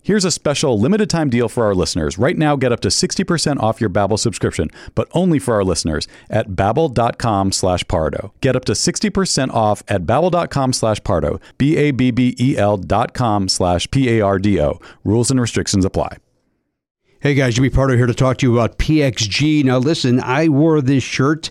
Here's a special limited time deal for our listeners. Right now, get up to 60% off your Babbel subscription, but only for our listeners at babbel.com slash pardo. Get up to 60% off at babbel.com slash pardo, B-A-B-B-E-L E dot com slash P-A-R-D-O. Rules and restrictions apply. Hey guys, Jimmy Pardo here to talk to you about PXG. Now, listen, I wore this shirt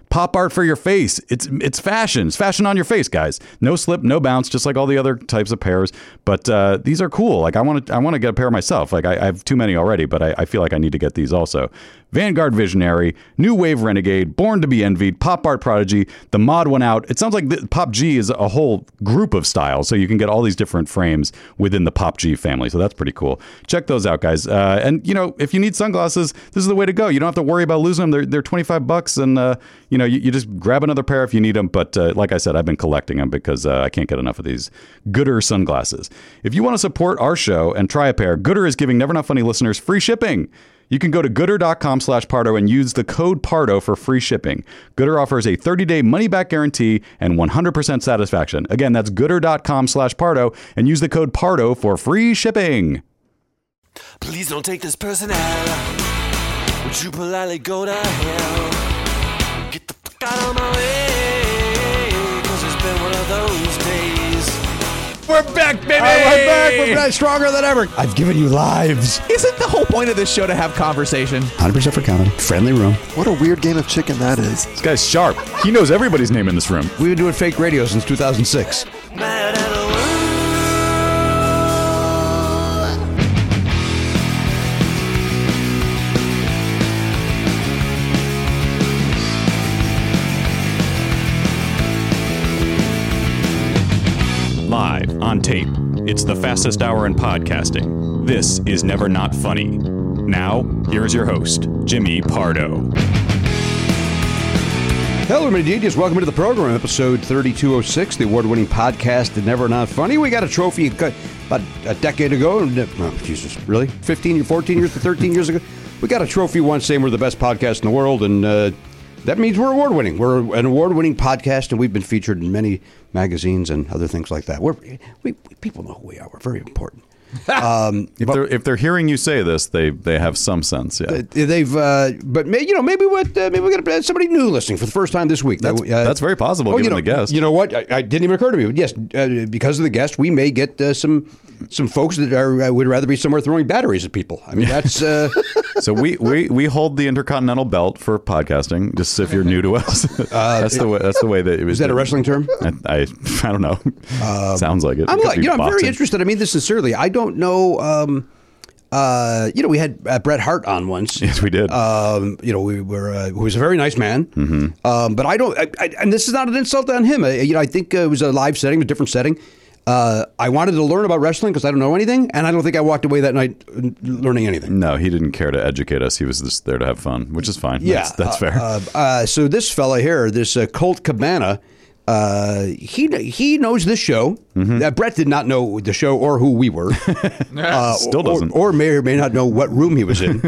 pop art for your face. It's it's fashion. It's fashion on your face, guys. No slip, no bounce, just like all the other types of pairs. But uh, these are cool. Like I want to I want to get a pair myself. Like I, I have too many already, but I, I feel like I need to get these also. Vanguard Visionary, New Wave Renegade, Born to Be Envied, Pop Art Prodigy, the mod one out. It sounds like the, Pop G is a whole group of styles, so you can get all these different frames within the Pop G family. So that's pretty cool. Check those out, guys. Uh, and you know, if you need sunglasses, this is the way to go. You don't have to worry about losing them. They're, they're 25 bucks, and uh, you know, you, you, just grab another pair if you need them. But uh, like I said, I've been collecting them because uh, I can't get enough of these Gooder sunglasses. If you want to support our show and try a pair, Gooder is giving Never Not Funny listeners free shipping. You can go to gooder.com slash Pardo and use the code Pardo for free shipping. Gooder offers a 30-day money-back guarantee and 100% satisfaction. Again, that's gooder.com slash Pardo and use the code Pardo for free shipping. Please don't take this person out. Would you politely go to hell? Get the fuck out of my way. Cause it's been one of those days. We're back, baby! All right, we're back. We're back stronger than ever. I've given you lives. Isn't the whole point of this show to have conversation? 100% for comedy. Friendly room. What a weird game of chicken that is. This guy's sharp. He knows everybody's name in this room. We've been doing fake radio since 2006. Mad at the world. Live on tape. It's the fastest hour in podcasting. This is Never Not Funny. Now, here's your host, Jimmy Pardo. Hello, everybody. Just welcome to the program, episode 3206, the award winning podcast, The Never Not Funny. We got a trophy about a decade ago. and- oh, Jesus, really? 15, 14 years, 13 years ago? We got a trophy once saying we're the best podcast in the world, and uh, That means we're award winning. We're an award winning podcast, and we've been featured in many magazines and other things like that. We're, we, we people know who we are. We're very important. um, If but- they're if they're hearing you say this, they they have some sense. Yeah, Uh, They've, uh, but may, you know, maybe what uh, maybe we got uh, somebody new listening for the first time this week. That's- That, uh, that's very possible, you given know, the guest. You know what? I, I didn't even occur to me. But yes, uh, because of the guest, we may get uh, some some folks that are, uh, would rather be somewhere throwing batteries at people. I mean, that's uh, so we, we we hold the intercontinental belt for podcasting. Just if you're new to us, that's the way. That's the way that it was. Uh, is that a wrestling term? I I, I don't know. Sounds like it. I'm It could like, be you know, I'm very boxing. interested. I mean, this sincerely. I don't know. Um, uh, you know, we had uh, Bret Hart on once. Yes, we did. um, you know, we were uh, who was a very nice man. Mm-hmm. Um, but I don't, I, I, and this is not an insult on him. I, you know, I think uh, it was a live setting, a different setting. Uh, I wanted to learn about wrestling because I don't know anything, and I don't think I walked away that night uh, learning anything. no, he didn't care to educate us. He was just there to have fun, which is fine. Yeah, that's, that's uh, fair. Uh, uh, so this fella here, this uh, Colt Cabana, uh, he he knows this show. Mm-hmm. Uh, Brett did not know the show or who we were. Uh, Still or- doesn't. or, may or may not know what room he was in.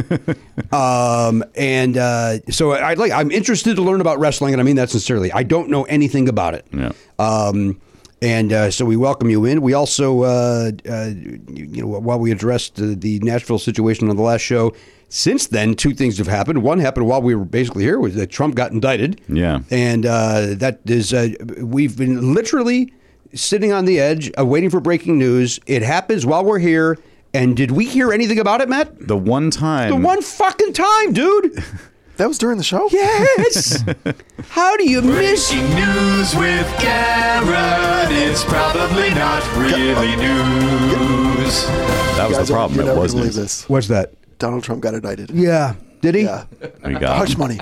um, and uh, so I I'd like I'm interested to learn about wrestling, and I mean that sincerely. I don't know anything about it. Yeah. Um, and uh, so we welcome you in. We also, uh, uh, you know, while we addressed uh, the Nashville situation on the last show, since then two things have happened. One happened while we were basically here was that Trump got indicted. Yeah. and uh, that is uh, we've been literally sitting on the edge, uh, waiting for breaking news. It happens while we're here. And did we hear anything about it, Matt? the one time. The one fucking time, dude. That was during the show? Yes. How do you miss? Breaking news with Garrett. It's probably not really news. That You was guys the are- problem. You're It never was gonna news. believe this. What's that? Donald Trump got indicted. Yeah. Did he? Yeah. We got Hush money.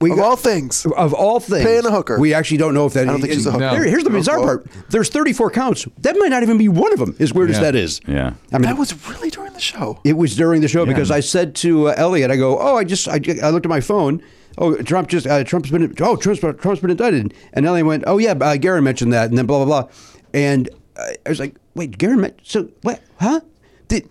We Of got- all things. of all things, Paying a hooker. We actually don't know if that. don't think she's a hooker. Here- Here's the No. bizarre part: there's 34 counts. That might not even be one of them. As weird as Yeah. that is. Yeah. I mean, that was really during the show. it was during the show because I said to uh, Elliot, I go, "Oh, I just I, ju- I looked at my phone. Oh, Trump just uh, Trump's been oh Trump's, Trump's been indicted." And Elliot went, "Oh yeah, uh, Garen mentioned that," and then blah blah blah. And I I was like, "Wait, Garen? Met, so what? Huh? Did,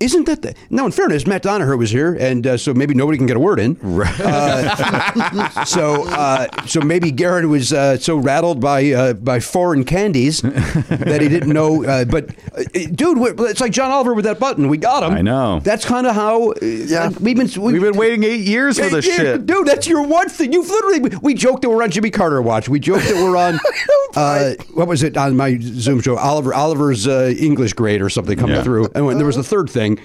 isn't that the now? In fairness, Matt Donaher was here, and uh, so maybe nobody can get a word in. Right. Uh, so uh, so maybe Garen was uh, so rattled by uh, by foreign candies that he didn't know. Uh, but uh, dude, we- it's like John Oliver with that button. We got him. I know. That's kind of how. Yeah. We've been We've been waiting eight years for this Yeah, shit. dude. That's your one thing. You've literally. We joked that we're on Jimmy Carter watch. We joked that we're on. Oh uh, what was it on my Zoom show? Oliver Oliver's uh, English grade or something coming Yeah. Oh. through. And when, there was a third thing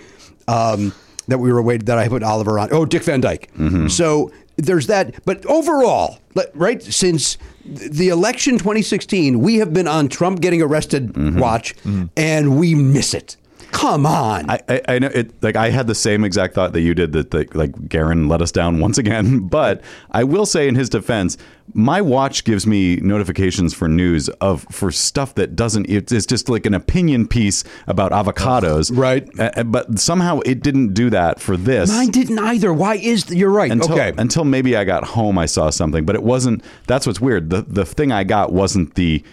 um, that we were waiting that I put Oliver on. Oh, Dick Van Dyke. Mm-hmm. So there's that. But overall, like, right since th- the election 2016, we have been on Trump getting arrested Mm-hmm. watch, and we miss it. Come on. I, I, I know it like I had the same exact thought that you did that the, like Garen let us down once again. But I will say in his defense, my watch gives me notifications for news of for stuff that doesn't it's it's just like an opinion piece about avocados. Right. Uh, uh, but somehow it didn't do that for this. Mine didn't either. Why is th- you're right? until, okay. until maybe I got home, I saw something, but it wasn't. That's what's weird. The the thing I got wasn't the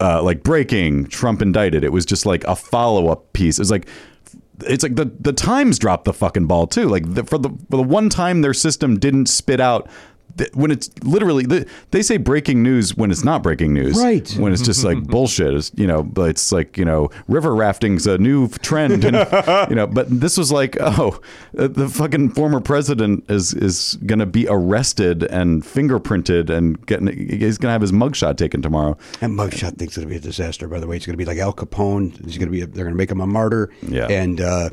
uh, like breaking Trump indicted. It was just like a follow up piece. It was like it's like the the Times dropped the fucking ball too. Like the, for the for the one time their system didn't spit out. th- When it's literally, th- they say breaking news when it's not breaking news. Right. When it's just like bullshit. It's, you know, but it's like, you know, river rafting's a new f- trend. And, you know, but this was like, oh, uh, the fucking former president is is going to be arrested and fingerprinted and getting, he's going to have his mugshot taken tomorrow. That mugshot thing's going to be a disaster. By the way, it's going to be like Al Capone. He's going to be. They're going to make him a martyr. Yeah. And uh,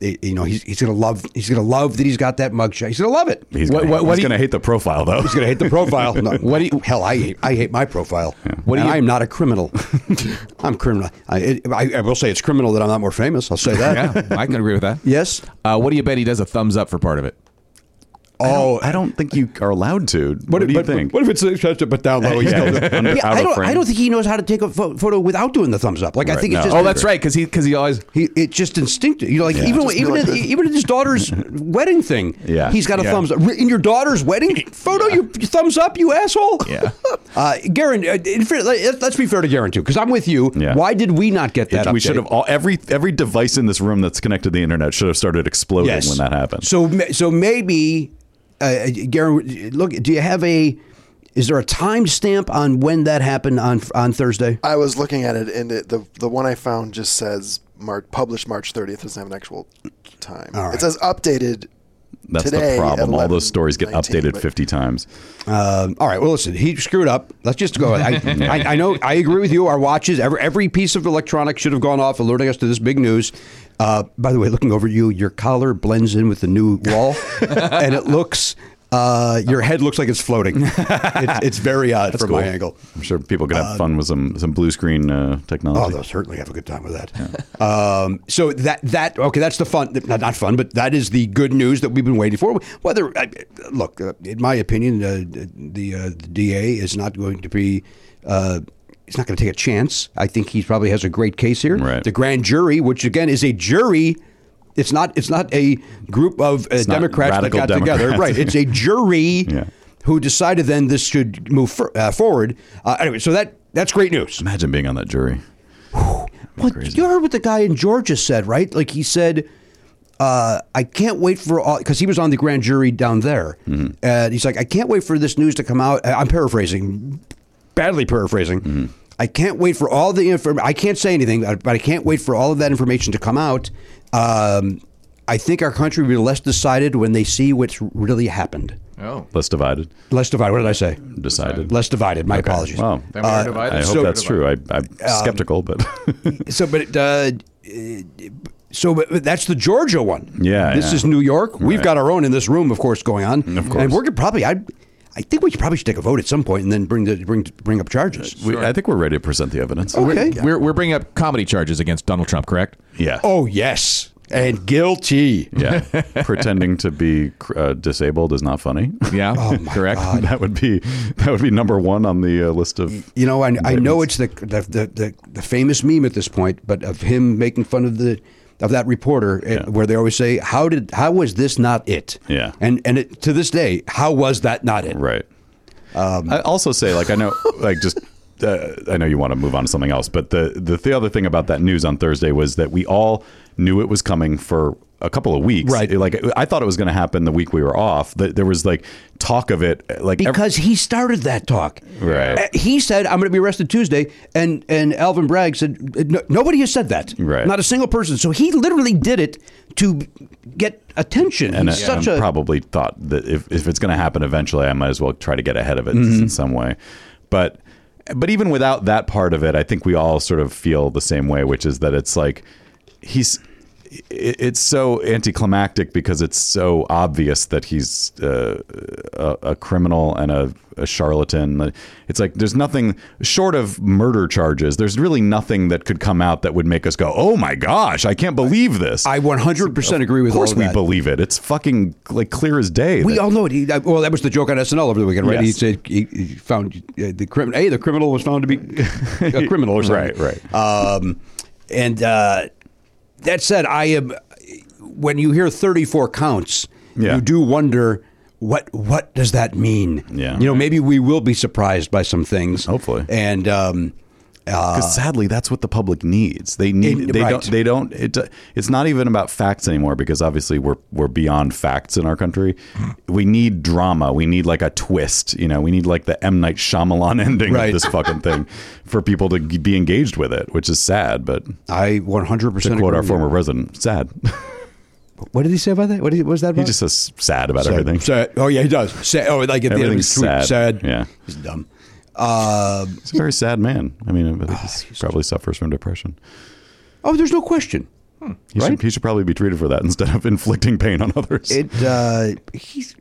it- you know he's, he's going to love. He's going to love that he's got that mugshot. He's going to love it. He's He's What- going what- what do you- to hate the profile, though. going to hate the profile. No, What do you- hell, I hate. I hate my profile. What do And you- I'm not a criminal. I'm criminal. I, it, I, I will say it's criminal that I'm not more famous. I'll say that. yeah, I can agree with that. Yes. Uh, what do you bet he does a thumbs up for part of it? Oh, I don't think you are allowed to. What, do you but- think? What if it's such a but down low? he's Yeah, still- it's under- Yeah, out I of don't. I frame. don't think he knows how to take a pho- photo without doing the thumbs up. Like I Right, think no. it's just Oh, that's right, because he because he always He, it's just instinctive. You know, like Yeah. even Just be even like at, this. even at his daughter's wedding thing. Yeah. he's got a Yeah. thumbs up in your daughter's wedding photo. You, you thumbs up, you asshole. Yeah. uh, Garen, uh, in fair- let- let's be fair to Garen too, because I'm with you. Yeah. Why did we not get that? It- we update? should have all every every device in this room that's connected to the internet should have started exploding Yes. when that happened. So ma- so maybe uh, Garen, look, do you have a? Is there a timestamp on when that happened on on Thursday? I was looking at it, and it, the the one I found just says March published March 30th. It doesn't have an actual time. All right. It says updated. That's today the at problem. All 11, those stories get 19, updated but- 50 times. Um, all right. Well, listen, he screwed up. Let's just go. I, I, I know. I agree with you. Our watches, every, every piece of electronics should have gone off, alerting us to this big news. Uh, by the way, looking over at you, your collar blends in with the new wall, and it looks. Uh, your head looks like it's floating. It's, it's very odd from my cool. angle. I'm sure people could have fun with some some blue screen uh, Oh, technology. they'll certainly have a good time with that. Um, so that that okay, that's the fun. Not, not fun, but that is the good news that we've been waiting for. Whether I, look, uh, in my opinion, uh, the, uh, the DA is not going to be. Uh, He's not going to take a chance. I think he probably has a great case here. Right. The grand jury, which again is a jury, it's not it's not a group of uh, not Democrats that radical got together. Democrats. Right. It's a jury Yeah. who decided then this should move for, uh, forward. Uh, anyway, so that that's great news. Imagine being on that jury. Well, you heard what the guy in Georgia said, right? Like he said, uh, "I can't wait for all," because he was on the grand jury down there, and he's like, "I can't wait for this news to come out." I'm paraphrasing, badly paraphrasing. I can't wait for all the information. I can't say anything, but I can't wait for all of that information to come out. Um, I think our country will be less decided when they see what's really happened. Oh. Less divided. Less divided. What did I say? Decided. Less divided. My apologies. Wow. Then Uh, we are I divided. hope so- that's true. I, I'm skeptical, but So, but uh, so but that's the Georgia one. Yeah, this yeah. is New York. We've Right. got our own in this room, of course, going on. Of course. and we're gonna probably. I, I think we should probably should take a vote at some point and then bring the bring bring up charges. we, I think we're ready to present the evidence. okay. We're, we're bringing up comedy charges against Donald Trump, correct? Yeah. Oh yes, and guilty. Yeah. Pretending to be cr- uh, disabled is not funny. Yeah, correct. that would be that would be number one on the uh, list of. You know, I, I know it's the the, the the the famous meme at this point, but of him making fun of the of that reporter, eh, where they always say, "How did how was this not it?" Yeah. and and it, to this day, how was that not it? Right. I also say, like, I know, like, just uh, I know you want to move on to something else, but the, the the other thing about that news on Thursday was that we all knew it was coming for a couple of weeks. Right. Like, I thought it was going to happen the week we were off. That there was like talk of it, like ev- because he started that talk. Right. Uh, He said, "I'm going to be arrested Tuesday," and and Alvin Bragg said, no, "Nobody has said that. Right. Not a single person." So he literally did it to get attention. and I, He's such and a probably thought that if, if it's going to happen eventually, I might as well try to get ahead of it Mm-hmm. in some way. But but even without that part of it, I think we all sort of feel the same way, which is that it's like he's i- it's so anticlimactic because it's so obvious that he's uh, a, a criminal and a, a charlatan. It's like there's nothing short of murder charges. There's really nothing that could come out that would make us go, "Oh my gosh, I can't believe this." I 100 percent agree with Of course, all of we that. believe it. It's fucking like clear as day. We that- all know it. He, that- well, that was the joke on SNL over the weekend, right? He Yes. said he, he found uh, the criminal. A, the criminal was found to be a criminal or something. Right, right. Um, and uh, that said, I am. When you hear 34 counts, Yeah. you do wonder what what does that mean? Yeah. You know, maybe we will be surprised by some things. Hopefully. And um, 'Cause sadly, that's what the public needs. They need. It- they right. don't. They don't. It, it's not even about facts anymore because obviously we're we're beyond facts in our country. Hmm. We need drama. We need like a twist. You know, we need like the M Night Shyamalan ending Right. of this fucking thing for people to g- be engaged with it, which is sad. But I 100 to percent quote our former president, sad. What did he say about that? What, did, what was that about? he just says sad about everything. Sad. Oh yeah, he does. Sad. Oh, like at the end of his Everything's tweet, sad. sad. Yeah. he's dumb. Um, He's a very sad man. I mean, I think he probably suffers from depression. Oh, there's no question. He, should, he should probably be treated for that instead of inflicting pain on others. It uh, he's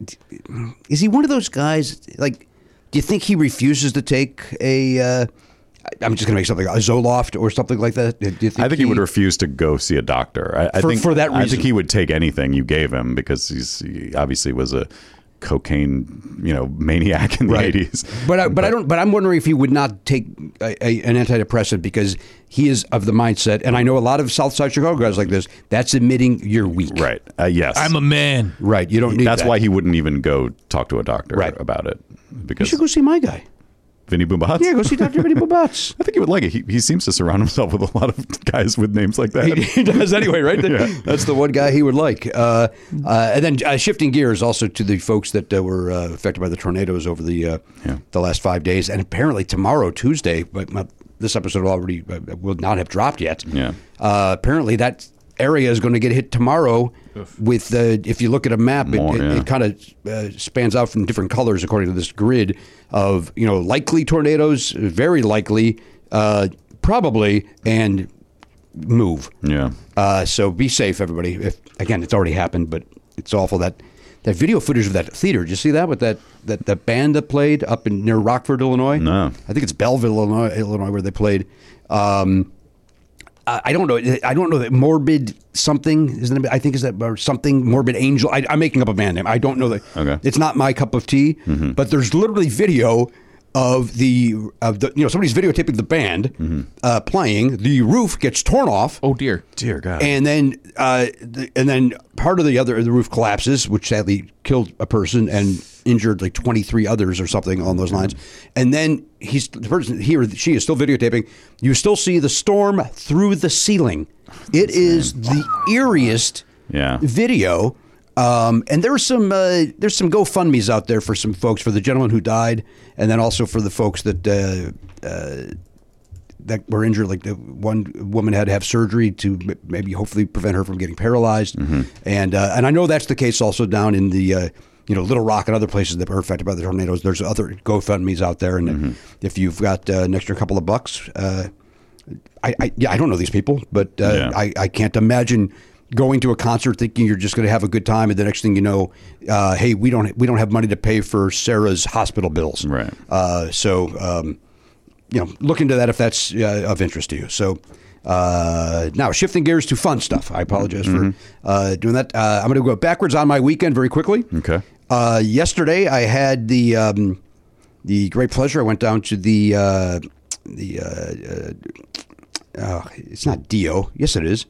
is he one of those guys? Like, do you think he refuses to take a? Uh, I- I'm just gonna make something a Zoloft or something like that. Do you think I think he, would refuse to go see a doctor. I, I For- think for that I reason. think he would take anything you gave him because he's he obviously was a cocaine, you know, maniac in the Right. eighties. But I, but, I don't. But I'm wondering if he would not take a, a, an antidepressant because he is of the mindset, and I know a lot of South Side Chicago guys like this. That's admitting you're weak. right. Uh, yes. man. Right. You don't need. That's that. why he wouldn't even go talk to a doctor Right. about it You because should go see my guy. Vinny Boombahatz. Yeah, go see Dr. Vinny Bobats. I think he would like it. He, he seems to surround himself with a lot of guys with names like that. he does anyway, right? Yeah. That's the one guy he would like. Uh, uh, and then uh, shifting gears also to the folks that uh, were uh, affected by the tornadoes over the uh, Yeah. the last five days, and apparently tomorrow, Tuesday, but my, this episode already uh, will not have dropped yet. Yeah. Uh, apparently that area is going to get hit tomorrow. With the, if you look at a map, More, it, it, yeah. it kind of uh, spans out from different colors according to this grid of you know likely tornadoes, very likely, uh, probably, and move. yeah. Uh, so be safe, everybody. If, again, it's already happened, but it's awful that that video footage of that theater. Did you see that with that that that band that played up in near Rockford, Illinois? No. I think it's Belleville, Illinois, Illinois where they played. Um, I I don't know. I don't know that morbid something isn't. It, I think is that or something morbid angel. I, I'm making up a band name. I don't know that. Okay. Mm-hmm. It's not my cup of tea. But there's literally video of the of the you know somebody's videotaping the band Mm-hmm. uh, playing. The roof gets torn off. Oh dear. Dear God. And then, uh, the, and then part of the other the roof collapses, which sadly killed a person and injured like twenty three others or something on those lines. And then he's the person he or she is still videotaping. You still see the storm through the ceiling. It is the eeriest Yeah. video. Um, and there are some uh, there's some GoFundmes out there for some folks for the gentleman who died, and then also for the folks that uh, that were injured. Like the one woman had to have surgery to m- maybe hopefully prevent her from getting paralyzed. Mm-hmm. And uh, and I know that's the case also down in the uh, you know Little Rock and other places that were affected by the tornadoes. There's other GoFundmes out there, and Mm-hmm. if you've got uh, an extra couple of bucks, uh, I, I yeah I don't know these people, but uh, Yeah. I I can't imagine. Going to a concert thinking you're just going to have a good time, and the next thing you know, uh, hey, we don't we don't have money to pay for Sarah's hospital bills. Right. Uh, so um, you know, look into that if that's uh, of interest to you. So uh, now shifting gears to fun stuff. I apologize for uh, doing that. Uh, I'm going to go backwards on my weekend very quickly. Okay. Uh, yesterday, I had the um, the great pleasure. I went down to the uh, the uh, uh, oh, it's not Dio. Yes, it is.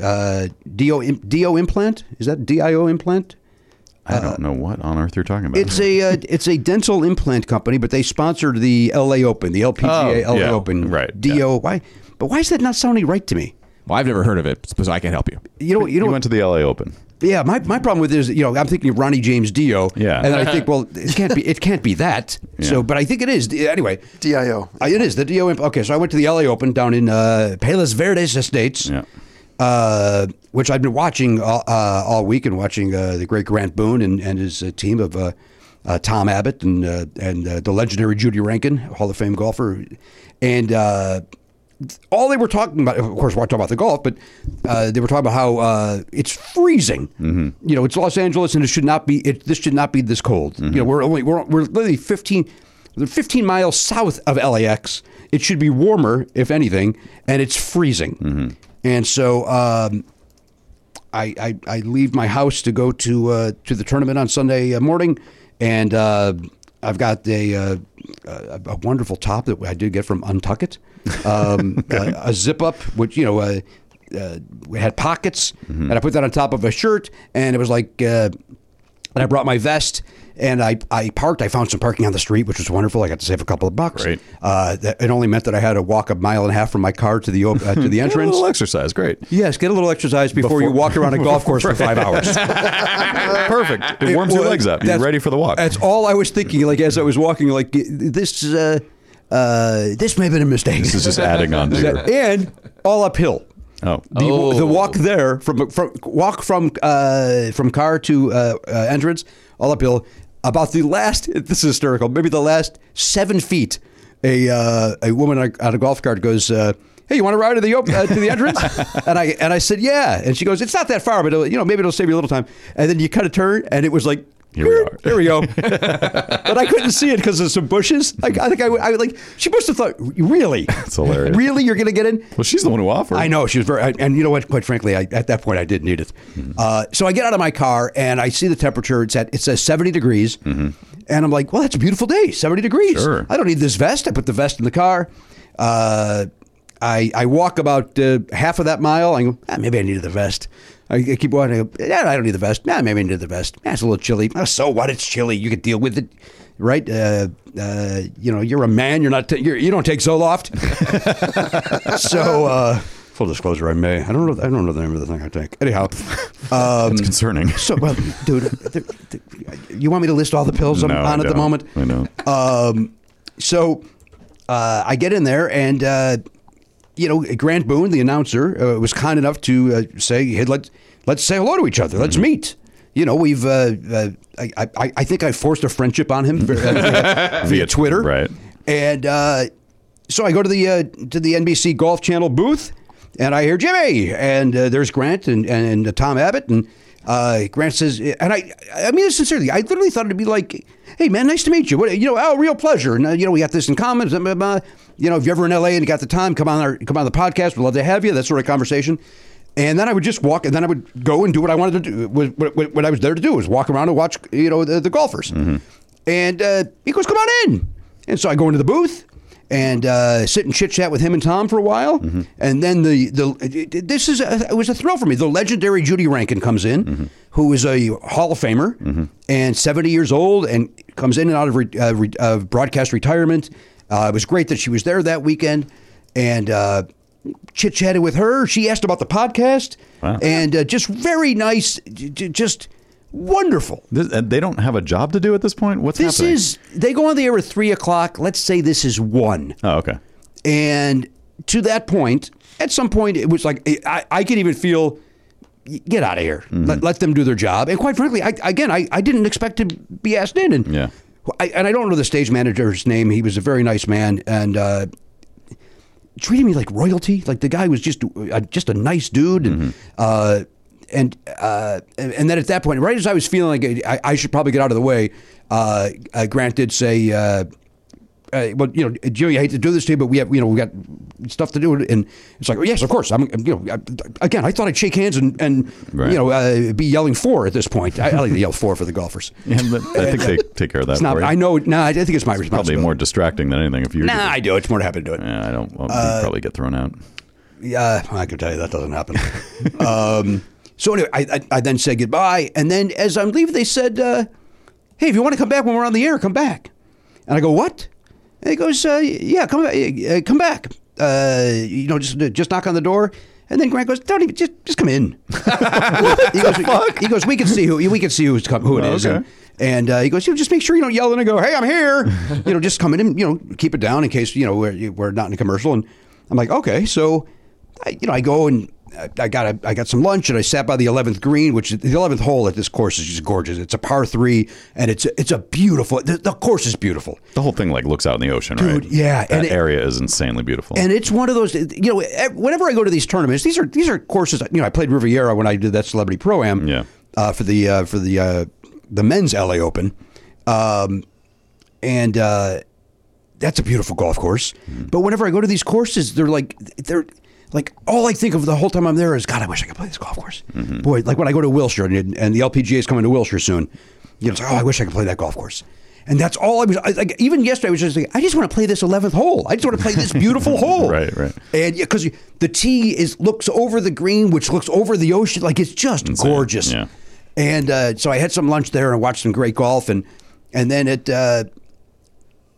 Uh, Dio im- Dio implant is that DIO implant? I don't know what on earth you're talking about. Uh, It's a uh, it's a dental implant company, but they sponsored the L.A. Open, the LPGA Oh, L.A. yeah, Open. right, Do why? But why is that not sounding right to me? Well, I've never heard of it, so I can't help you. You know, you you know. went to the LA Open. yeah, my, my problem with it is, you know, I'm thinking of Ronnie James Dio. Yeah. And then I think, well, it can't be it can't be that. Yeah. So, but I think it is anyway. DIO. Uh, It is the Dio. imp- Okay, so I went to the L.A. Open down in uh, Palos Verdes Estates. Yeah. uh, which I've been watching all, uh, all week and watching uh, the great Grant Boone and, and his uh, team of uh, uh, Tom Abbott and uh, and uh, the legendary Judy Rankin, Hall of Fame golfer, and uh, all they were talking about, of course, we're talking about the golf, but uh, they were talking about how uh, it's freezing. You know, it's Los Angeles, and it should not be. It, this should not be this cold. You know, we're only we're, we're literally fifteen. we're 15 miles south of LAX. It should be warmer, if anything, and it's freezing. And so um, I, I I leave my house to go to uh, to the tournament on Sunday uh, morning, and uh, I've got a, uh, a a wonderful top that I did get from Untuckit, um, a, a zip up, which you know. Uh, uh, we had pockets, and I put that on top of a shirt, and it was like uh, and I brought my vest and I, I parked. I found some parking on the street, which was wonderful. I got to save a couple of bucks. Great. Uh, that, it only meant that I had to walk a mile and a half from my car to the op- uh, to the A entrance. little exercise. Great. yes, get a little exercise before, you walk around a golf course for five hours. Perfect. It warms your Well, legs up. You're that's- ready for the walk. That's all I was thinking. Like as I was walking, like this is uh, uh, this may have been a mistake. This is just adding on to your. and all uphill. Oh. The, the walk there from from walk from uh, from car to uh, uh, entrance all uphill about the last this is hysterical maybe the last seven feet a uh, a woman on a- on a golf cart goes uh, hey you want to ride to the op- uh, to the entrance and I and I said yeah and she goes it's not that far but it'll, you know maybe it'll save you a little time and then you cut a turn and it was like Here we are. here we go. but I couldn't see it because of some bushes. Like I think I, would- I would, like she must have thought really. That's hilarious. Really, you're gonna get in? Well, she's the one who offered. I know she was very, I- and you know what? Quite frankly, I, at that point, I did need it. Uh, so I get out of my car and I see the temperature. It's at it says seventy degrees, and I'm like, "Well, that's a beautiful day, seventy degrees. Sure. I don't need this vest. I put the vest in the car. Uh, I I walk about uh, half of that mile. I go, ah, maybe I needed the vest. I, I keep walking. I go, yeah, I don't need the vest. Nah, maybe I needed the vest. Nah, it's a little chilly. Ah, so what? It's chilly. You can deal with it. right? Uh, uh, you know, you're a man. You're not. T- you're, you don't take Zoloft. so, uh, full disclosure, I may. I don't know. I don't know the name of the thing I take. Anyhow, um, It's concerning. so well, dude, th- th- you want me to list all the pills I'm No, I on at the don't. moment? I know. Um, so uh, I get in there, and uh, you know, Grant Boone, the announcer, uh, was kind enough to uh, say, "Hey, let let's say hello to each other. Let's meet." You know, we've uh, uh, I, I I think I forced a friendship on him via, via Twitter, right. And uh, so I go to the uh, to the NBC Golf Channel booth, and I hear Jimmy, and uh, there's Grant and and, uh, Tom Abbott, and uh, Grant says, and I I mean this sincerely, I literally thought it'd be like, hey man, nice to meet you. What you know? Oh, real pleasure. And, uh, you know, we got this in common. blah, blah, blah. You know, if you're ever in LA and you got the time, come on our come on the podcast. We'd love to have you. That sort of conversation. And then I would just walk, and then I would go and do what I wanted to do. What, what, what I was there to do was walk around and watch, you know, the, the golfers. And uh, he goes, "Come on in." And so I go into the booth, and uh, sit and chit chat with him and Tom for a while, Mm-hmm. and then the the this is a, it was a thrill for me. The legendary Judy Rankin comes in, Mm-hmm. who is a Hall of Famer and seventy years old, and comes in and out of re, uh, re, uh, broadcast retirement. Uh, it was great that she was there that weekend, and uh, chit chatted with her. She asked about the podcast, Wow. and uh, just very nice, j- j- just wonderful. This, and they don't have a job to do at this point. What's This happening? is they go on the air at three o'clock. Let's say this is one. Oh, okay. And to that point, at some point, it was like I, I could even feel, "Y- get out of here. Let, let them do their job. And quite frankly, I, again, I, I didn't expect to be asked in. And Yeah. I, and I don't know the stage manager's name. He was a very nice man and uh, treated me like royalty. Like the guy was just uh, just a nice dude. And, uh, and uh, and and then at that point, right as I was feeling like I, I should probably get out of the way, uh, uh, Grant did say. Uh, uh, well, you know, Jimmy, I hate to do this to you, but we have, you know, we got stuff to do, and it's like, oh, yes, of course. I'm, I'm- you know, I, again, I thought I'd shake hands and, and Right. you know, uh, be yelling four at this point. I, I like to yell four for the golfers. And the- I think they take care of that. It's not. for you. I know. No, I think it's my Probably responsibility. more distracting than anything if you. Nah, I Uh, do. It's more happy to do it. Yeah, I don't. Well, you'd probably get thrown out. Yeah, I can tell you that doesn't happen. um, so anyway, I, I, I then said goodbye, and then as I'm leaving, they said, uh, "Hey, if you want to come back when we're on the air, come back." And I go, "What?" And he goes, uh, "Yeah, come uh, come back. Uh, you know, just just knock on the door." And then Grant goes, "Don't even just just come in." he, goes, he goes, "We can see who we can see who's come, who it Oh, is." okay. And, and uh, he goes, you know, just make sure you don't yell in and go, hey, I'm here. you know, just come in and, you know, keep it down in case, you know, we're, we're not in a commercial. And I'm like, okay. So, I, you know, I go and uh, I, I got a, I got some lunch and I sat by the 11th green, which is- the 11th hole at this course is just gorgeous. It's a par three and it's, it's a beautiful, the, the course is beautiful. The whole thing like looks out in the ocean, right? Dude, yeah, that and it- area is insanely beautiful. And it's one of those, you know, ev- whenever I go to these tournaments, these are these are courses. You know, I played Riviera when I did that celebrity pro am. Yeah. Uh, for the uh, for the uh, the men's LA Open, um, and uh, that's a beautiful golf course. But whenever I go to these courses, they're like they're like all I think of the whole time I'm there is God, I wish I could play this golf course. Mm-hmm. Boy, like when I go to Wilshire and, and the LPGA is coming to Wilshire soon, you know, it's like, oh, I wish I could play that golf course. And that's all I was I, like. Even yesterday, I was just like, I just want to play this eleventh hole. I just want to play this beautiful hole. Right, right. And because the tee is looks over the green, which looks over the ocean, like it's just gorgeous. yeah. And uh, so I had some lunch there and watched some great golf, and and then at uh,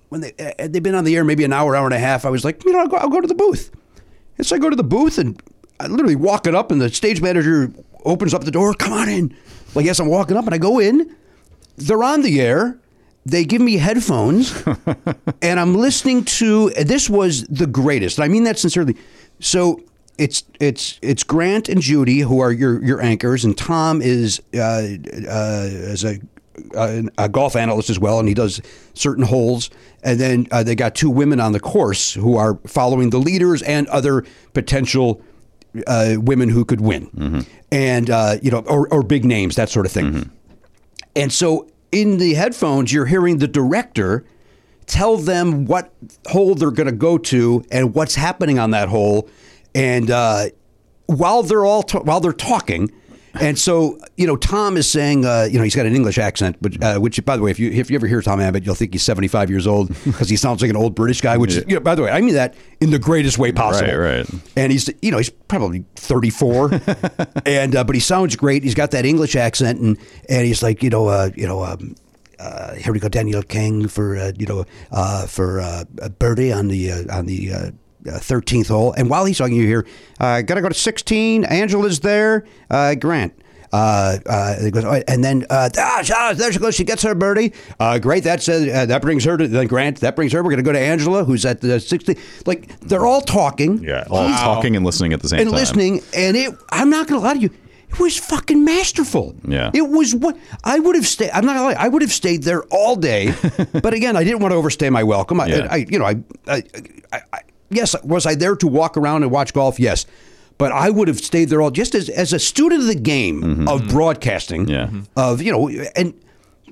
when they uh, had they been on the air maybe an hour, hour and a half, I was like, you know, I'll go, I'll go to the booth. And so I go to the booth and I literally walk it up, and the stage manager opens up the door. Come on in. Like yes, I'm walking up, and I go in. They're on the air. They give me headphones, and I'm listening to. This was the greatest. I mean that sincerely. So it's it's it's Grant and Judy who are your your anchors, and Tom is uh, uh, as a a a golf analyst as well, and he does certain holes. And then uh, they got two women on the course who are following the leaders and other potential uh, women who could win, and uh, you know, or, or big names, that sort of thing. And so in the headphones, you're hearing the director tell them what hole they're going to go to and what's happening on that hole, and uh, while they're all ta- while they're talking. And so, you know, Tom is saying, uh, you know, he's got an English accent, but uh, which, by the way, if you if you ever hear Tom Abbott, you'll think he's seventy five years old because he sounds like an old British guy. Which, is, you know, by the way, I mean that in the greatest way possible. Right, right. And he's, you know, he's probably 34, and uh, but he sounds great. He's got that English accent, and and he's like, you know, uh, you know, um, uh, here we go, Daniel King for uh, you know uh, for uh, a birdie on the uh, on the. Uh, uh, 13th hole. And while he's talking to you here, uh, got to go to 16. Angela's there. Uh, Grant. Uh, uh, it goes, all right, and then uh, ah, ah, there she goes. She gets her birdie. Uh, great. That's uh, uh, that brings her to then Grant. That brings her. We're going to go to Angela, who's at the 60. Like they're all talking Yeah, all talking and listening at the same and time. listening. And it, I'm not going to lie to you, it was fucking masterful. Yeah. it was what I would have stayed. I'm not going to lie, I would have stayed there all day. but again, I didn't want to overstay my welcome. I, Yeah. I you know, I, I, I, I, yes, was I there to walk around and watch golf? Yes. But I would have stayed there all just as, as a student of the game of broadcasting Mm-hmm. Yeah. Mhm. of you know and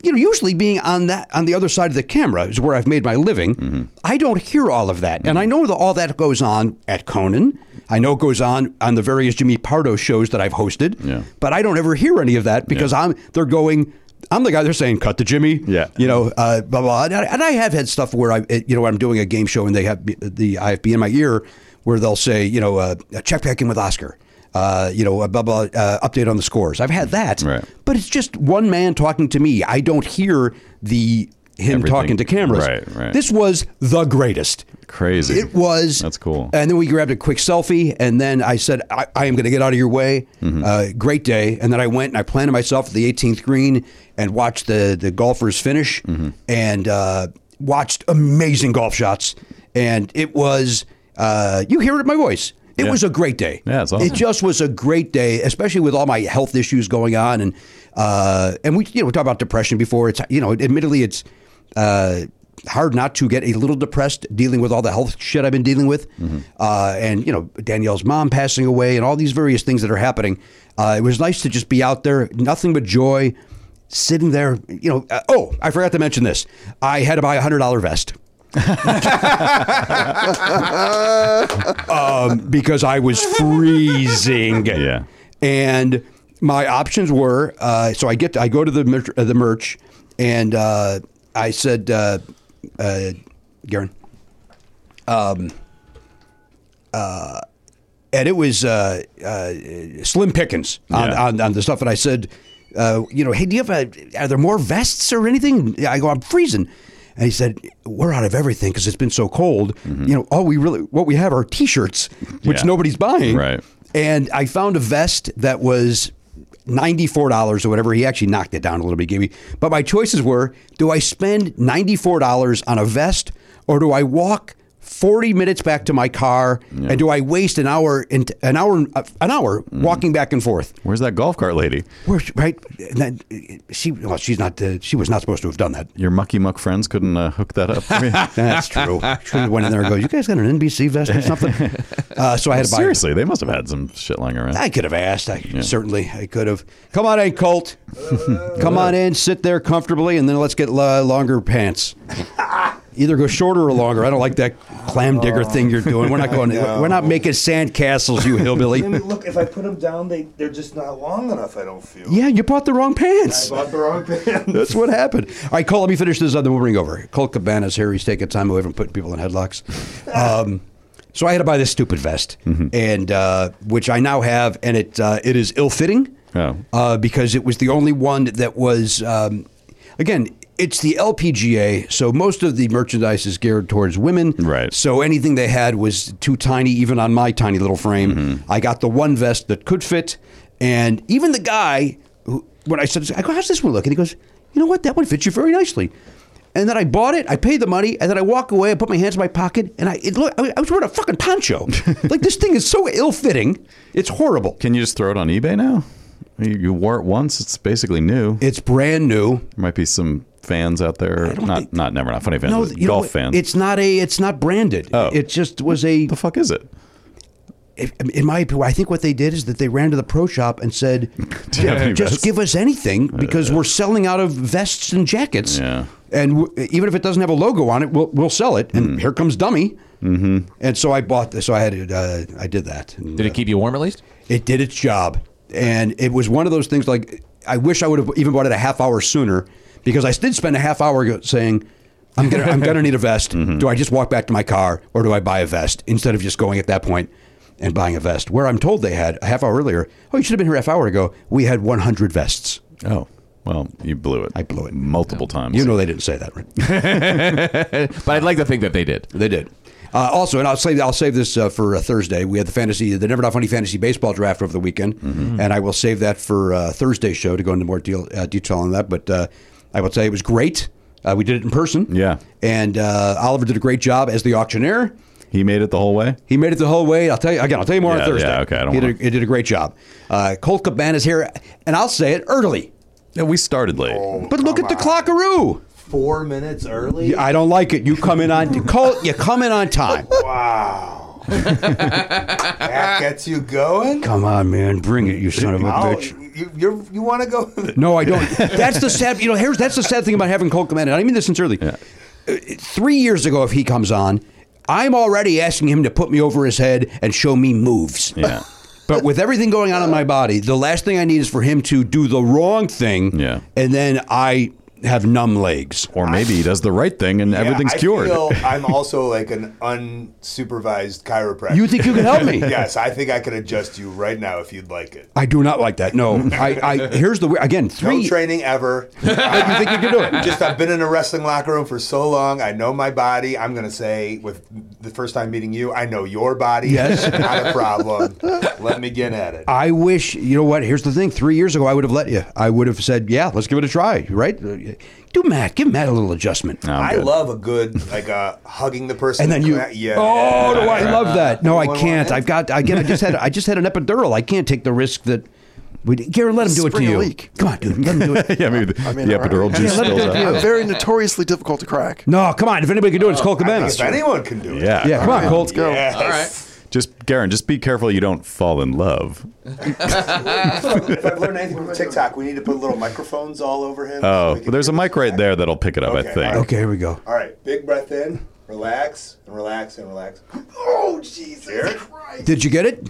you know usually being on that on the other side of the camera is where I've made my living. Mm-hmm. I don't hear all of that, and I know that all that goes on at Conan. I know it goes on on the various Jimmy Pardo shows that I've hosted. Yeah. but I don't ever hear any of that because I'm they're going. I'm the guy they're saying cut to Jimmy. Yeah. you know, uh, blah blah. And I, and I have had stuff where I, you know, I'm doing a game show and they have the IFB in my ear where they'll say, you know, uh, check back in with Oscar. Uh, you know, blah blah. Uh, update on the scores. I've had that Right. but it's just one man talking to me. I don't hear the him Everything. talking to cameras. Right, right. This was the greatest. Crazy. It was. That's cool. And then we grabbed a quick selfie, and then I said, "I, I am going to get out of your way." Mm-hmm. Uh, great day. And then I went and I planted myself at the 18th green and watched the the golfers finish, Mm-hmm. and uh, watched amazing golf shots. And it was uh, you hear it in my voice. It Yeah. was a great day. Yeah, it's awesome. It just was a great day, especially with all my health issues going on, and uh, and we you know we talked about depression before. It's you know, admittedly, it's uh, hard not to get a little depressed dealing with all the health shit I've been dealing with, uh, and you know Danielle's mom passing away, and all these various things that are happening. Uh, it was nice to just be out there, nothing but joy, sitting there. You know, uh, oh, I forgot to mention this. I had to buy a hundred dollar vest. um, because I was freezing. Yeah. And my options were uh, so I get I go to the merch, uh, the merch and uh, I said, uh, uh, Garen, and it was uh, uh, slim pickings on, Yeah. on, on the stuff. And I said, uh, you know, hey, do you have a, are there more vests or anything? I go, I'm freezing. And he said, we're out of everything because it's been so cold. You know, all we really, what we have are t-shirts, which Mm-hmm. Yeah. nobody's buying. Right. And I found a vest that was $94 or whatever. He actually knocked it down a little bit, gave me. But my choices were do I spend $94 on a vest or do I walk 40 minutes back to my car and do I waste an hour in, an hour an hour walking back and forth? Where's that golf cart lady? Where, right? And then, she well, she's not uh, she was not supposed to have done that. Your mucky muck friends couldn't uh, hook that up for me. That's true. She went in there and goes, "You guys got an NBC vest or something?" Uh, so I had to buy Seriously, they must have had some shit lying around. I could have asked. I certainly I could have. Come on in, Colt. Come on in. Sit there comfortably, and then let's get uh, longer pants. Either go shorter or longer. I don't like that clam Oh. digger thing you're doing. We're not going. We're not making sand castles, you hillbilly. Jimmy, look, if I put them down, they they're just not long enough. I don't feel. yeah, you bought the wrong pants. I bought the wrong band. That's what happened. All right, Cole, let me finish this other we'll bring you over. Cole Cabana's here. He's taking time away from putting people in headlocks. Um, so I had to buy this stupid vest, and uh, which I now have, and it uh, it is ill fitting Oh. uh, because it was the only one that was um, again. It's the LPGA, so most of the merchandise is geared towards women. Right. So anything they had was too tiny, even on my tiny little frame. I got the one vest that could fit, and even the guy, who, when I said, "I go, how's this one look?" and he goes, "You know what? That one fits you very nicely." And then I bought it. I paid the money, and then I walk away. I put my hands in my pocket, and I it look. I was wearing a fucking poncho. like this thing is so ill-fitting. It's horrible. Can you just throw it on eBay now? You, you wore it once; it's basically new. It's brand new. there might be some fans out there, don't not think- not never not funny fans, but you know golf what? fans. It's not a. It's not branded. Oh. It just was a. the fuck is it? if- In my opinion, I think what they did is that they ran to the pro shop and said, Do you have any "Just vests?" give us anything because we're selling out of vests and jackets, Yeah. and w- even if it doesn't have a logo on it, we'll we'll sell it." Hmm. And here comes dummy. Mm-hmm. And so I bought this. So I had to, uh, I did that. And, Did it keep you warm at least? it did its job, and it was one of those things. Like I wish I would have even bought it a half hour sooner because I did spend a half hour go- saying, "I'm gonna, I'm gonna need a vest. Do I just walk back to my car or do I buy a vest?" Instead of just going at that point and buying a vest, where I'm told they had a half hour earlier. Oh, you should have been here a half hour ago. We had 100 vests. Oh, Well, you blew it. I blew it. multiple times. You know they didn't say that, right? But I'd like to think that they did. They did. Uh, also, and I'll save I'll save this uh, for uh, Thursday. We had the fantasy the Never Not Funny fantasy baseball draft over the weekend, Mm-hmm. and I will save that for uh, Thursday's show to go into more deal, uh, detail on that. But uh, I will say it was great. Uh, we did it in person. Yeah. and uh, Oliver did a great job as the auctioneer. he made it the whole way. He made it the whole way. I'll tell you again. I'll tell you more Yeah, on Thursday. yeah, okay, I don't he did wanna- a, he did a great job. Uh, Colt Cabana's here, and I'll say it early. Yeah, we started late. But look at the clockaroo. Four minutes early. Yeah, I don't like it. You come in on Colt. You come in on time. Wow. that gets you going. Come on, man, bring it, you son of a Oh, bitch. you you're, you want to go? No, I don't. That's the sad. You know, here's that's the sad thing about having Colt Commander. I mean this sincerely. Uh, Three years ago, if he comes on, I'm already asking him to put me over his head and show me moves. Yeah. But with everything going on in my body, the last thing I need is for him to do the wrong thing. Yeah. And then I have numb legs. Or maybe he does the right thing and Yeah, everything's I cured. feel I'm also like an unsupervised chiropractor. You think you can help me? Yes, I think I could adjust you right now if you'd like it. I do not like that. No. I, I here's the again No three. training ever. you think you can do it? Just I've been in a wrestling locker room for so long. I know my body. I'm gonna say with the first time meeting you, I know your body. Yes. not a problem. Let me get at it. I wish you know what. Here's the thing: three years ago, I would have let you. I would have said, "Yeah, let's give it a try." Right? Do Matt? Give Matt a little adjustment. No, I'm I good. love a good like uh, hugging the person. And then you, yeah. oh, do I love that? No, I One, one, can't. one. I've got again. I just had. I just had an epidural. I can't take the risk that. We, Garrett, let him do it to Spring a you. leak. Come on, dude. Let him do it. yeah, maybe the, I mean, the all right. epidural juice Yeah, let it spills do out. it to you. I'm very notoriously difficult to crack. No, come on. If anybody can do it, it's Colt Cabana. If anyone can do it. Yeah. Yeah, come on, Let's Colt. go. Yes. All right. Just Garen, just be careful you don't fall in love. if I've learned anything from TikTok, we need to put little microphones all over him. so Oh, we can- there's a mic right there that'll pick it up, I Okay, think. all Okay, here we go. All right, big breath in, relax, and relax, and relax. Oh, Jesus Jared? Christ. Did you get it?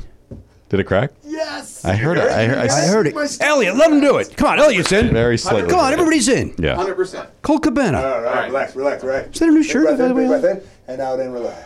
Did it crack? Yes. I heard it. I heard, I heard it. My st- Elliot, let him do it. Come on, Elliot's in. Very slightly. Come on, everybody's in. Yeah. 100%. Colt Cabana. All right, relax, relax, relax. Is that a new shirt, Big breath by the in, big way? breath in, and out and relax.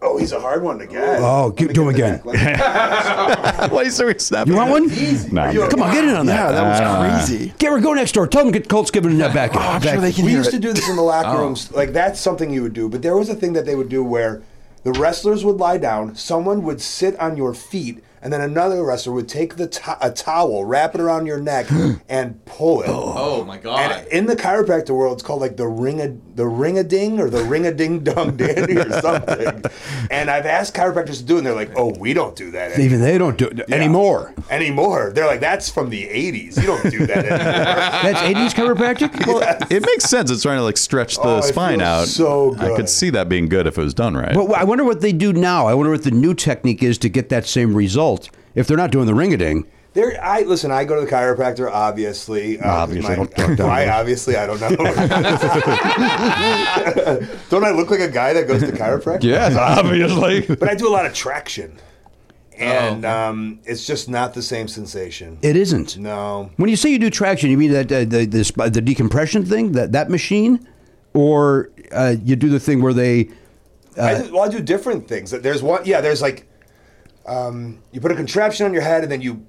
Oh, he's a hard one to get. Oh, give- do him again. Why so we snapping? You want one? No, I'm good. Come on, get in on that. yeah, that uh, was crazy. Garrett, go next door. Tell them get Colt's giving that back. in. I'm Back sure they in. can we hear used it. Oh. to do this in the locker rooms. Like that's something you would do, but there was a thing that they would do where the wrestlers would lie down, someone would sit on your feet, and then another wrestler would take the to- a towel, wrap it around your neck, and pull it. Oh, my God. And in the chiropractor world, it's called like the ring a the ring a ding or the ring a ding dong dandy or something. And I've asked chiropractors to do, it, and they're like, "Oh, we don't do that anymore." Even they don't do it anymore. anymore." They're like, "That's from the '80s. You don't do that anymore." That's 80s chiropractic? Well, It makes sense. It's trying to like stretch the Oh, it spine feels out. so I could good. see that being good if it was done right. but I wonder what they do now. I wonder what the new technique is to get that same result. If they're not doing the ring a ding, There, I listen. I go to the chiropractor, obviously. Uh, Obviously, my- don't talk down why? on me. Obviously, I don't know. don't I look like a guy that goes to chiropractor? Yes, obviously. But I do a lot of traction, and um, it's just not the same sensation. Oh. it isn't. no, When you say you do traction, you mean that uh, the, the sp- the decompression thing, that, that machine? Or uh, you do the thing where they. Uh, I do, well, I do different things. There's one, yeah. There's like, um, you put a contraption on your head, and then you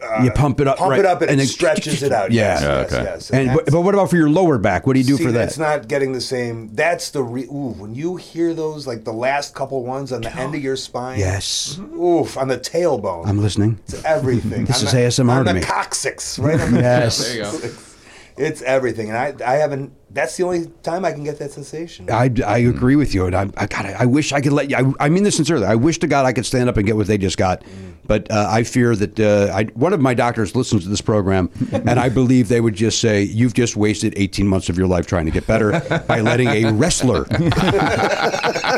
uh, You pump it up, pump right, it up, and, and it then- stretches it out. Yeah. Yes, Yeah, yes, okay. yes. And, but, that's- but what about for your lower back? What do you do See, for that? It's not getting the same. That's the re- ooh. When you hear those, like the last couple ones on the end of your spine. Yes. Oof, on the tailbone. I'm listening. It's everything. This On is the- ASMR on to the me. coccyx, right? On the Yes. There you go. It's everything, and I, I haven't. That's the only time I can get that sensation. I, I agree with you, and I, I God, I, I wish I could let you. I, I mean this sincerely. I wish to God I could stand up and get what they just got, but uh, I fear that uh, I, one of my doctors listens to this program, and I believe they would just say, "You've just wasted 18 months of your life trying to get better by letting a wrestler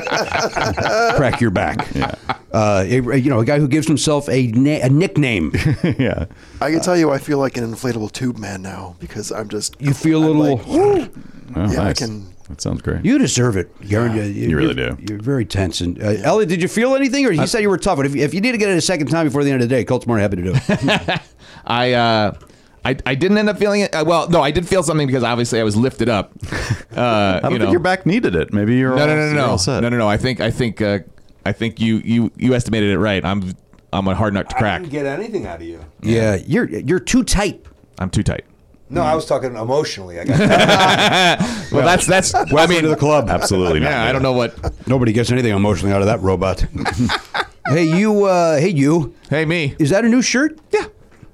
crack your back." Uh, a, you know, a guy who gives himself a, na- a nickname. yeah. I can tell you, I feel like an inflatable tube man now because I'm just. You feel a I'm little. like, Oh, Yeah, I nice. can- That sounds great. You deserve it, Garen. You, you- You really you're- do. You're very tense. And uh, Elliot, did you feel anything, or you said you were tough? But if, if you need to get it a second time before the end of the day, Colt's more than happy to do it. I uh, I, I didn't end up feeling it. Uh, well, no, I did feel something because obviously I was lifted up. Uh, I don't you think know. your back needed it. Maybe you're No, all, no, no, you're no, all no, set. no, no, no. I think I think uh, I think you you you estimated it right. I'm I'm a hard nut to I crack. didn't get anything out of you. yeah, you're you're too tight. I'm too tight. No, I was talking emotionally. I guess. Well, that's that's. I mean, the club. Absolutely not. yeah, I don't know what. Nobody gets anything emotionally out of that robot. Hey, you. Uh, hey, you. Hey, me. Is that a new shirt? Yeah,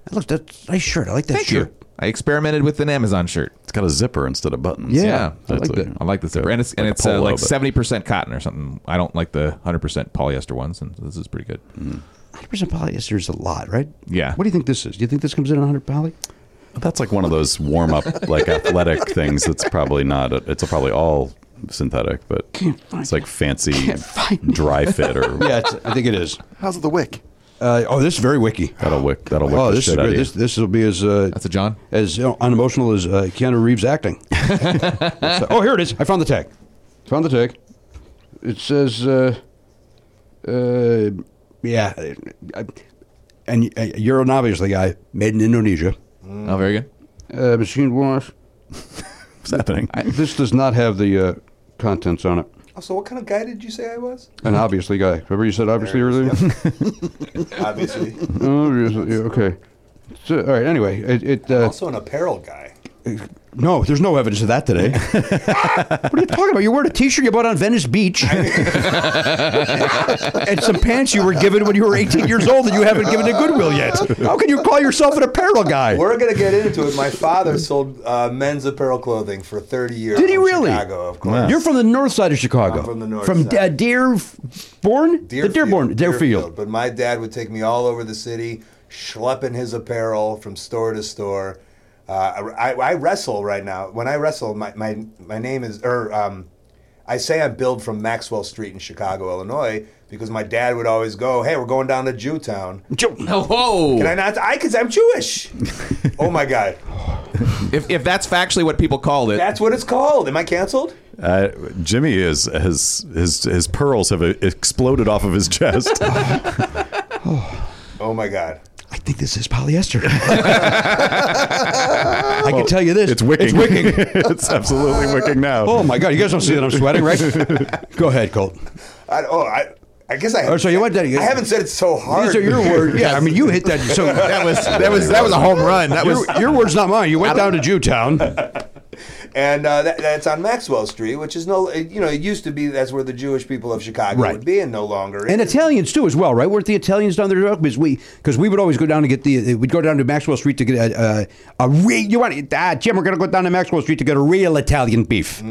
That looks that's a nice shirt. I like that thank shirt. you. I experimented with an Amazon shirt. It's got a zipper instead of buttons. Yeah, I That's like like- that. I like this zipper, and it's and like a it's uh, polo, like but- seventy percent cotton or something. I don't like the hundred percent polyester ones, and this is pretty good. 100% polyester is a lot, right? Yeah. What do you think this is? Do you think this comes in at 100 poly? That's like one of those warm up, like athletic things. That's probably not. It's probably all synthetic, but it's like fancy find it. dry fit or yeah, it's, I think it is. How's the wick? Uh, oh, this is very wiki. that'll wick. That'll wick. the Oh, this is shit out of you. good. This this will be as uh, That's a John. as uh, unemotional as uh, Keanu Reeves acting. So- oh, here it is. I found the tag. Found the tag. It says, uh, uh, yeah, I, and uh, Euronavi the guy made in Indonesia. Mm. Oh, very good. Uh, machine wash. What's happening? This does not have the uh, contents on it. also, Oh, what kind of guy did you say I was? An obviously guy. Remember you said obviously earlier. Obviously, Obviously, yeah, okay. So, all right. Anyway, it. it uh, also an apparel guy. no, there's no evidence of that today. what are you talking about? You wearing a T-shirt you bought on Venice Beach, and some pants you were given when you were 18 years old, and you haven't given to Goodwill yet. How can you call yourself an apparel guy? We're gonna get into it. My father sold uh, men's apparel clothing for 30 years. Did he in really? Chicago, of course. You're from the north side of Chicago. I'm from the north From side. uh, Dearborn, the Dearborn, Deerfield. But my dad would take me all over the city, schlepping his apparel from store to store. Uh, I, I wrestle right now. When I wrestle, my, my, my name is, or um, I say I'm billed from Maxwell Street in Chicago, Illinois, because my dad would always go, hey, we're going down to Jewtown. Whoa! Can I not? I, because I'm Jewish. oh my God. if, if that's factually what people called it, That's what it's called. Am I canceled? Uh, Jimmy is his his his pearls have uh, exploded off of his chest. Oh my God. I think this is polyester. I can tell you this. It's wicking. It's wicking. it's absolutely wicking now. Oh my God! You guys don't see that I'm sweating, right? Go ahead, Colt. I, oh, I, I guess I. Oh, so you want that- I haven't said it so hard. These are your words. Yeah, I mean, you hit that. So that was that was that was a home run. That was your, your words, not mine. You went down to Jewtown. and uh, that, that's on Maxwell Street, which is no, it, you know, it used to be that's where the Jewish people of Chicago Right. would be, and no longer. And is. Italians too, as well, right? Weren't the Italians down there? Because we, because we would always go down to get the, uh, we'd go down to Maxwell Street to get a, a, a real. You want it, ah, Jim? We're gonna go down to Maxwell Street to get a real Italian beef.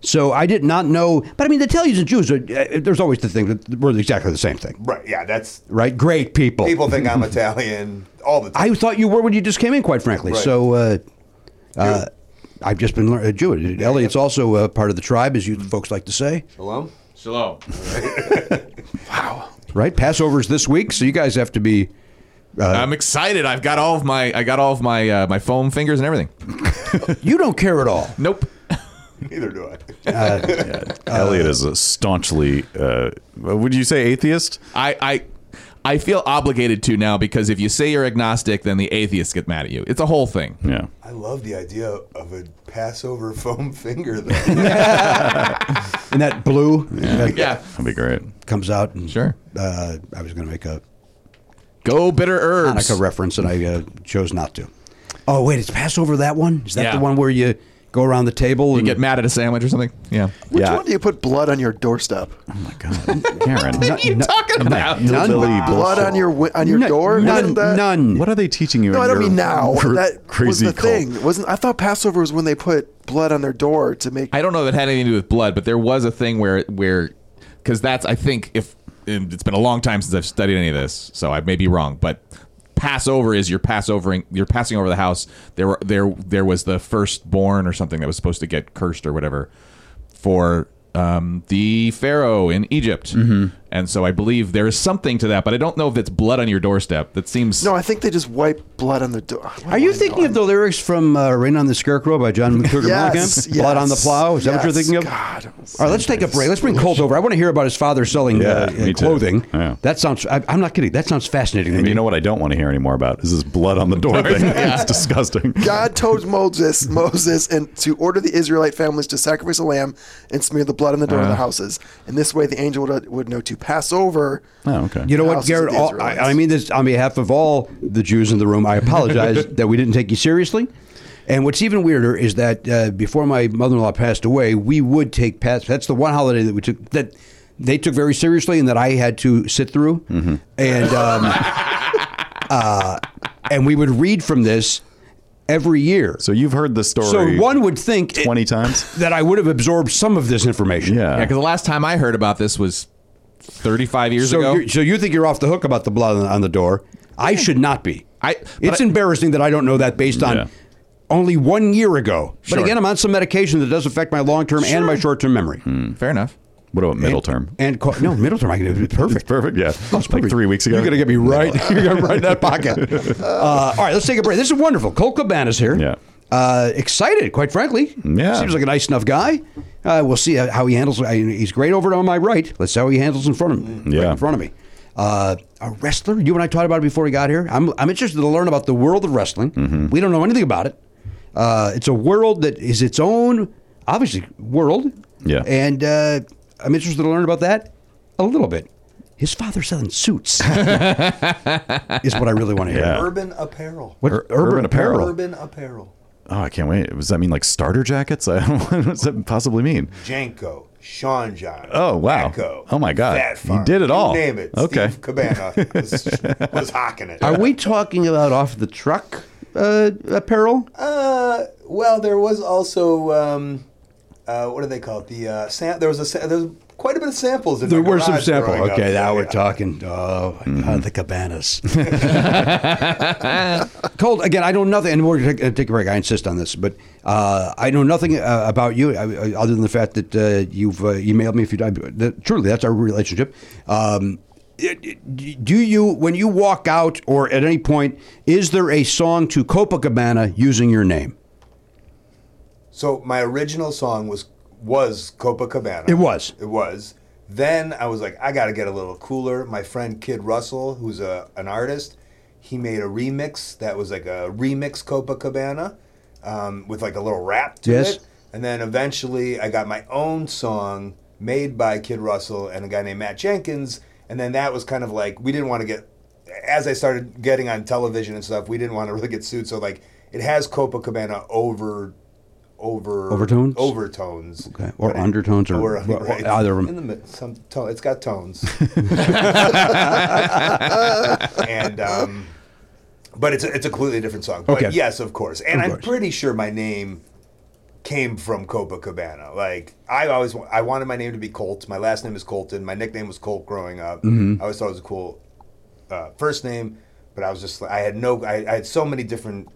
So I did not know, but I mean, the Italians and Jews. Are, uh, there's always the thing that we're exactly the same thing, right, yeah, that's right? Great people. people think I'm Italian all the time. I thought you were when you just came in, quite frankly. Right. So. Uh, uh, I've just been learning Jewish. Elliot's also uh, part of the tribe, as you folks like to say. Shalom. shalom. right? Passover's this week, so you guys have to be. I'm excited. I've got all of my I got all of my uh, my foam fingers and everything. You don't care at all. Nope. Neither do I. Elliot is a staunchly. Uh, would you say atheist? I I I feel obligated to now because if you say you're agnostic, then the atheists get mad at you. It's a whole thing. Yeah. I love the idea of a Passover foam finger, though. And that blue that Yeah. That'd be great. comes out. And, Sure. Uh, I was going to make a Go bitter herbs. Hanukkah reference, and I uh, chose not to. Oh wait, it's Passover that one? Is that Yeah. the one where you go around the table and You get mad at a sandwich or something. Yeah. Which yeah. one do you put blood on your doorstep? my God, Karen. What are you talking about? None. Hillbilly Blood bullshit. on your wi- on your None- door? None. Isn't that- None. What are they teaching you? No, in I don't your mean now. cr- That was crazy the cult? thing. Wasn't I thought Passover was when they put blood on their door to make I don't know that it had anything to do with blood, but there was a thing where where because that's I think if and it's been a long time since I've studied any of this, so I may be wrong, but Passover is you're passovering you're passing over the house. There were there there was the firstborn or something that was supposed to get cursed or whatever for um, the pharaoh in Egypt, and so I believe there is something to that, but I don't know if it's blood on your doorstep. That seems No, I think they just wipe blood on the door. Are you thinking of the lyrics from uh, "Rain on the Scarecrow" by John McTurgan yes, yes, "Blood on the Plow"? Is that what you're yes, thinking of? God. All right, let's take a break. Let's bring Colt over. I want to hear about his father selling uh, Yeah, me too. clothing. Yeah. That sounds. I, I'm not kidding. That sounds fascinating to And me. you know what I don't want to hear anymore about is this blood on the door thing. It's disgusting. God told Moses, Moses, and to order the Israelite families to sacrifice a lamb and smear the blood on the door of Uh. the houses. And this way, the angel would, would know to pass over. Oh, okay. You know what, houses of Garrett? the All, I, Israelites. I mean this on behalf of all the Jews in the room. I apologize that we didn't take you seriously. And what's even weirder is that uh, before my mother-in-law passed away, we would take Pat. That's the one holiday that we took that they took very seriously, and that I had to sit through. Mm-hmm. And um, uh, and we would read from this every year. So you've heard the story. So one would think it- 20 times. that I would have absorbed some of this information. Yeah. Yeah, because the last time I heard about this was 35 years So, ago. you so you think you're off the hook about the blood on, on the door? I should not be. I- it's but I- embarrassing that I don't know that based on Yeah. only one year ago. Sure. But again, I'm on some medication that does affect my long term and my short term memory. Fair enough. What about middle term? And co- no, middle term, I can do it perfect. Perfect. Yeah. like perfect. three weeks ago. You're gonna get me right. You're gonna right in that pocket. Uh, all right, let's take a break. This is wonderful. Colt Cabana's here. Yeah. Uh, excited, quite frankly. Yeah. Seems like a nice enough guy. Uh, we'll see how- how he handles. I, he's great over on my right. Let's see how he handles in front of me. right Yeah. in front of me. Uh, a wrestler. You and I talked about it before we got here. I'm, I'm interested to learn about the world of wrestling. We don't know anything about it. Uh, it's a world that is its own, obviously, world. Yeah. And uh, I'm interested to learn about that a little bit. His father selling suits is what I really want to hear. Yeah. Urban apparel. What, Ur- urban apparel. Urban apparel. Oh, I can't wait. Does that mean like starter jackets? I don't, what does that possibly mean? Janko, Sean John. Oh, wow. Echo, Oh, my God. Fat You Farm, did it you all. Name it. Okay. Steve Cabana was, was hocking it. Are we talking about off the truck uh, apparel? Uh, well, there was also um, uh, what do they call it? The uh, sam- there was a sa- there was quite a bit of samples. In There my were some garage sample. growing up. Okay, now we're Yeah. talking. Oh, my God, the cabanas. Cold again. I know nothing, and we're going to take a break. I insist on this, but uh, I know nothing uh, about you uh, other than the fact that uh, you've uh, emailed me. If you that, uh, truly, that's our relationship. Um, it- it- do you, when you walk out or at any point, is there a song to Copacabana using your name? So my original song was was Copacabana. It was. It was. Then I was like, I got to get a little cooler. My friend Kid Russell, who's a an artist, he made a remix that was like a remix Copacabana um, with like a little rap to Yes. it. And then eventually I got my own song made by Kid Russell and a guy named Matt Jenkins. And then that was kind of like, we didn't want to get, as I started getting on television and stuff, we didn't want to really get sued. So, like, it has Copacabana over. Over Overtones? overtones, Okay. Or But it- undertones or- or, or- or right. either of 'em. In the mid- some tone, it's got tones, and um, but it's a, it's a completely different song. But Okay. yes, of course, and Of I'm course. pretty sure my name came from Copacabana. Like I always, wa- I wanted my name to be Colt. My last name is Colton. My nickname was Colt growing up. Mm-hmm. I always thought it was a cool uh, first name, but I was just, I had no, I, I had so many different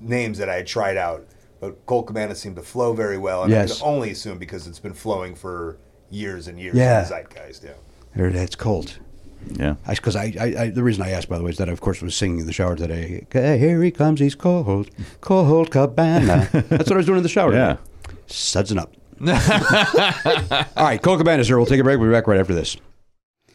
names that I had tried out, but Colt Cabana seemed to flow very well, and I Yes. could only assume because it's been flowing for years and years. Yeah. in the zeitgeist. Yeah. There, that's cold. Yeah. Because I, I, I, the reason I asked, by the way, is that I, of course, was singing in the shower today. "Okay, Here he comes, he's cold, cold cabana. That's what I was doing in the shower. Yeah. Sudsing up. All right, cold cabana's here. We'll take a break. We'll be back right after this.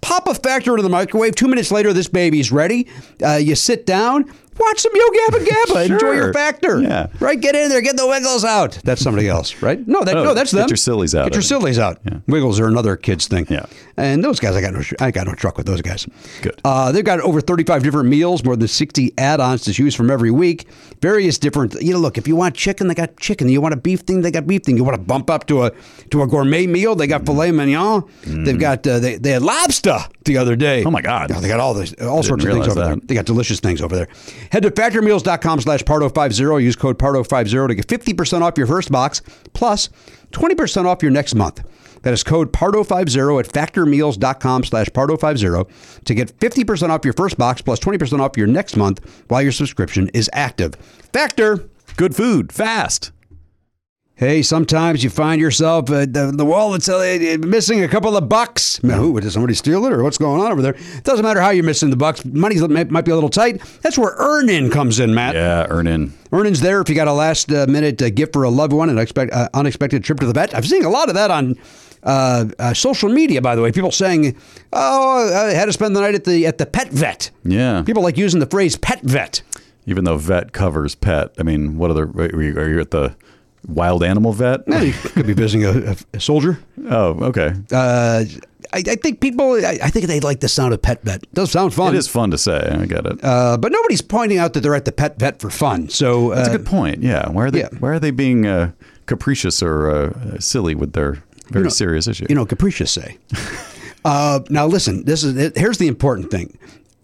pop a Factor into the microwave. Two minutes later, this baby's ready. Uh, you sit down, watch some Yo Gabba Gabba, enjoy your Sure. Factor. Yeah. Right. Get in there, get the Wiggles out. That's somebody else, right? No, that, Oh, no, that's get them. your sillies out. Get your sillies out. Wiggles are another kids thing. Yeah. And those guys, I got no, I got no truck with those guys. Good. Uh, they've got over 35 different meals, more than 60 add-ons to choose from every week. Various different, you know, look, if you want chicken, they got chicken. You want a beef thing, they got beef thing. You want to bump up to a to a gourmet meal, they Mm. got filet mignon. They've got uh, they, they had lobster the other day. Oh, my God. Yeah, they got all this all sorts of things realize over there. that. They got delicious things over there. Head to factormeals.com slash pardo50. Use code pardo50 to get 50% off your first box plus 20% off your next month. That is code PARTO50 at factormeals.com slash PARTO50 to get 50% off your first box plus 20% off your next month while your subscription is active. Factor! Good food, fast. Hey, sometimes you find yourself uh, the, the wallet's uh, missing a couple of bucks. Man, who, did somebody steal it or what's going on over there? doesn't matter how you're missing the bucks. Money might might be a little tight. That's where earning comes in, Matt. Yeah, earn in. Earnings there if you got a last uh, minute uh, gift for a loved one, an expect, uh, unexpected trip to the vet. I've seen a lot of that on uh, uh, social media, by the way. People saying, "Oh, I had to spend the night at the at the pet vet." Yeah. People like using the phrase "pet vet." Even though vet covers pet, I mean, what other are you, are you at the wild animal vet? Yeah, you could be visiting a, a soldier. Oh, okay. Uh, I, I think people, I, I think they like the sound of pet vet. does sound fun. it is fun to say. I get it. Uh, but nobody's pointing out that they're at the pet vet for fun. So uh, That's a good point. Yeah. Why are they? yeah. Why are they being uh, capricious or uh, silly with their very serious issue? You know, capricious say. uh, now listen, this is here's the important thing.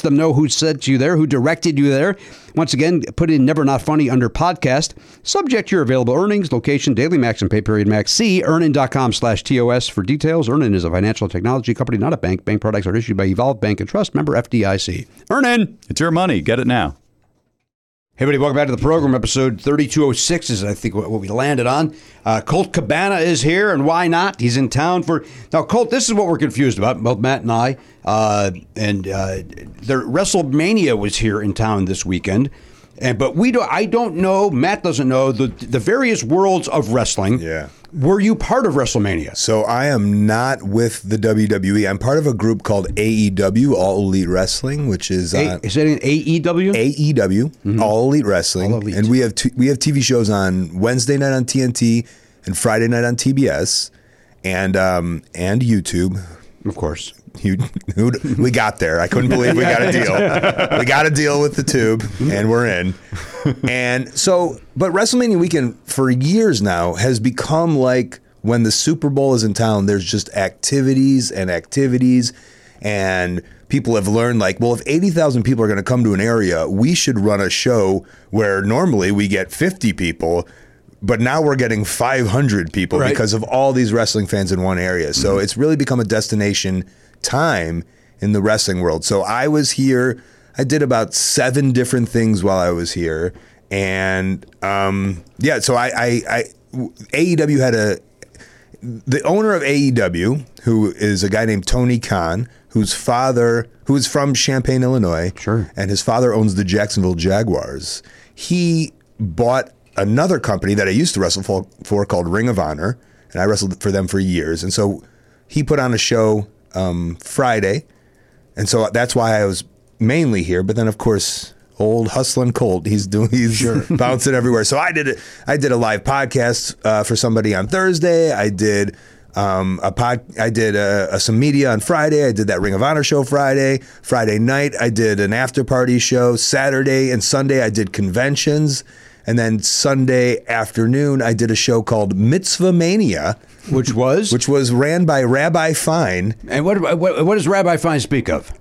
them know who sent you there, who directed you there. Once again, put in "Never Not Funny" under podcast. Subject to your available earnings, location, daily max, and pay period max. See earnin.com slash TOS for details. Earnin is a financial technology company, not a bank. Bank products are issued by Evolve Bank and Trust, member FDIC. Earnin! It's your money. Get it now. Hey, everybody, welcome back to the program. Episode 3206 is, I think, what what we landed on. Uh, Colt Cabana is here, and why not? He's in town for. Now, Colt, this is what we're confused about, both Matt and I. Uh, and uh, their WrestleMania was here in town this weekend. And, but we do, I don't know, Matt doesn't know, the, the various worlds of wrestling. Yeah. Were you part of WrestleMania? So I am not with the WWE. I'm part of a group called AEW, All Elite Wrestling, which is uh, A, E on is that an AEW? AEW, All Elite Wrestling, All Elite. and we have t- we have TV shows on Wednesday night on TNT and Friday night on TBS, and um and YouTube. of course. You, who'd- we got there. I couldn't believe we got a deal. We got a deal with the tube, and we're in. And so, but WrestleMania weekend for years now has become like when the Super Bowl is in town. There's just activities and activities, and people have learned like, well, if eighty thousand people are going to come to an area, we should run a show where normally we get fifty people. But now we're getting 500 people Right. because of all these wrestling fans in one area. So it's really become a destination time in the wrestling world. So I was here. I did about seven different things while I was here, and um, yeah. So I, I, I AEW had a the owner of AEW, who is a guy named Tony Khan, whose father, who is from Champaign, Illinois, Sure. and his father owns the Jacksonville Jaguars. He bought another company that I used to wrestle for, for called Ring of Honor, and I wrestled for them for years. And so he put on a show um, Friday, and so that's why I was mainly here. But then, of course, old hustling Colt, he's doing, he's bouncing everywhere. So I did it. I did a live podcast uh, for somebody on Thursday. I did um, a pod. I did uh uh some media on Friday. I did that Ring of Honor show Friday. Friday night, I did an after party show. Saturday and Sunday, I did conventions. And then Sunday afternoon, I did a show called Mitzvah Mania, Which was? which was ran by Rabbi Fine. and what, what, what does Rabbi Fine speak of?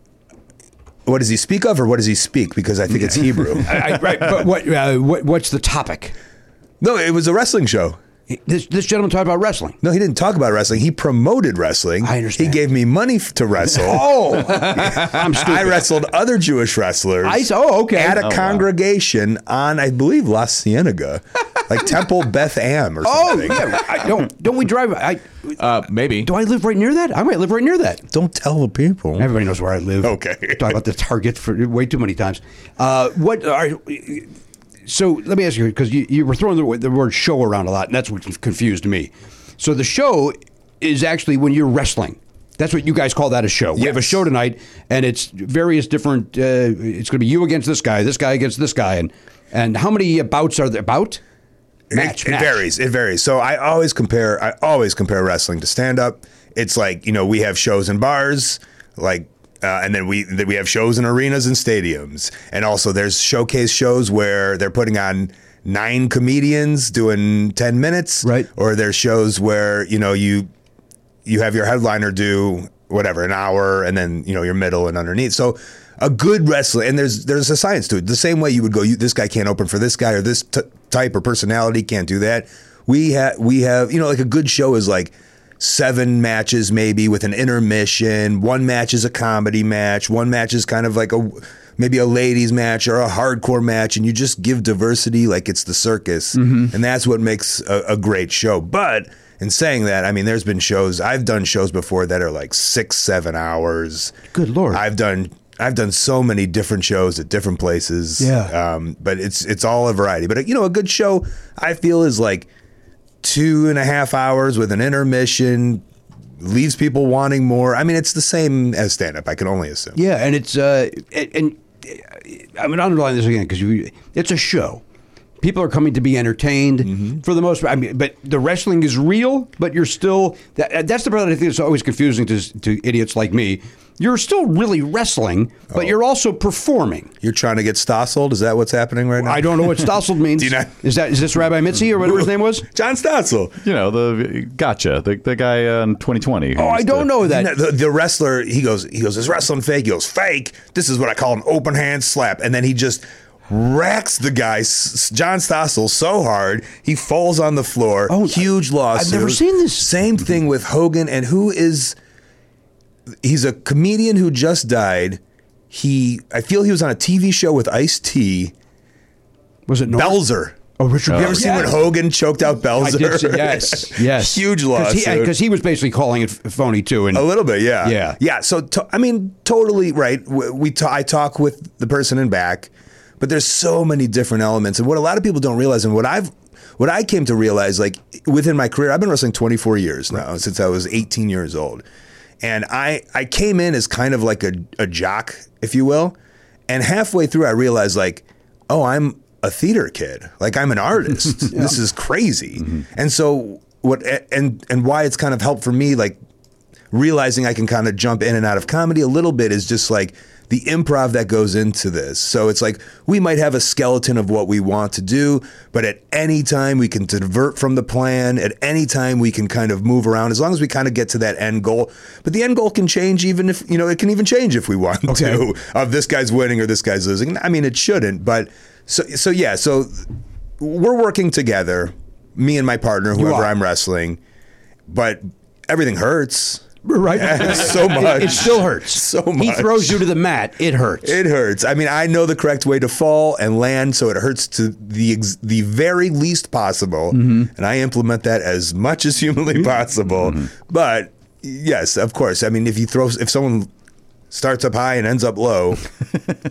What does he speak of, or what does he speak? Because I think it's Hebrew. I, right, but what, uh, what, what's the topic? No, it was a wrestling show. This, this gentleman talked about wrestling. No, he didn't talk about wrestling. He promoted wrestling. I understand. He gave me money f- to wrestle. oh, I'm I wrestled other Jewish wrestlers. I oh okay. at a congregation on, I believe, La Cienega, like Temple Beth Am or oh something. yeah. I don't don't we drive? I Uh, maybe. do I live right near that? I might live right near that. Don't tell the people. Everybody knows where I live. Okay. Talk about the target for way too many times. Uh, what are so? Let me ask you because you, you were throwing the, the word show around a lot, and that's what confused me. So the show is actually when you're wrestling. That's what you guys call that a show. We have a Yes. show tonight, and it's various different. Uh, it's going to be you against this guy, this guy against this guy, and and how many bouts are there? Bout match. it, it match. varies. It varies. So I always compare. I always compare wrestling to stand up. It's like you know we have shows in bars, like. Uh, and then we that we have shows in arenas and stadiums, and also there's showcase shows where they're putting on nine comedians doing ten minutes, Right. Or there's shows where you know you you have your headliner do whatever an hour and then you know your middle and underneath so a good wrestler and there's there's a science to it the same way you would go you, this guy can't open for this guy or this t- type or personality can't do that we have we have you know like a good show is like seven matches maybe with an intermission one match is a comedy match one match is kind of like a maybe a ladies match or a hardcore match and you just give diversity like it's the circus and that's what makes a, a great show but in saying that, I mean, there's been shows I've done shows before that are like six, seven hours. Good Lord. I've done I've done so many different shows at different places. Yeah. um, but it's it's all a variety. But uh, you know, a good show I feel is like two and a half hours with an intermission, leaves people wanting more. I mean, it's the same as stand up. I can only assume. Yeah, and it's uh, and, and uh, I'm going to underline this again because it's a show. People are coming to be entertained Mm-hmm. for the most part. I mean, but the wrestling is real, but you're still that, uh, that's the part that I think is always confusing to to idiots like me. You're still really wrestling, but Oh. you're also performing. You're trying to get Stosseled? Is that what's happening right now? I don't know what Stossel means. Do you not- Is that is this Rabbi Mitzi or whatever his name was? John Stossel. You know the gotcha, the, the guy uh, in 2020. Oh, I don't know that. No, the, the wrestler, he goes, he goes, is wrestling fake? He goes, fake. This is what I call an open hand slap, and then he just racks the guy, S- S- John Stossel, so hard he falls on the floor. Oh, huge loss. I've never seen this. Same thing with Hogan, and who is? He's a comedian who just died. He, I feel he was on a TV show with Ice T. Was it Norm? Belzer. Oh, Richard. Have you Belzer. ever seen when Yes. Hogan choked out I Belzer? did see, yes, yes. Huge Because he- lawsuit. Oh, because he, was basically calling it f- phony too. And A little bit, yeah, Yeah. yeah. So to, I mean, totally right. We, we ta- I talk with the person in back, but there's so many different elements, and what a lot of people don't realize, and what I've, what I came to realize, like within my career, I've been wrestling 24 years now, since I was 18 years old, and I I came in as kind of like a a jock, if you will, and halfway through I realized like, oh, I'm a theater kid, like I'm an artist. This is crazy, and so. What, and and why it's kind of helped for me like realizing I can kind of jump in and out of comedy a little bit is just like the improv that goes into this. So it's like we might have a skeleton of what we want to do, but at any time we can divert from the plan. At any time we can kind of move around as long as we kind of get to that end goal. But the end goal can change even if, you know, it can even change if we want to of this guy's winning or this guy's losing. I mean, it shouldn't, but so, so yeah, so we're working together, me and my partner, whoever are. I'm wrestling, but everything hurts right? so much. It still hurts. So He much. throws you to the mat. It hurts. It hurts. I mean, I know the correct way to fall and land, so it hurts to the ex- the very least possible, and I implement that as much as humanly possible. But yes, of course. I mean, if you throw, if someone starts up high and ends up low,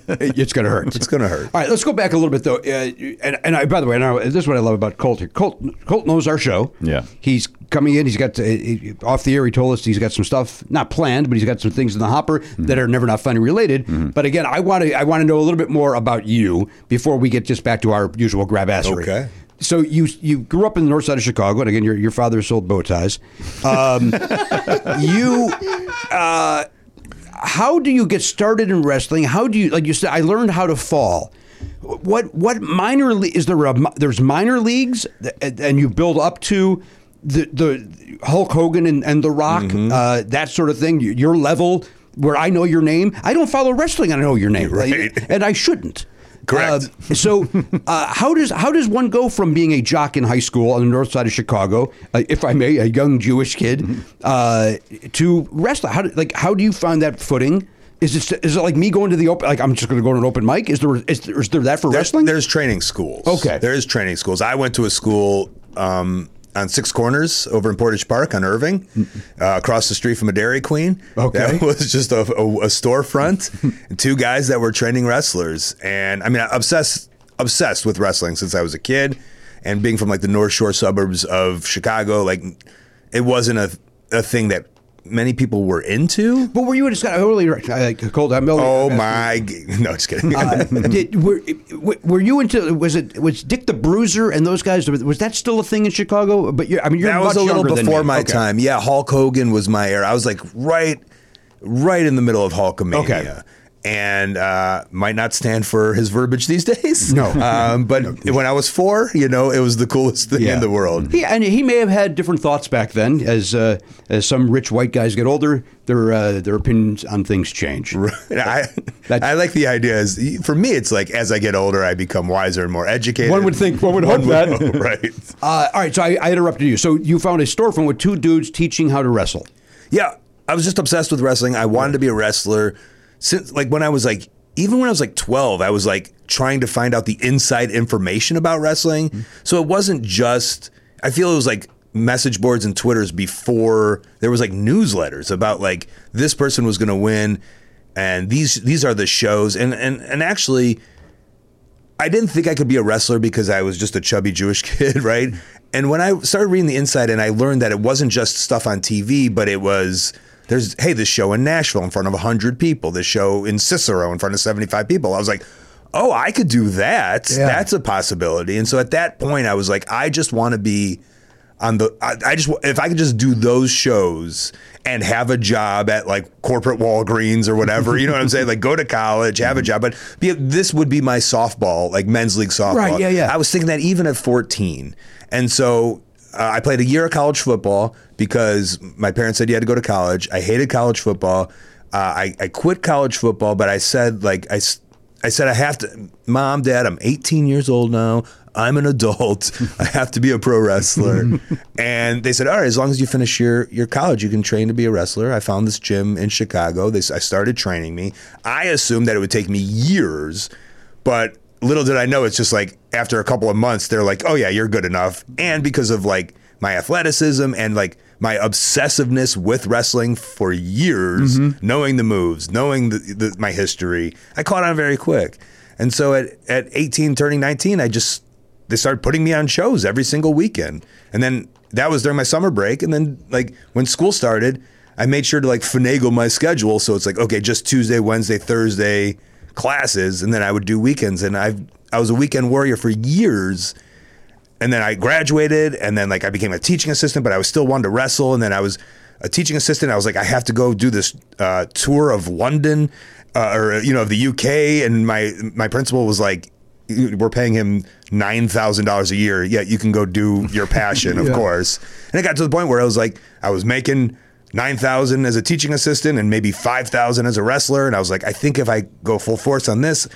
it's going to hurt. it's gonna hurt. All right, let's go back a little bit though. Uh, and and I, by the way, and I, this is what I love about Colt here. Colt, Colt knows our show. Yeah. he's coming in. He's got uh, he- off the air. He told us he's got some stuff not planned, but he's got some things in the hopper that are never not funny related. But again, I want to I want to know a little bit more about you before we get just back to our usual grabassery. Okay. So you you grew up in the north side of Chicago, and again, your your father sold bow ties. Um, you. Uh, how do you get started in wrestling? How do you like you said? I learned how to fall. What what minor le- is there? A, mi- there's minor leagues, th- and and you build up to the the Hulk Hogan and, and The Rock, Mm-hmm. uh, that sort of thing. y- Your level where I know your name. I don't follow wrestling. and I know your name, Right. and I shouldn't. Correct. Uh, so, uh, how does how does one go from being a jock in high school on the north side of Chicago, uh, if I may, a young Jewish kid, Mm-hmm. uh, to wrestling? How do, like how do you find that footing? Is it is it like me going to the open? Like I'm just going to go to an open mic? Is there is there, is there that for There- wrestling? There's training schools. Okay. There is training schools. I went to a school um, on Six Corners over in Portage Park on Irving, uh, across the street from a Dairy Queen. Mm-hmm. Okay. That was just a, a- a storefront. and two guys that were training wrestlers, and I mean, I- obsessed obsessed with wrestling since I was a kid, and being from like the North Shore suburbs of Chicago, like it wasn't a a thing that many people were into. but were you in Scott earlier? Uh, cold. I'm Oh my! g- No, just kidding. Uh, did, were, were you into was it was Dick the Bruiser and those guys was that still a thing in Chicago? But you're, I mean, you're that much was a little younger than before me. my Okay. time. Yeah, Hulk Hogan was my era. I was like right, right in the middle of Hulkamania. Okay. And uh, might not stand for his verbiage these days. No. um, but when I was four, you know, it was the coolest thing in the world. He, and he may have had different thoughts back then. As uh, as some rich white guys get older, their uh, their opinions on things change. And I, That- I like the idea. Is for me, it's like as I get older, I become wiser and more educated. One would think- one would hope that. hope, right? Uh, all right, so I, I interrupted you. So you found a storefront with two dudes teaching how to wrestle. Yeah, I was just obsessed with wrestling. I wanted to be a wrestler since like when I was like even when I was like 12, I was like trying to find out the inside information about wrestling. So it wasn't just I feel it was like message boards and twitters before there was like newsletters about like this person was going to win and these these are the shows and and and actually I didn't think I could be a wrestler because I was just a chubby Jewish kid, right? And when I started reading the inside and I learned that it wasn't just stuff on TV, but it was there's hey, this show in Nashville in front of 100 people, this show in Cicero in front of 75 people. I was like, "Oh, I could do that. That's a possibility." And so at that point I was like, "I just want to be on the I, I just if I could just do those shows and have a job at like corporate Walgreens or whatever, you know what I'm saying? Like go to college, have a Mm-hmm. job, but be, this would be my softball, like men's league softball. Right, yeah, yeah. I was thinking that even at 14, and so uh, I played a year of college football because my parents said you had to go to college. I hated college football. Uh, I I quit college football, but I said like I. s- I said, I have to, mom, dad, I'm 18 years old now. I'm an adult. I have to be a pro wrestler. and they said, all right, as long as you finish your, your college, you can train to be a wrestler. I found this gym in Chicago. They, s- I started training me. I assumed that it would take me years, but little did I know, it's just like after a couple of months, they're like, oh yeah, you're good enough. And because of like my athleticism and like my obsessiveness with wrestling for years, knowing the moves, knowing the, the, my history, I caught on very quick. And so at, at 18, turning 19, I just, they started putting me on shows every single weekend. And then that was during my summer break. And then like when school started, I made sure to like finagle my schedule. So it's like, okay, just Tuesday, Wednesday, Thursday classes. And then I would do weekends. And I've, I was a weekend warrior for years and then I graduated, and then like I became a teaching assistant, but I was still wanted to wrestle. And then I was a teaching assistant. I was like, I have to go do this uh, tour of London, uh, or you know, of the UK. And my my principal was like, we're paying him nine thousand dollars a year. Yet you can go do your passion, of course. And it got to the point where I was like, I was making. 9000 as a teaching assistant and maybe 5000 as a wrestler and I was like I think if I go full force on this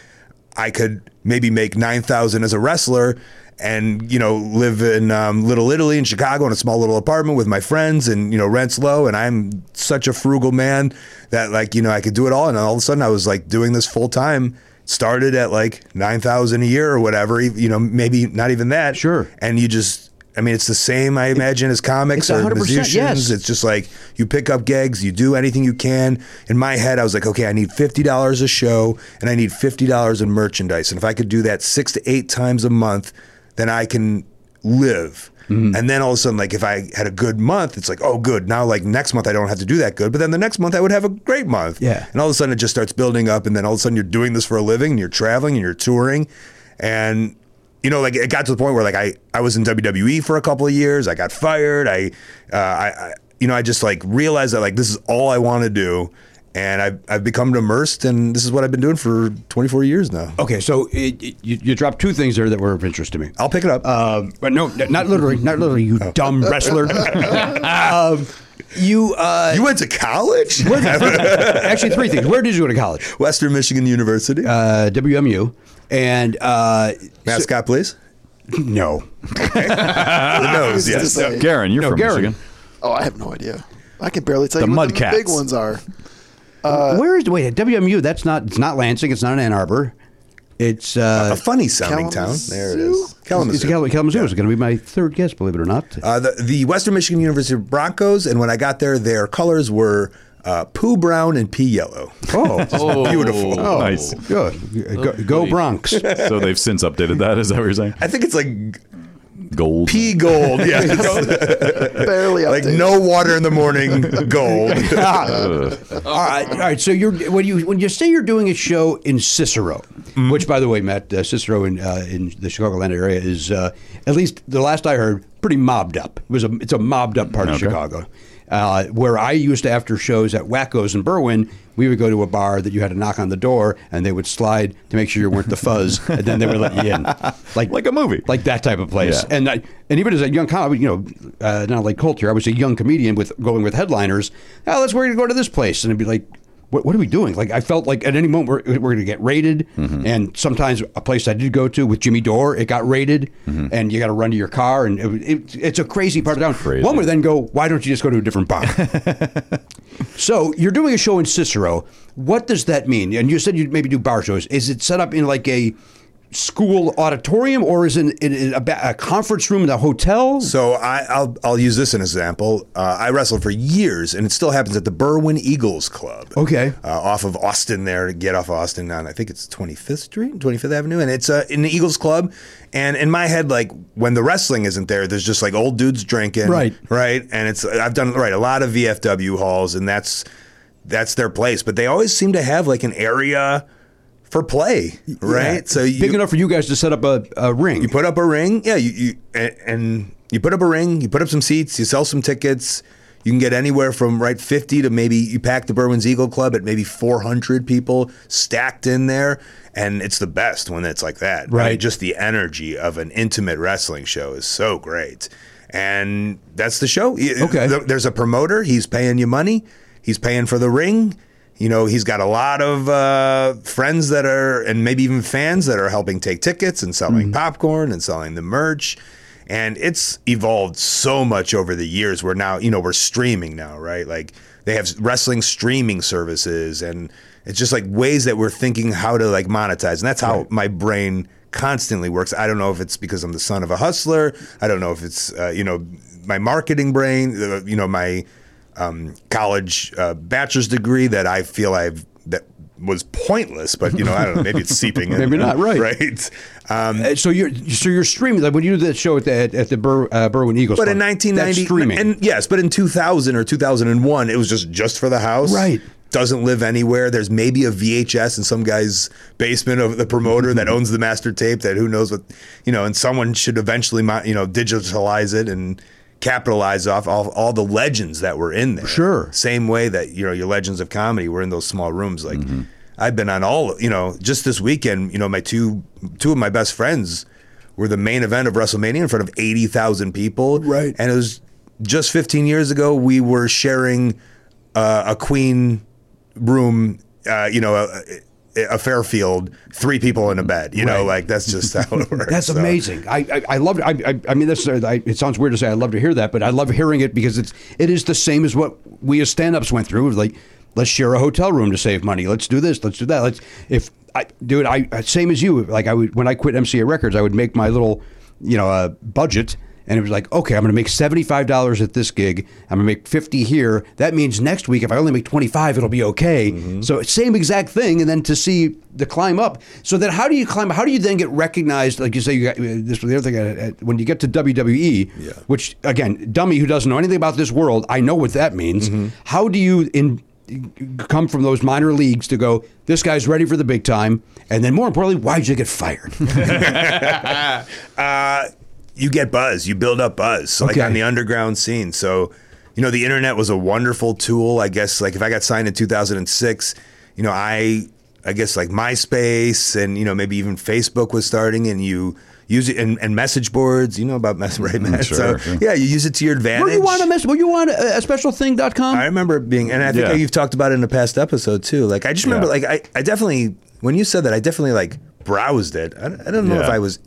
I could maybe make nine thousand as a wrestler, and you know live in um, Little Italy in Chicago in a small little apartment with my friends, and you know rents low. And I'm such a frugal man that like you know I could do it all. And all of a sudden I was like doing this full time. Started at like nine thousand a year or whatever, e- you know, maybe not even that. Sure. And you just. I mean, it's the same, I imagine, as comics It's or 100%, musicians. yes. It's just like you pick up gigs, you do anything you can. In my head, I was like, okay, I need fifty dollars a show, and I need fifty dollars in merchandise. And if I could do that six to eight times a month, then I can live. And then all of a sudden, like if I had a good month, it's like, oh, good. Now, like next month, I don't have to do that good. But then the next month, I would have a great month. Yeah. And all of a sudden, it just starts building up. And then all of a sudden, you're doing this for a living, and you're traveling, and you're touring, and you know, like it got to the point where like I, I was in WWE for a couple of years. I got fired. I, uh, I, I, you know, I just like realized that like this is all I want to do, and I've I've become immersed, and this is what I've been doing for 24 years now. Okay, so it, it- you, you dropped two things there that were of interest to me. I'll Uh, pick it up. Oh. Um, but no, n- not literally, not literally, you dumb wrestler. um, You uh, You went to college? actually three things. Where did you go to college? Western Michigan University. Uh, WMU and uh, Mascot, please. no, The nose, Who's to yes. say? Garen, you're No, from Garen. Michigan. Oh, I have no idea. I can barely tell The you what the Mudcats. big ones are. where is wait WMU? That's not it's not Lansing. It's not Ann Arbor. It's uh, A funny sounding town. There it is. Kalamazoo. it's Cal- Kalamazoo. It's going to be my third guess, believe it or not. Uh, the, the Western Michigan University Broncos, and when I got there, their colors were uh, poo brown and pea yellow. Oh, Beautiful. oh, Nice. Good. Go, go Bronx. So they've since updated that. Is that what you're saying? I think it's like Gold. pea gold. Yes. Barely like updated. no water in the morning, gold. All right, all right. So you're when you when you say you're doing a show in Cicero, Mm-hmm. which by the way, Matt uh, Cicero in uh, in the Chicagoland area is uh, at least the last I heard pretty mobbed up. It was a it's a mobbed up part of Chicago, uh, where I used to after shows at Wackos in Berwyn, we would go to a bar that you had to knock on the door and they would slide to make sure you weren't the fuzz, and then they would let you in, like Like a movie. like that type of place. Yeah. And I, and even as a young comic, you know, uh, not like Coulter, I was a young comedian with going with headliners. Oh, let's we're going to go to this place, and I'd be like, what, what are we doing? Like I felt like at any moment we're, we're going to get raided. Mm-hmm. And sometimes a place I did go to with Jimmy Dore, it got raided, Mm-hmm. and you got to run to your car, and it, it, it's a crazy part of town. crazy. One would then go, why don't you just go to a different bar? So you're doing a show in Cicero. What does that mean? And you said you'd maybe do bar shows. Is it set up in like a school auditorium or is it in, in a, ba- a conference room in a hotel? So I, I'll I'll use this an example. Uh, I wrestled for years, and it still happens at the Berwyn Eagles Club. Okay. uh, off of Austin there to get off of Austin on I think it's 25th Street, 25th Avenue, and it's uh, in the Eagles Club. And in my head, like when the wrestling isn't there, there's just like old dudes drinking, Right. right. And it's I've done right a lot of VFW halls, and that's that's their place. But they always seem to have like an area for play, right? So you, Big enough for you guys to set up a, a ring. you put up a ring. Yeah, you, you and, and you put up a ring. You put up some seats. You sell some tickets. You can get anywhere from right fifty to maybe you pack the Berwyn's Eagle Club at maybe four hundred people stacked in there, and it's the best when it's like that. I mean, Right. just the energy of an intimate wrestling show is so great, and that's the show. Y- Okay. the- there's a promoter. He's paying you money. He's paying for the ring. You know, he's got a lot of uh, friends that are, and maybe even fans that are helping take tickets and selling popcorn and selling the merch. And it's evolved so much over the years. We're now, you know, we're streaming now, right? Like they have wrestling streaming services, and it's just like ways that we're thinking how to like monetize. And that's how my brain constantly works. I don't know if it's because I'm the son of a hustler. I don't know if it's uh, you know my marketing brain, uh, you know my um, college uh, bachelor's degree that I feel I've that was pointless. But you know I don't know. Maybe it's seeping. in. Maybe not, right. Right. Um, Uh, so you're so you're streaming like when you do that show at the at, at the Ber, uh, Berwyn Eagles. but Club, in that's 1990, streaming. and yes, but in 2000 or 2001, it was just just for the house. Right. Doesn't live anywhere. There's maybe a VHS in some guy's basement of the promoter Mm-hmm. that owns the master tape. That who knows what you know. And someone should eventually, mo- you know, digitalize it and capitalize off all, all the legends that were in there. Sure. Same way that you know your legends of comedy were in those small rooms. Like Mm-hmm. I've been on all. You know, just this weekend, you know, my two two of my best friends were the main event of WrestleMania in front of 80,000 people. Right. And it was just 15 years ago, we were sharing uh, a Queen room, uh, you know, a, a Fairfield, three people in a bed. You know, like that's just how it works. That's So- amazing. I I, I love. I, I I mean, this uh, I, it sounds weird to say. I love to hear that, but I love hearing it because it's it is the same as what we as stand-ups went through. Like, let's share a hotel room to save money. Let's do this. Let's do that. Let's if I dude, I I- same as you. Like I would when I quit MCA Records, I would make my little you know uh, budget. And it was like, okay, I'm going to make seventy-five dollars at this gig. I'm going to make fifty here. That means next week, if I only make twenty-five, it'll be okay. So same exact thing. And then to see the climb up. So then, how do you climb? How do you then get recognized? Like you say, you got, this was the other thing. uh, uh, When you get to WWE, which again, dummy who doesn't know anything about this world, I know what that means. How do you in come from those minor leagues to go? This guy's ready for the big time. And then, more importantly, why'd you get fired? uh, you get buzz. You build up buzz, so, Okay. like on the underground scene. So, you know, the internet was a wonderful tool. I guess, like if I got signed in 2006, you know, I, I guess like MySpace and you know maybe even Facebook was starting, and you Use it and, and message boards. You know about mess, right, Matt? Mm, sure, so yeah. yeah, you use it to your advantage. Were you on a mess? Were you on uh, a, a special I remember it being, and I think Yeah. you've talked about it in a past episode too. Like, I just remember, Yeah. like, I, I definitely, when you said that, I definitely, like, browsed it. I, don't- I don't know if Yeah. I was,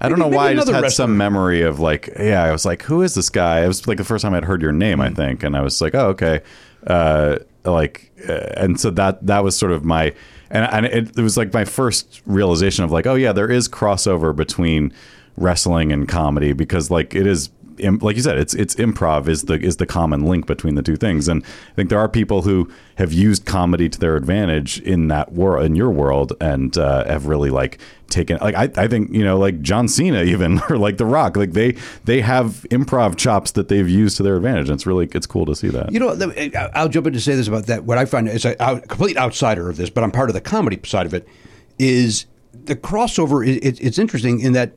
I don't know maybe why I just another had wrestler. some memory of like, yeah, I was like, who is this guy? It was like the first time I'd heard your name, Hmm. I think, and I was like, oh, okay, uh, like, uh, and so that that was sort of my, and, and it, it was like my first realization of like, oh yeah, there is crossover between wrestling and comedy because like it is. im- Like you said, it's it's improv is the is the common link between the two things, and I think there are people who have used comedy to their advantage in that world, in your world, and uh, have really like taken like I, I think you know like John Cena even or like The Rock like they they have improv chops that they've used to their advantage and it's really it's cool to see that You know, the- I- I'll jump in to say this about that. What I find is a out, complete outsider of this, but I'm part of the comedy side of it. Is the crossover? i- It, it's interesting in that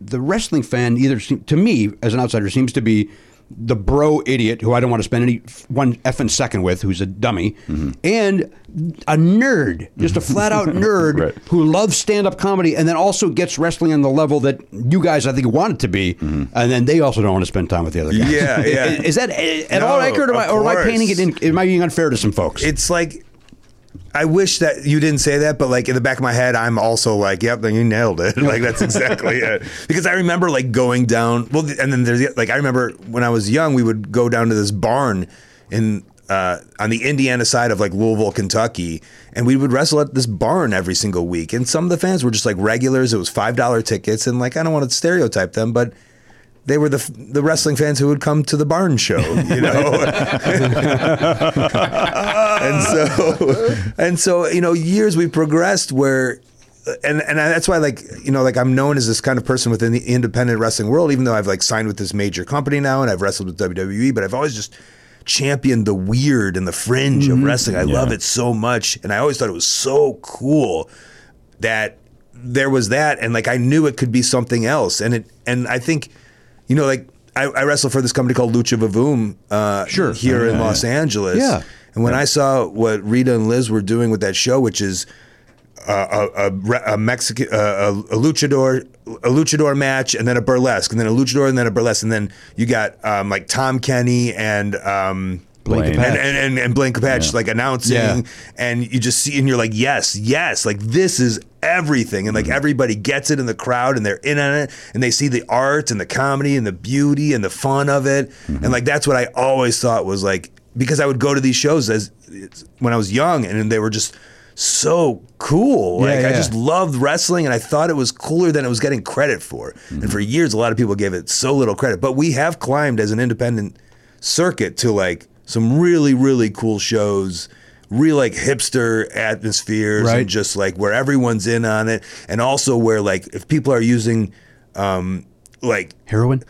the wrestling fan either seem, to me as an outsider seems to be the bro idiot who I don't want to spend any f- one effing second with, who's a dummy, and a nerd, just a flat out nerd Right. who loves stand up comedy, and then also gets wrestling on the level that you guys I think want it to be, and then they also don't want to spend time with the other guys. Yeah, yeah. Is that eh, at all No, accurate, or am, I, of or am I painting it course. in? Am I being unfair to some folks? it's like, I wish that you didn't say that, but like in the back of my head, I'm also like, yep, then you nailed it. like that's exactly it. Because I remember like going down. Well, and then there's the- like I remember when I was young, we would go down to this barn in uh, on the Indiana side of like Louisville, Kentucky, and we would wrestle at this barn every single week. And some of the fans were just like regulars. It was five dollar tickets, and like I don't want to stereotype them, but they were the the wrestling fans who would come to the barn show, you know. and so and so you know, years we've progressed where. And and that's why like you know like I'm known as this kind of person within the independent wrestling world even though I've like signed with this major company now and I've wrestled with WWE but I've always just championed the weird and the fringe of wrestling I love it so much and I always thought it was so cool that there was that and like I knew it could be something else and it and I think you know like I, I wrestle for this company called Lucha Vavoom uh sure. here in Los Angeles Yeah. and when I saw what Rita and Liz were doing with that show which is uh, a, a, re- a Mexican uh, a, a luchador a luchador match and then a burlesque and then a luchador and then a burlesque and then you got um, like Tom Kenny and um Blaine. and, and, and, and Blaine Capatch like announcing Yeah. and you just see and you're like yes yes like this is everything and like Mm-hmm. everybody gets it in the crowd and they're in on it and they see the art and the comedy and the beauty and the fun of it Mm-hmm. and like that's what I always thought was like because I would go to these shows as when I was young and they were just so cool like I yeah. just loved wrestling and I thought it was cooler than it was getting credit for. Mm-hmm. And for years, a lot of people gave it so little credit. But we have climbed as an independent circuit to like some really, really cool shows, real like hipster atmospheres, Right. and just like where everyone's in on it. And also where like if people are using um, like Heroin.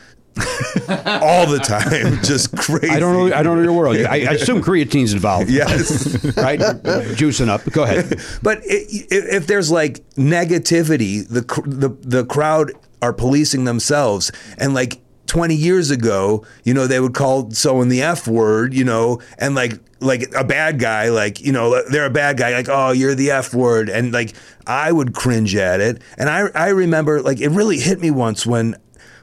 all the time, just crazy. I don't know. I don't know your world. I, I assume creatine's involved. Yes. Right. Juicing up. Go ahead. But i- i- if there's like negativity, the cr- the the crowd are policing themselves, and like 20 years ago, you know, they would call someone the F word, you know, and like like a bad guy, like you know, they're a bad guy, like oh, you're the F word, and like I would cringe at it, and I I remember like it really hit me once when.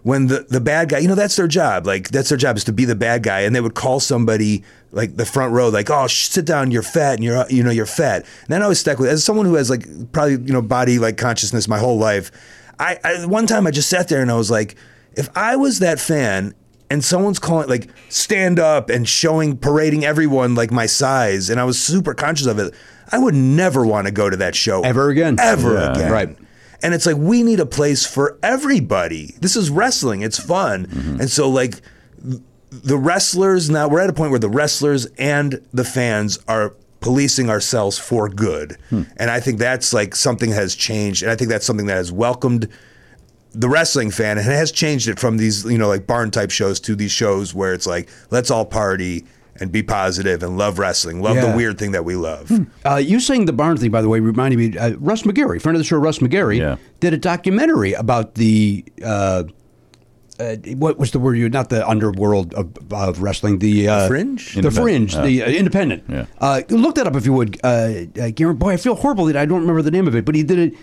When the, the bad guy, you know, that's their job. Like, that's their job is to be the bad guy. And they would call somebody like the front row, like, oh, sh- sit down, you're fat, and you're you know you're fat. And that always stuck with as someone who has like probably you know body like consciousness my whole life. I, I one time I just sat there and I was like, if I was that fan and someone's calling like stand up and showing parading everyone like my size, and I was super conscious of it, I would never want to go to that show Ever again. Ever Yeah. again. Right. And it's like we need a place for everybody. This is wrestling. It's fun. And so like th- the wrestlers now we're at a point where the wrestlers and the fans are policing ourselves for good. And I think that's like something has changed and I think that's something that has welcomed the wrestling fan and has changed it from these, you know, like barn type shows to these shows where it's like let's all party and be positive and love wrestling. Love Yeah. the weird thing that we love. Uh, you saying the barn thing, by the way, reminded me. Uh, Russ McGarry, friend of the show, Russ McGarry, Yeah. did a documentary about the. Uh, uh, what was the word you? Not the underworld of, of wrestling. The uh, Fringe? The Independent, fringe. yeah. The uh, independent. Yeah. Uh, look that up if you would, uh, uh, Garen. Boy, I feel horrible that I don't remember the name of it, but he did it.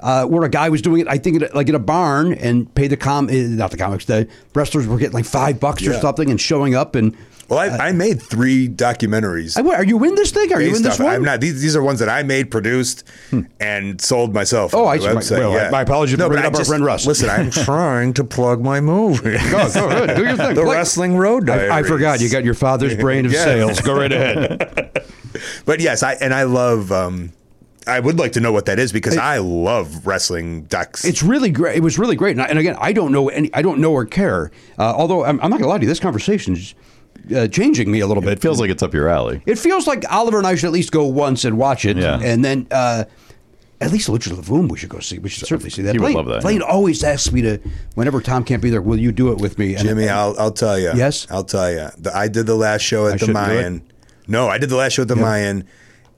uh, where a guy was doing it, I think, at, a- like in a barn and paid the com, eh, not the comics, the wrestlers were getting like five bucks or Yeah. something and showing up. And Well, I, I made three documentaries. I, wait, are you in this thing? Are you based in this off- one? I'm not. These, these are ones that I made, produced, and sold myself. Oh, on I my see. website. Well, yeah. my apologies for No, but bringing I up our just- friend Russ. Listen, I'm trying to plug my movie. Oh, so good. Do your thing. the Plug- Wrestling Road Diaries. I, I forgot. You got your father's brain of Yeah. sales. Go right ahead. But yes, I and I love. Um, I would like to know what that is because I love wrestling docs. It's really great. It was really great. And, I, and again, I don't know any. I don't know or care. Uh, although I'm, I'm not going to lie to you, this conversation is uh, changing me a little It bit. feels like it's up your alley. It feels like Oliver and I should at least go once and watch it, Yeah. and then uh, at least Lucha Lavoom we should go see. We should certainly see that. He would Blaine, love that, Blaine always asks me to. Whenever Tom can't be there, will you do it with me? And- Jimmy, I'll I'll tell you. Yes? I'll tell you. I did the last show at I the shouldn't do it? Mayan. No, I did the last show at the Mayan,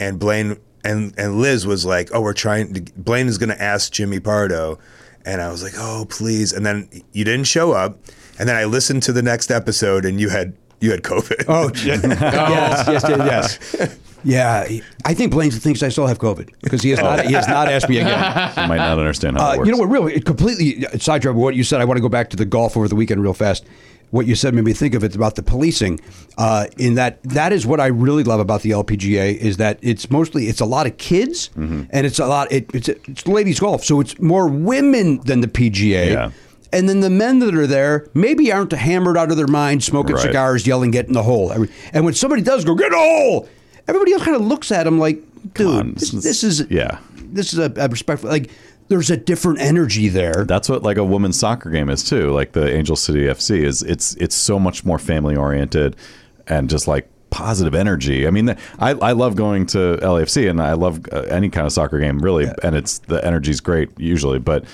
and Blaine and and Liz was like, "Oh, we're trying. To, Blaine is going to ask Jimmy Pardo," and I was like, "Oh, please." And then you didn't show up, and then I listened to the next episode, and you had you had COVID. Oh, yes, yes, yes, yes. Yeah, he- I think Blaine thinks I still have COVID because he has not he has not asked me again. You might not understand how Uh, it works. you know what? Really, it completely sidetracked what you said. I want to go back to the golf over the weekend real fast. What you said made me think of it about the policing. Uh, in that, that is what I really love about the LPGA is that it's mostly it's a lot of kids Mm-hmm. and it's a lot it, it's it's ladies golf, so it's more women than the PGA. Yeah. And then the men that are there maybe aren't hammered out of their mind, smoking Right. cigars, yelling, "Get in the hole!" Every- And when somebody does go, "Get in the hole," everybody else kind of looks at him like, "Dude, on, this, this this is- is yeah. this is a, a respectful like." There's a different energy there. That's what like a women's soccer game is too. Like the Angel City FC is it's it's so much more family oriented and just like positive energy. I mean, I I love going to LAFC and I love uh, any kind of soccer game really, and it's the energy's great usually, but.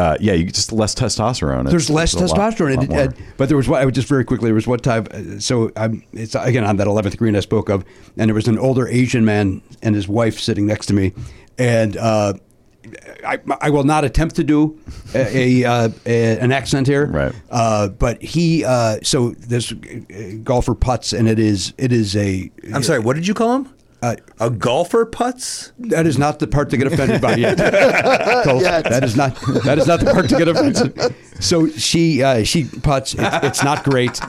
Uh, yeah, you just less testosterone. It's- There's less it's a lot- testosterone. lot and, more. and- but there was one, I would just very quickly, there was one time, uh, so I'm, it's again on that 11th green I spoke of, and there was an older Asian man and his wife sitting next to me. And uh, I, I will not attempt to do a, a, uh, a- an accent here. Right. Uh, but he, uh, so this uh, golfer putts, and it is, it is a, I'm sorry. What did you call him? Uh, a golfer putts. that is not the part to get offended by yet. Cole, Yet. That is not that is not the part to get offended. So she uh, she puts. It's, it's not great,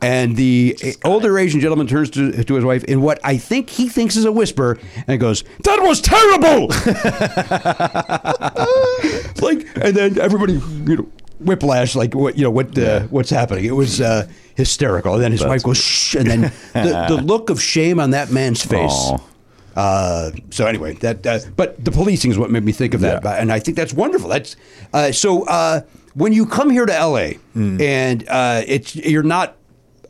and the older Asian gentleman turns to to his wife in what I think he thinks is a whisper, and goes, "That was terrible." like, and then everybody, you know. Whiplash, like what you know, what uh, what's happening? It was uh, hysterical. And then his wife goes, "Shh!" And then the, the look of shame on that man's face. Aw. Uh, so anyway, that uh, but the policing is what made me think of that, and I think that's wonderful. That's uh, so uh, when you come here to LA Hmm. and uh, it's you're not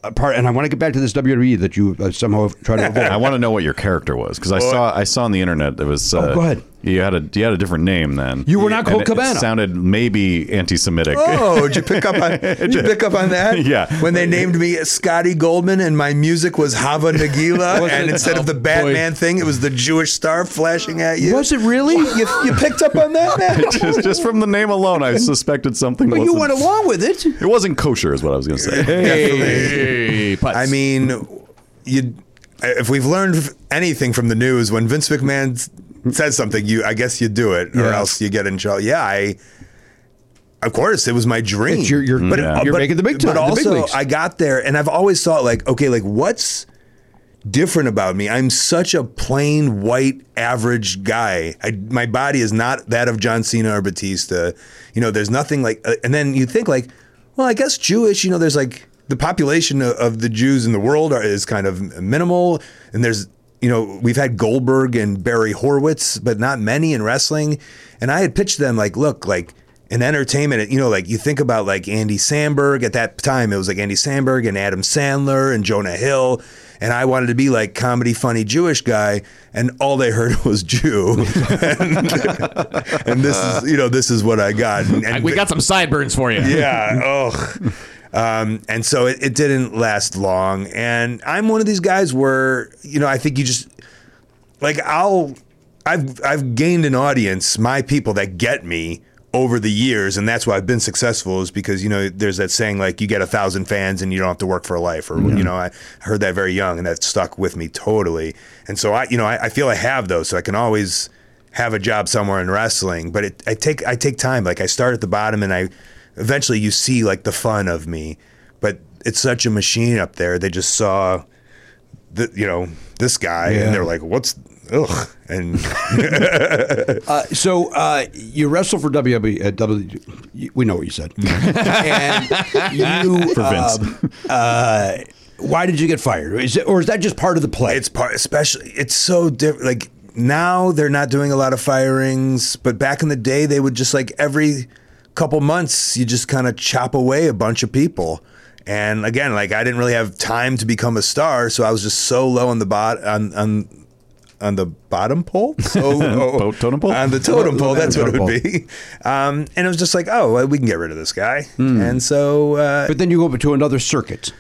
a part, and I want to get back to this WWE that you uh, somehow try to avoid. I want to know what your character was because I saw I saw on the internet it was. Uh, Oh, go ahead. You had a you had a different name then. You were And not called it- it Cabana. sounded maybe anti-Semitic. Oh, did you pick up on? Did you pick up on that? Yeah. When they named me Scotty Goldman and my music was Hava Nagila, and instead of the Batman thing, it was the Jewish star flashing at you. Was it really? You, you picked up on that, man? just, just from the name alone, I suspected something. but you wasn't- went along with it. It wasn't kosher, is what I was going to say. Hey, putts. I mean, you. If we've learned anything from the news, when Vince McMahon s- says something, you I guess you do it, or Yeah. else you get in trouble. Yeah, I. Of course, it was my dream. It's your- your- yeah. You're making the big time, But the big also, leagues. I got there, and I've always thought like, okay, like what's different about me? I'm such a plain white average guy. I, my body is not that of John Cena or Batista. You know, there's nothing like. Uh, and then you think like, well, I guess Jewish. You know, there's like the population of, of the Jews in the world are, is kind of minimal, and there's. You know, we've had Goldberg and Barry Horowitz, but not many in wrestling. And I had pitched them like, look, like in entertainment, you know, like you think about like Andy Samberg at that time, it was like Andy Samberg and Adam Sandler and Jonah Hill. And I wanted to be like comedy, funny Jewish guy, and all they heard was Jew. and, and this is, you know, this is what I got. And, I- we got some sideburns for you. yeah. Oh. Um, and so it, it didn't last long. And I'm one of these guys where, you know, I think you just like I'll I've I've gained an audience, my people that get me over the years, and that's why I've been successful is because, you know, there's that saying like you get a thousand fans and you don't have to work for a life or you know, I heard that very young and that stuck with me totally. And so I you know, I, I feel I have those, so I can always have a job somewhere in wrestling, but it, I take I take time. Like I start at the bottom, and I eventually you see like the fun of me. But it's such a machine up there. They just saw, the, you know, this guy, and they're like, "What's ugh?" And So uh, you wrestle for WWE. Uh, w, you- we know what you said. and you For Vince. um, uh, why did you get fired? Is it, or is that just part of the play? It's part, especially. It's so different. Like now, they're not doing a lot of firings, but back in the day, they would just like every couple months, you just kind of chop away a bunch of people. And again, like I didn't really have time to become a star, so I was just so low on the bot on on on the bottom pole. So Boat totem pole? on the totem pole. That's what it Totem would be. Um, and it was just like, oh, well, we can get rid of this guy. And so, uh, but then you go to another circuit.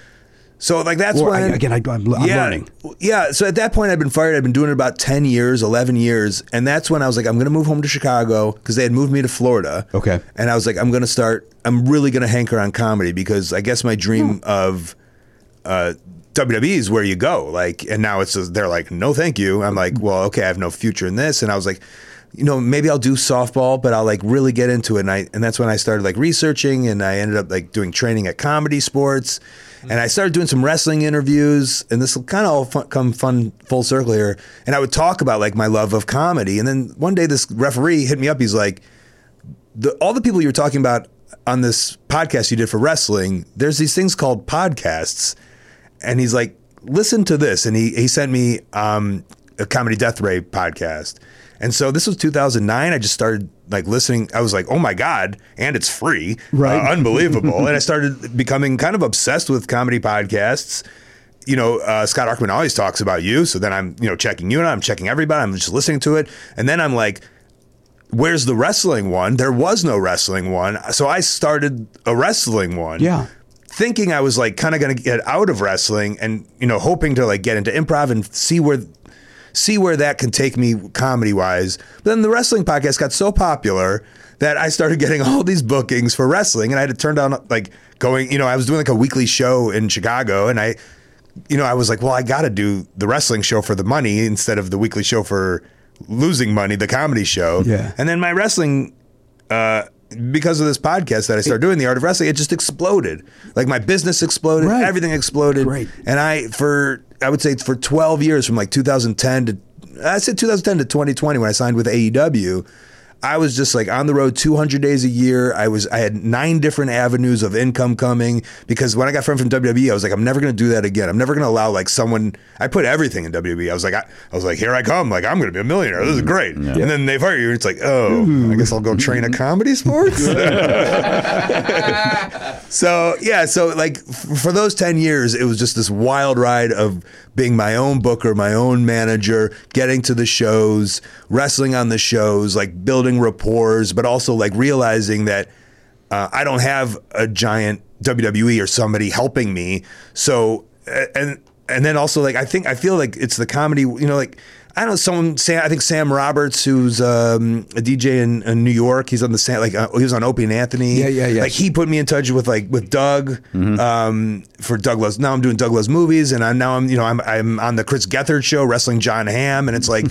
so like that's Or I, when again, I, am I'm learning. yeah. So at that point, I'd been fired. I'd been doing it about 10 years, 11 years. And that's when I was like, I'm going to move home to Chicago because they had moved me to Florida. Okay. And I was like, I'm going to start, I'm really going to hanker on comedy because I guess my Hmm. dream of uh, WWE is where you go. Like, and now it's, just, they're like, no, thank you. I'm like, well, okay, I have no future in this. And I was like, you know, maybe I'll do softball, but I'll like really get into it. And I, and that's when I started like researching and I ended up like doing training at comedy sports and I started doing some wrestling interviews, and this will kind of all fun, come fun full circle here. And I would talk about like my love of comedy, and then one day this referee hit me up. He's like, the, "All the people you were talking about on this podcast you did for wrestling, there's these things called podcasts," and he's like, "Listen to this," and he he sent me um, a comedy death ray podcast. And so this was 2009. I just started like listening. I was like, "Oh my god!" And it's free, Right. Uh, unbelievable. and I started becoming kind of obsessed with comedy podcasts. You know, uh, Scott Arkman always talks about you. So then I'm, you know, checking you and I'm checking everybody. I'm just listening to it. And then I'm like, where's the wrestling one? There was no wrestling one. So I started a wrestling one. Yeah. Thinking I was like kind of going to get out of wrestling and, you know, hoping to like get into improv and see where see where that can take me comedy wise. But then the wrestling podcast got so popular that I started getting all these bookings for wrestling, and I had to turn down like going. You know, I was doing like a weekly show in Chicago, and I, you know, I was like, well, I got to do the wrestling show for the money instead of the weekly show for losing money, the comedy show. Yeah. And then my wrestling because of this podcast that I started doing, The Art of Wrestling, it just exploded. Like my business exploded, Right. everything exploded. Great. And I, for, I would say for 12 years from like 2010 to, I said 2010 to 2020 when I signed with AEW, I was just like on the road 200 days a year. I was, I had nine different avenues of income coming because when I got friend from WWE, I was like, I'm never going to do that again. I'm never going to allow like someone, I put everything in WWE. I was like, I, I was like, here I come. Like, I'm going to be a millionaire. This is Mm-hmm. great. And then they fire you. It's like, oh, I guess I'll go train a comedy sports. So yeah, so like f- for those ten years, it was just this wild ride of being my own booker, my own manager, getting to the shows, wrestling on the shows, like building rapports, but also like realizing that uh, I don't have a giant WWE or somebody helping me. So a- and and then also like I think I feel like it's the comedy, you know, like. I don't know someone. Sam, I think Sam Roberts, who's um, a DJ in, in New York, he's on the Sam, like uh, he was on Opie and Anthony. Yeah, yeah, yeah. Like he put me in touch with like with Doug um, for Doug Loves. Now I'm doing Doug Loves movies, and I'm now I'm you know I'm I'm on the Chris Gethard show wrestling John Hamm, and it's like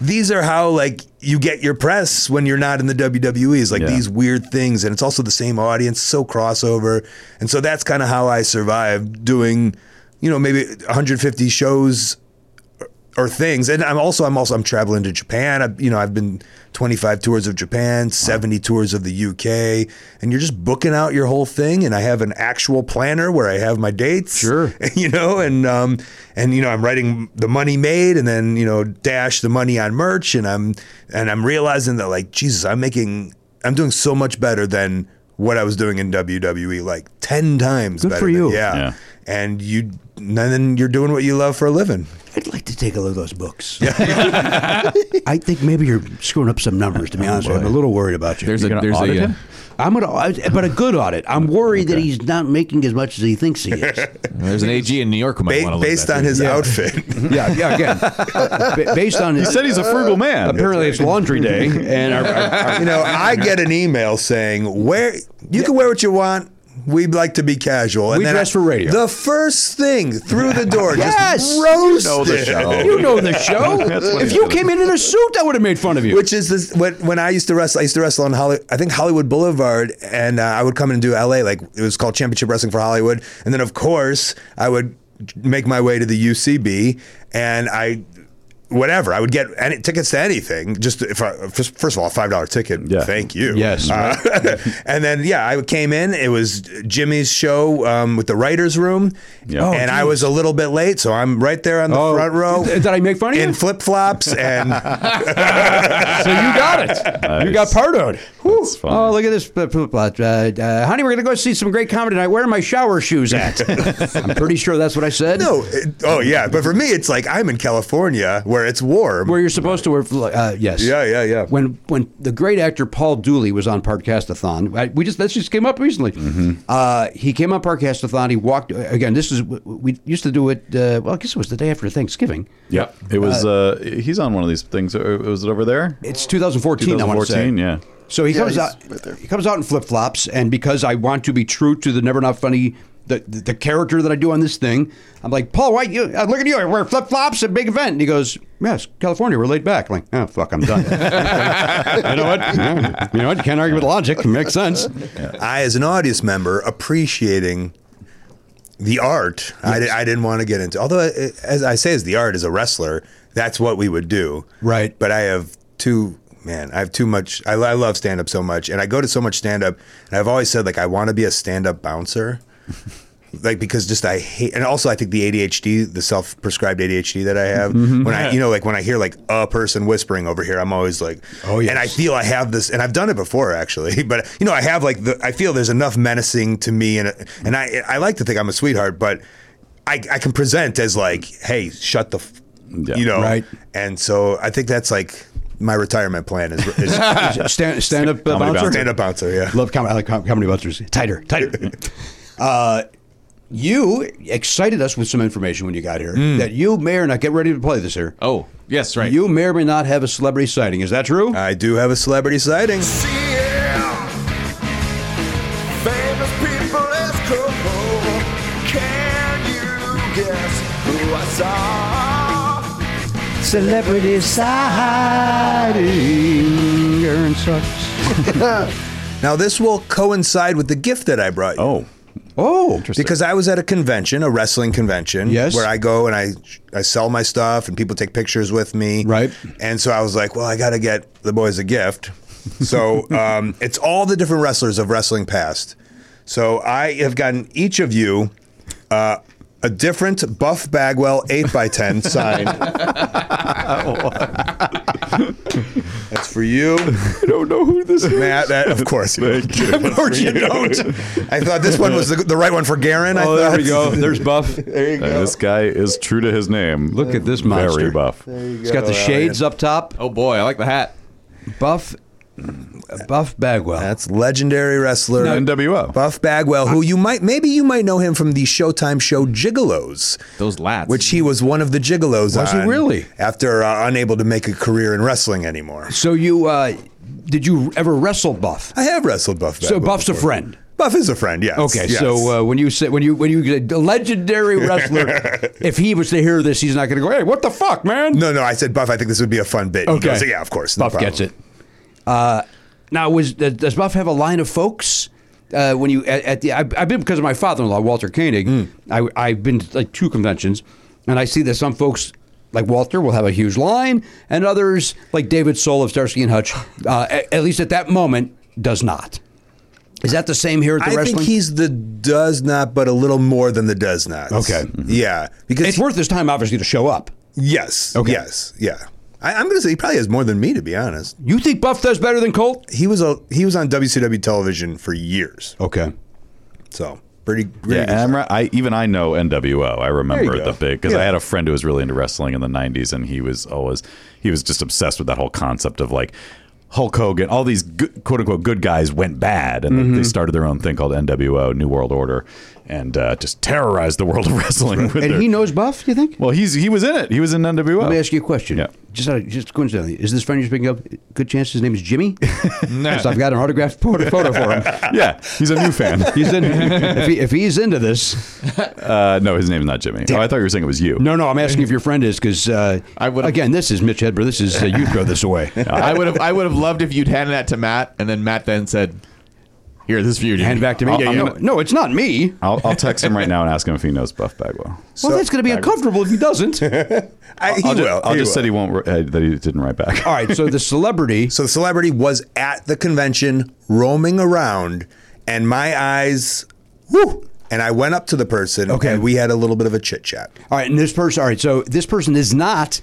these are how like you get your press when you're not in the WWE is like Yeah. these weird things, and it's also the same audience, so crossover, and so that's kind of how I survived doing you know maybe 150 shows or things. And I'm also I'm also I'm traveling to Japan. I, you know, I've been 25 tours of Japan, 70 tours of the UK, and you're just booking out your whole thing. And I have an actual planner where I have my dates. Sure. you know, and um, and you know, I'm writing the money made, and then you know, dash the money on merch, and I'm and I'm realizing that like Jesus, I'm making, I'm doing so much better than. What I was doing in WWE, like ten times Good better for than- you. yeah. Yeah. and you, and then you're doing what you love for a living. I'd like to take a look at those books. I think maybe you're screwing up some numbers. To be honest, with you. I'm a little worried about you. There's You a Oh, gonna there's audit a uh, him? I'm gonna, I- but a good audit. I'm worried that he's not making as much as he thinks he is. there's an AG in New York who might want to Ba- look based at that, on too. his outfit. yeah, yeah. Again, ba- based on He his, said he's a frugal man. apparently it's laundry day, and our, our, you know, I get an email saying, "Where you can wear what you want, We like to be casual. And We then dress for radio. The first thing through the door, Yes! just roasted. know the show. You know the show. That's what if he you said. came in in a suit, I would have made fun of you. Which is this, when, when I used to wrestle, I used to wrestle on Holly, I think Hollywood Boulevard, and uh, I would come in and do LA, like it was called Championship Wrestling for Hollywood. And then, of course, I would make my way to the UCB and I, whatever, I would get any, tickets to anything. Just if I, first, first of all, a $5 ticket. Yeah. Thank you. Yes. Uh, and then, yeah, I came in, it was Jimmy's show um, with the writer's room. Yeah. And I was a little bit late, so I'm right there on the Oh, front row. th- did I make fun of you? In flip flops and. so you got it. You got Nice. pardoed. That's funny. Oh, look at this. Uh, uh, honey, we're going to go see some great comedy tonight. Where are my shower shoes at? I'm pretty sure that's what I said. No, it, oh yeah, but for me, it's like I'm in California where it's warm. Where you're supposed to wear, uh, yes. Yeah, yeah, yeah. When when the great actor Paul Dooley was on Podcastathon, I, we just that just came up recently. Mm-hmm. Uh, he came on Podcastathon. He walked again. This is we used to do it. Uh, well, I guess it was the day after Thanksgiving. Yep. It was. Uh, he's on one of these things. Uh, Was it over there? It's 2014. I want to say. 2014, yeah. So he Yeah, comes he's out. right there. he comes out in flip flops, and because I want to be true to the never not funny. The, the, the character that I do on this thing, I'm like, Paul, why you uh, look at you? I wear flip flops at a big event. And he goes, Yes, California, we're laid back. I'm like, oh fuck, I'm done. you know what? Yeah, You know what? Can't argue with logic. Makes sense. I, as an audience member, appreciating the art. I, di- I didn't want to get into. Although, uh, as I say, as the art as a wrestler, that's what we would do. Right. But I have too. Man, I have too much. I, I love stand up so much, and I go to so much stand up. And I've always said, like, I want to be a stand up bouncer. like because just I hate, and also I think the ADHD, the self-prescribed ADHD that I have, when I, you know, like when I hear like a person whispering over here, I'm always like, oh yeah, and I feel I have this, and I've done it before actually, but you know, I have like the, I feel there's enough menacing to me, and and I, I like to think I'm a sweetheart, but I, I can present as like, hey, shut the, f-, Yeah. you know, Right. and so I think that's like my retirement plan is, is Stand, stand up uh, Comedy bouncer. bouncer. stand-up bouncer, yeah. Love comedy. I like com- comedy busters. Tighter, tighter. uh, you excited us with some information when you got here Hmm. that you may or not get ready to play this here. Oh, yes, right. Uh, You may or may not have a celebrity sighting. Is that true? I do have a celebrity sighting. Famous people is cool. Can you guess who I saw? celebrity sighting. Aaron sucks. Now this will coincide with the gift that I brought you. Oh. Oh, Because I was at a convention, a wrestling convention, Yes. where I go and I I sell my stuff and people take pictures with me, Right. And so I was like, well, I got to get the boys a gift. So um, it's all the different wrestlers of wrestling past. So I have gotten each of you uh, a different Buff Bagwell eight by ten sign. That's for you. I don't know who this is. Matt, that, of course. Thank you. Of course you don't. I thought this one was the, the right one for Garen. I oh, there thought. we go. There's Buff. There you Uh, go. this guy is true to his name. Look at this Very monster. buff. He's got the shades up top. oh boy, I like the hat. Buff, Buff Bagwell. That's legendary wrestler NWO. Buff Bagwell, who you might maybe you might know him from the Showtime show Gigolos, Those lats. which he was one of the Gigolos. Was he on really? After uh, unable to make a career in wrestling anymore, So you, uh, did you ever wrestle Buff? I have wrestled Buff. So Bagwell Buff's a before. friend. Buff is a friend. Yes. Okay, yes. so uh, when you say when you when you the legendary wrestler, if he was to hear this, he's not going to go, "Hey, what the fuck, man?" no, no, I said Buff. I think this would be a fun bit. He Okay. goes, yeah, of course. no Buff problem." gets it. Uh, now, was uh, does Buff have a line of folks? Uh, when you at, at the, I, I've been because of my father-in-law Walter Koenig. Hmm. I, I've been to like two conventions, and I see that some folks like Walter will have a huge line, and others like David Soul of Starsky and Hutch, uh, at, at least at that moment, does not. Is that the same here at the I wrestling? think he's the does not, but a little more than the does not. Mm-hmm. Okay. Yeah, because it's worth his time, obviously, to show up. yes, Okay. yes, yeah. I, I'm gonna say he probably has more than me, to be honest. You think Buff does better than Colt? He was a he was on WCW television for years, Okay. so pretty. pretty Yeah, good and I'm stuff. right. I even I know NWO. I remember go. the big because I Yeah. had a friend who was really into wrestling in the '90s, and he was always he was just obsessed with that whole concept of like Hulk Hogan. All Mm-hmm. these good, quote unquote good guys went bad, and they started their own thing called NWO, New World Order, and uh, just terrorized the world of wrestling. With And their- he knows Buff, you think? well, he's he was in it. He was in NWO. Let me ask you a question. Oh. Yeah. Just out of, just coincidentally, is this friend you're speaking of? Good chance his name is Jimmy. Because I've got an autographed photo, photo for him. yeah, he's a new fan. He's in, if, he, if he's into this, uh, no, his name's not Jimmy. Oh, I thought you were saying it was you. no, no, I'm asking if your friend is because uh, I would've- again, this is Mitch Hedberg. This is uh, you throw this away. I would have I would have loved if you'd handed that to Matt, and then Matt then said, "Here, this is for you. Jimmy." Hand back to me. I'll- Oh, I'm I'm gonna- gonna- no, it's not me. I'll, I'll text him right now and ask him if he knows Buff Bagwell. well, that's going to be uncomfortable if he doesn't. All I, he I'll, ju- will. I'll he just will. said he won't. Uh, that he didn't write back. right, so the celebrity. So the celebrity was at the convention roaming around, and my eyes, woo! And I went up to the person. Okay. and we had a little bit of a chit chat. All right, and this person. All right, so this person is not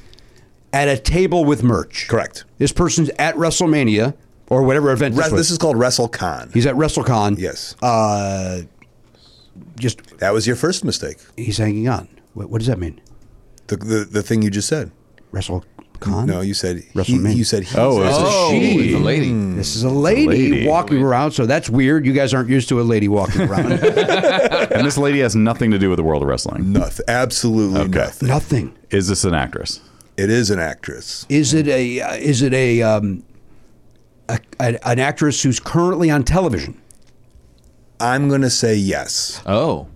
at a table with merch. Correct. This person's at WrestleMania or whatever event. Re- this, was. this is called WrestleCon. He's at WrestleCon. Yes. Uh, just that was your first mistake. he's hanging on. What, what does that mean? The, the the thing you just said. WrestleCon. No, you said he, WrestleMania. you said he. Oh, said- it's a Oh, she. it's a lady. This is a lady, lady. walking around, so that's weird. You guys aren't used to a lady walking around. and this lady has nothing to do with the world of wrestling. nothing. Absolutely nothing. Nothing. Is this an actress? It is an actress. Is it a? Uh, is it a, um, a, a? An actress who's currently on television. I'm gonna say yes. Oh,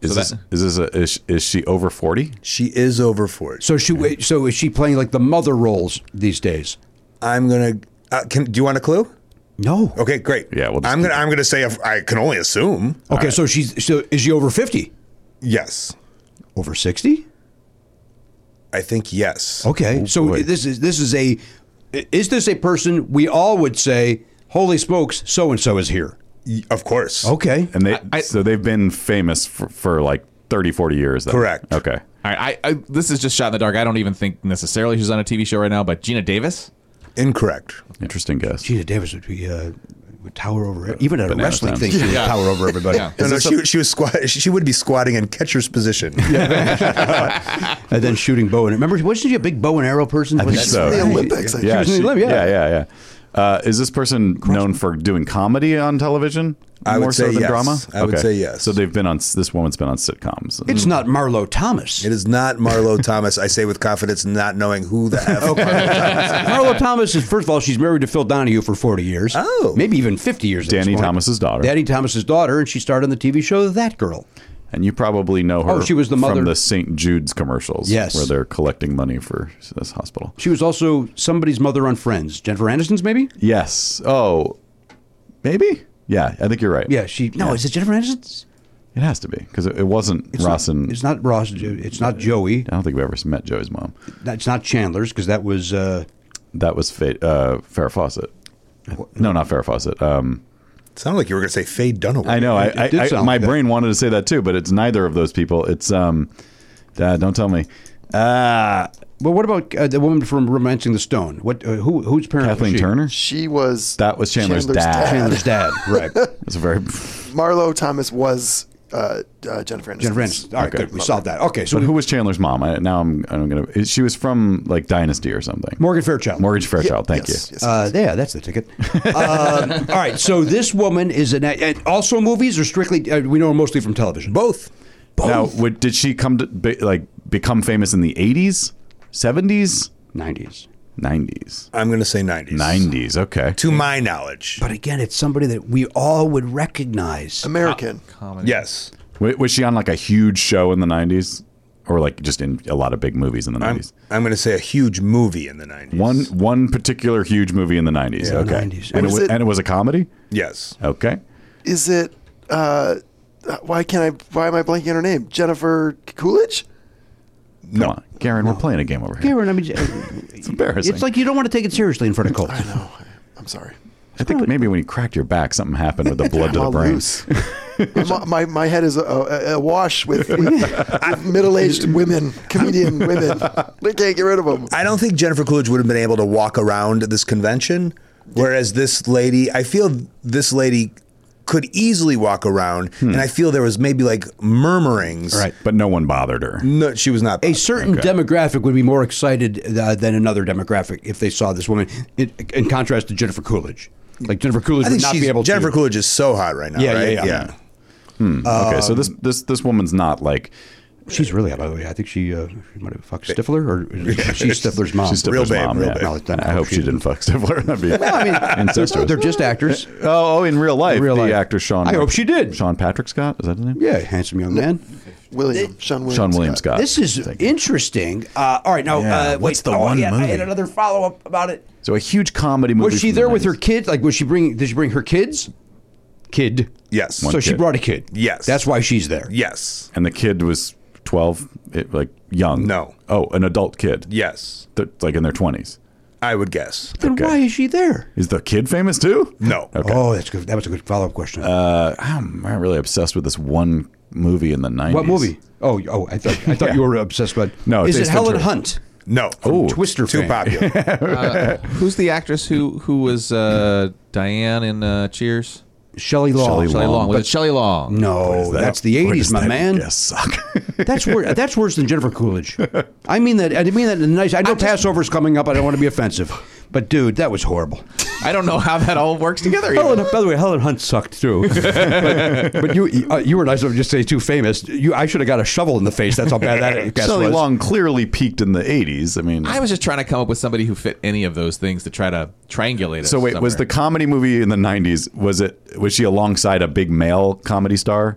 Is So this that- is this a, is, she- is she over forty? She is over for it. So she. So is she playing like the mother roles these days? I'm gonna. Uh, can, do you want a clue? No. Okay, great. Yeah, we'll just I'm gonna. keep- I'm gonna say. If, I can only assume. Okay. So she's. So is she over fifty? Yes. Over sixty? I think yes. Okay. so boy. this is this is a. Is this a person we all would say? Holy smokes! So and so is here. Y- Of course. Okay. And they I- so they've been famous for, for like 30, 40 years. Though. Correct. Okay. all right. I, I this is just shot in the dark. I don't even think necessarily she's on a TV show right now, but Gina Davis. Incorrect. Interesting guess. Gina Davis would be uh, would tower over even at a Banana wrestling stand. thing. She would Yeah. tower over everybody. No, no, she, she was squat. She would be squatting in catcher's position. And then shooting bow and remember, wasn't she a big bow and arrow person? I think so. The Olympics. I Yeah, was in she- the Olympic, yeah. yeah, yeah, yeah. Uh, is this person known for doing comedy on television I more would so say than yes. drama? I would say yes. So they've been on s- this woman's been on sitcoms. It's not Marlo Thomas. It is not Marlo Thomas. I say with confidence, not knowing who the F. okay. Marlo Thomas is first of all, she's married to Phil Donahue for forty years. Oh. maybe even fifty years. at this Danny point. Thomas's daughter. Danny Thomas's daughter, and she starred on the TV show That Girl. And you probably know her Oh, she was the mother- from the St. Jude's commercials. Yes. Where they're collecting money for this hospital. She was also somebody's mother on Friends. Jennifer Aniston's maybe. Yes. Oh, maybe? Yeah, I think you're right. Yeah, she. No, is it Jennifer Aniston's? It has to be because it, it wasn't Ross and. It's not Ross. It's not Joey. I don't think we ever met Joey's mom. It's not Chandler's because that was. Uh, That was Fa- uh, Farrah Fawcett. No, not Farrah Fawcett. Um, Sounded like you were going to say Faye Dunaway. I know. I, It- it did I, I sound my like that. brain wanted to say that too, but it's neither of those people. It's um, uh, don't tell me. Uh, well, what about uh, the woman from *Romancing the Stone*? What? Uh, who? Whose parent? was Kathleen she? Turner. She was. That was Chandler's dad. Chandler's dad. Right. It's a very. Marlo Thomas was uh, uh, Jennifer Aniston. Jennifer Aniston. All right, Okay. good. We solved that. Okay, so But who was Chandler's mom? I, now I'm. I'm gonna. She was from like Dynasty or something. Morgan Fairchild. Mortgage Fairchild. Thank Yes, you. yes. Uh, yeah, that's the ticket. Um, all right, so this woman is an and also movies or strictly uh, we know her mostly from television. Both. Now, would, did she come to be, like become famous in the 80s, 70s, Nineties, 90s, I'm going to say 90s. 90s? Okay. To my knowledge. but again, it's somebody that we all would recognize. American. Ah. Yes. Wa- Was she on like a huge show in the 90s or like just in a lot of big movies in the I'm, 90s? I'm going to say a huge movie in the 90s. One one particular huge movie in the 90s. okay. 90s. And, it What is was, it? and it was a comedy? Yes. Okay. Is it? Uh, uh, why can't I? Why am I blanking on her name? Jennifer Coolidge. No. Come on. Garen, we're playing a game over here. Karen, I mean, It's embarrassing. it's like you don't want to take it seriously in front of Colt. No, I'm sorry. I think maybe when you cracked your back, something happened with the blood to the Well, brain. loose. my, my my head is a- a- awash with, with middle-aged women, comedian women. They can't get rid of them. I don't think Jennifer Coolidge would have been able to walk around this convention, whereas this lady, I feel this lady could easily walk around, and I feel there was maybe like murmurings. Hmm. Right. But no one bothered her. No, she was not. A certain demographic would be more excited uh, than another demographic if they saw this woman. In, in contrast to Jennifer Coolidge, like Jennifer Coolidge I would think not she's, be able Jennifer to. Coolidge is so hot right now. Yeah, yeah, right? yeah. okay, so this this this woman's not like She's really hot, by the way. I think she, uh, she might have fucked Stifler, or she's Stifler's mom. she's Real Stifler's babe, mom. real yeah. babe. No, it's not- I hope she didn't fuck Stifler. That'd be I mean, they're- incestuous. They're just actors. oh, oh, in real life, real the life. actor Sean. I hope she did. Sean Patrick Scott is that his name? Yeah, handsome young man. William, Sean Williams. Sean William Scott. This is interesting. Uh, all right, now Yeah, uh, what's wait, the oh, one yeah, I had movie? another follow up about it. So a huge comedy movie. Was she from there the with her 90s. kids? Like, was she bring? Did she bring her kids? Kid. Yes. so she kid. brought a kid. Yes. That's why she's there. Yes. And the kid was twelve, it, like young. No. Oh, an adult kid. Yes. They're, like in their twenties. I would guess. Then Okay. why is she there? Is the kid famous too? No. Okay. Uh, Oh, that's good. That was a good follow up question. I'm I'm really obsessed with this one movie in the nineties. what movie? Oh, y- oh, I thought I thought you were obsessed with. No, is it Ace Helen Ventura. Hunt? No. Oh, Twister Too fame. popular. Uh, Who's the actress who who was uh, Diane in uh, Cheers? Shelley Long. Shelley Shelley Long, Long. Was it Shelley Long? No, that's the '80s, my man. Yes, suck. That's worse. That's worse than Jennifer Coolidge. I mean that. I mean that in a nice. I know Passover's coming up. I don't want to be offensive, but dude, that was horrible. I don't know how that all works together. even. Helen, by the way, Helen Hunt sucked too. but, but you, uh, you were nice enough to just say too famous. You, I should have got a shovel in the face. That's how bad that guess Shelley was. Long clearly peaked in the '80s. I mean, I was just trying to come up with somebody who fit any of those things to try to triangulate it. so wait, was the somewhere. comedy movie in the '90s? Was it? Was she alongside a big male comedy star?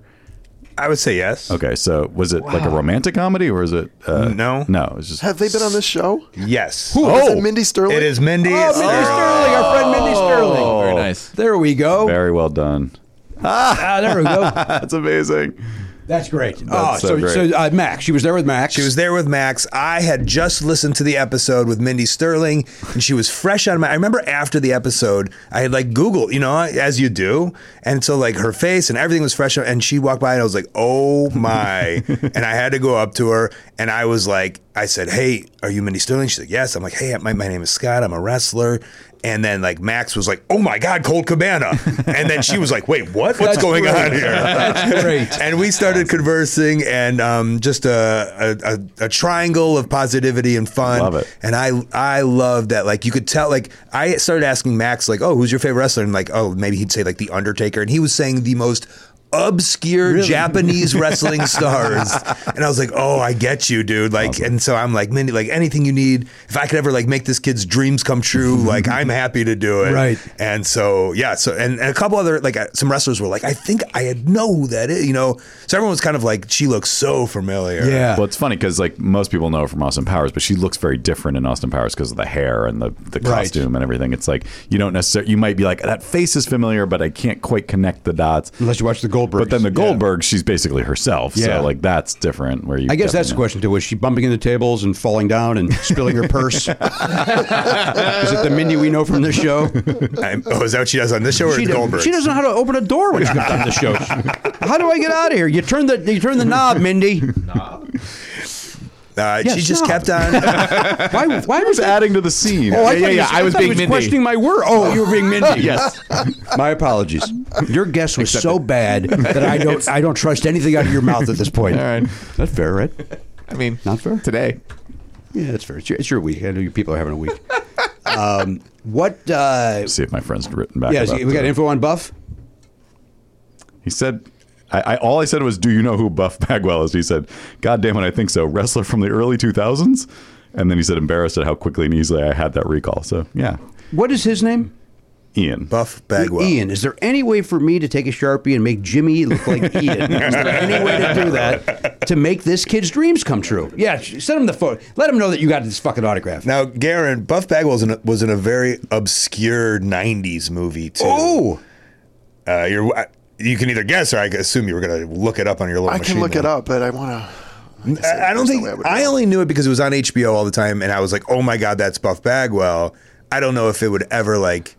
I would say yes. Okay, so was it like a romantic comedy or is it? Uh, No. no, it's just. Have they been on this show? Yes. Is it Mindy Sterling? It is Mindy. Oh, Mindy Sterling. Sterling, our friend Mindy Oh. Sterling. Oh, very nice? There we go. Very well done. Ah, there we go. That's amazing. That's great. oh, That's so so, great. so, uh, Max, she was there with Max. She was there with Max. I had just listened to the episode with Mindy Sterling, and she was fresh on my. I remember after the episode, I had like Googled, you know, as you do, and so like her face and everything was fresh. And she walked by, and I was like, "Oh my!" and I had to go up to her, and I was like, "I said, hey, are you Mindy Sterling?" She's like, "Yes." I'm like, "Hey, my, my name is Scott. I'm a wrestler." And then like Max was like, "Oh my God, Cold Cabana," and then she was like, "Wait, what? What's going on here?" That's great. and we started conversing and um, just a, a, a, a triangle of positivity and fun. Love it. And I I love that. Like you could tell. Like I started asking Max like, oh, who's your favorite wrestler? And like, oh, maybe he'd say like the Undertaker, and he was saying the most obscure Japanese wrestling stars. And I was like, oh, I get you, dude. Like, and so I'm like, Mindy, like anything you need. If I could ever like make this kid's dreams come true, like I'm happy to do it. Right. And so, yeah. So, and, and a couple other, like, uh, some wrestlers were like, I think I had know who that is, you know? So everyone was kind of like, she looks so familiar. Yeah. Well, it's funny because like most people know her from Austin Powers, but she looks very different in Austin Powers because of the hair and the, the Right. costume and everything. It's like you don't necessarily you might be like that face is familiar, but I can't quite connect the dots. Unless you watch the Goldbergs. But then the Yeah. Goldberg, she's basically herself. Yeah. So like that's different. Where you, I guess that's the definitely- question too. Was she bumping into tables and falling down and spilling her purse? Is it the Mindy we know from the show? I, oh, is that what she does on this show or She, Goldberg? does, she doesn't know how to open a door when she comes on the show. How do I get out of here? You turn the you turn the knob, Mindy. Uh, Yes, she just no. kept on. Why? Why He was was that? adding to the scene. Oh, I Yeah, thought yeah, he yeah, I was thought he being Mindy. questioning my word. Oh, you were being Mindy. Yes. My apologies. Your guess was so bad that I don't I don't trust anything out of your mouth at this point. All right. That's fair, right? I mean, Not fair. today. Yeah, that's fair. It's your, it's your week. I know you people are having a week. Um, what? Uh, See if my friend's written back. yeah, about we got the- info on Buff. He said, I, I all I said was, "Do you know who Buff Bagwell is?" He said, "God damn it, I think so." Wrestler from the early 2000s, and then he said, embarrassed at how quickly and easily I had that recall. So yeah, What is his name? Ian. Buff Bagwell. Ian. Is there any way for me to take a sharpie and make Jimmy look like Ian? Is there any way to do that to make this kid's dreams come true? Yeah, sh- send him the photo. Let him know that you got this fucking autograph. Now, Garen, Buff Bagwell was in, a, was in a very obscure 90s movie, too. oh, Uh, you're, I- you can either guess or I assume you were going to look it up on your little I machine can look there. it up, but I want to. I, I don't think would I know. only knew it because it was on HBO all the time, and I was like, "Oh my god, that's Buff Bagwell." I don't know if it would ever like,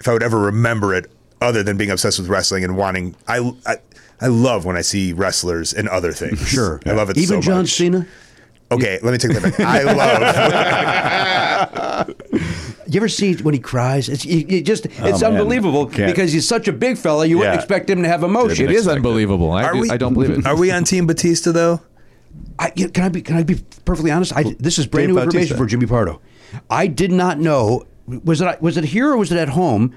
if I would ever remember it, other than being obsessed with wrestling and wanting. I I, I love when I see wrestlers and other things. sure. I love it. Even so John much. Cena. Okay, let me take that back. I love. You ever see when he cries? It's you, you just it's Oh, man. unbelievable Can't- because he's such a big fella. You Yeah. wouldn't expect him to have emotion. It is unbelievable. I, do, I don't believe it. Are we on Team Batista though? I, you know, can I be can I be perfectly honest? I, this is brand Dave new information Bautista. for Jimmy Pardo. I did not know was it was it here or was it at home?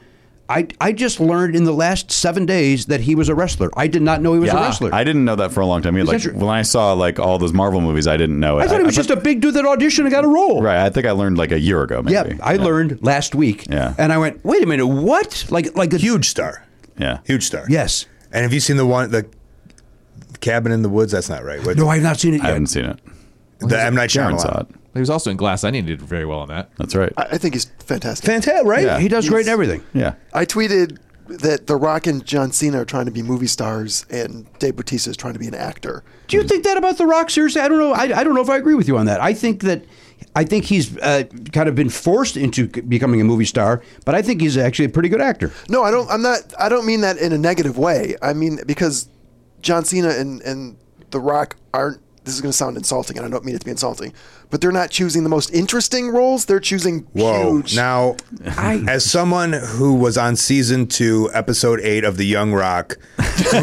I, I just learned in the last seven days that he was a wrestler. I did not know he was a wrestler. I didn't know that for a long time. I mean, like that your- when I saw like all those Marvel movies, I didn't know it. I thought he was I- just a big dude that auditioned and got a role. right. I think I learned like a year ago. Maybe. Yeah, I learned last week. Yeah. And I went, wait a minute, what? Like, like a Huge star. Yeah. Huge star. Yes. And have you seen the one the cabin in the woods? That's not right. What- No, I've not seen it I yet. haven't seen it. the M Night Sharon Shyamalan. saw it. He was also in Glass Onion. Did very well on that. That's right. I, I think he's fantastic. Fantastic, right? Yeah. He does great in everything. yeah. I tweeted that The Rock and John Cena are trying to be movie stars, and Dave Bautista is trying to be an actor. Do you think that about The Rock? Seriously, I don't know. I, I don't know if I agree with you on that. I think that I think he's uh, kind of been forced into c- becoming a movie star, but I think he's actually a pretty good actor. No, I don't. I'm not. I don't mean that in a negative way. I mean because John Cena and and The Rock aren't. This is going to sound insulting, and I don't mean it to be insulting, but they're not choosing the most interesting roles. They're choosing Whoa. huge. Now, as someone who was on season two, episode eight of The Young Rock,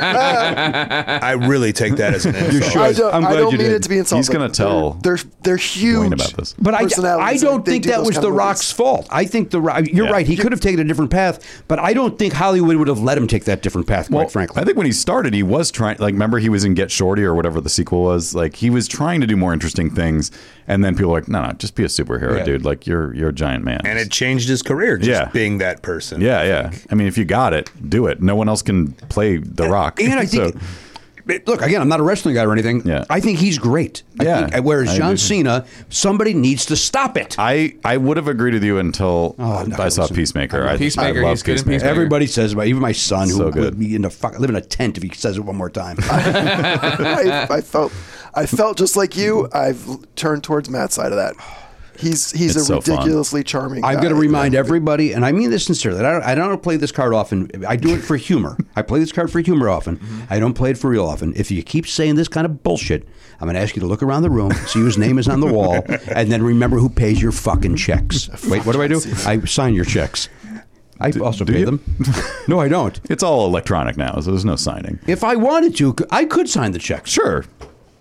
I really take that as an insult. I don't, I'm I glad don't you mean did. it to be insulting. gonna tell They're they're, they're huge. Wayne about this. But I, I personalities, don't and they think do that those was kind The of movies. Rock's fault. I think the Ro- you're Yeah. right. He could have taken a different path, but I don't think Hollywood would have let him take that different path. Quite Well, frankly, I think when he started, he was trying. Like, remember he was in Get Shorty or whatever the sequel was. Like, he was trying to do more interesting things, and then people were like, "No, no, just be a superhero, dude. Like, you're you're a giant man." And it changed his career just Yeah. being that person. yeah, yeah. I mean, if you got it, do it. No one else can play The Rock. And I So- think, but look, again, I'm not a wrestling guy or anything. Yeah. I think he's great. I Yeah. think- whereas I John do too. Cena, somebody needs to stop it. I, I would have agreed with you until no, I saw listen. Peacemaker. I, Peacemaker, I love he's good in Peacemaker. Peacemaker. Everybody says about even my son who So good. would be in a fuck, live in a tent if he says it one more time. I, I felt I felt just like you. I've l- turned towards Matt's side of that. He's he's It's a so fun. ridiculously charming. I'm guy. going to remind everybody, and I mean this sincerely. that I don't, I don't play this card often. I do it for humor. I play this card for humor often. Mm-hmm. I don't play it for real often. If you keep saying this kind of bullshit, I'm going to ask you to look around the room, see whose name is on the wall, and then remember who pays your fucking checks. Wait, what do I do? I sign your checks. I also pay you? them. No, I don't. It's all electronic now, so there's no signing. If I wanted to, I could sign the checks. Sure,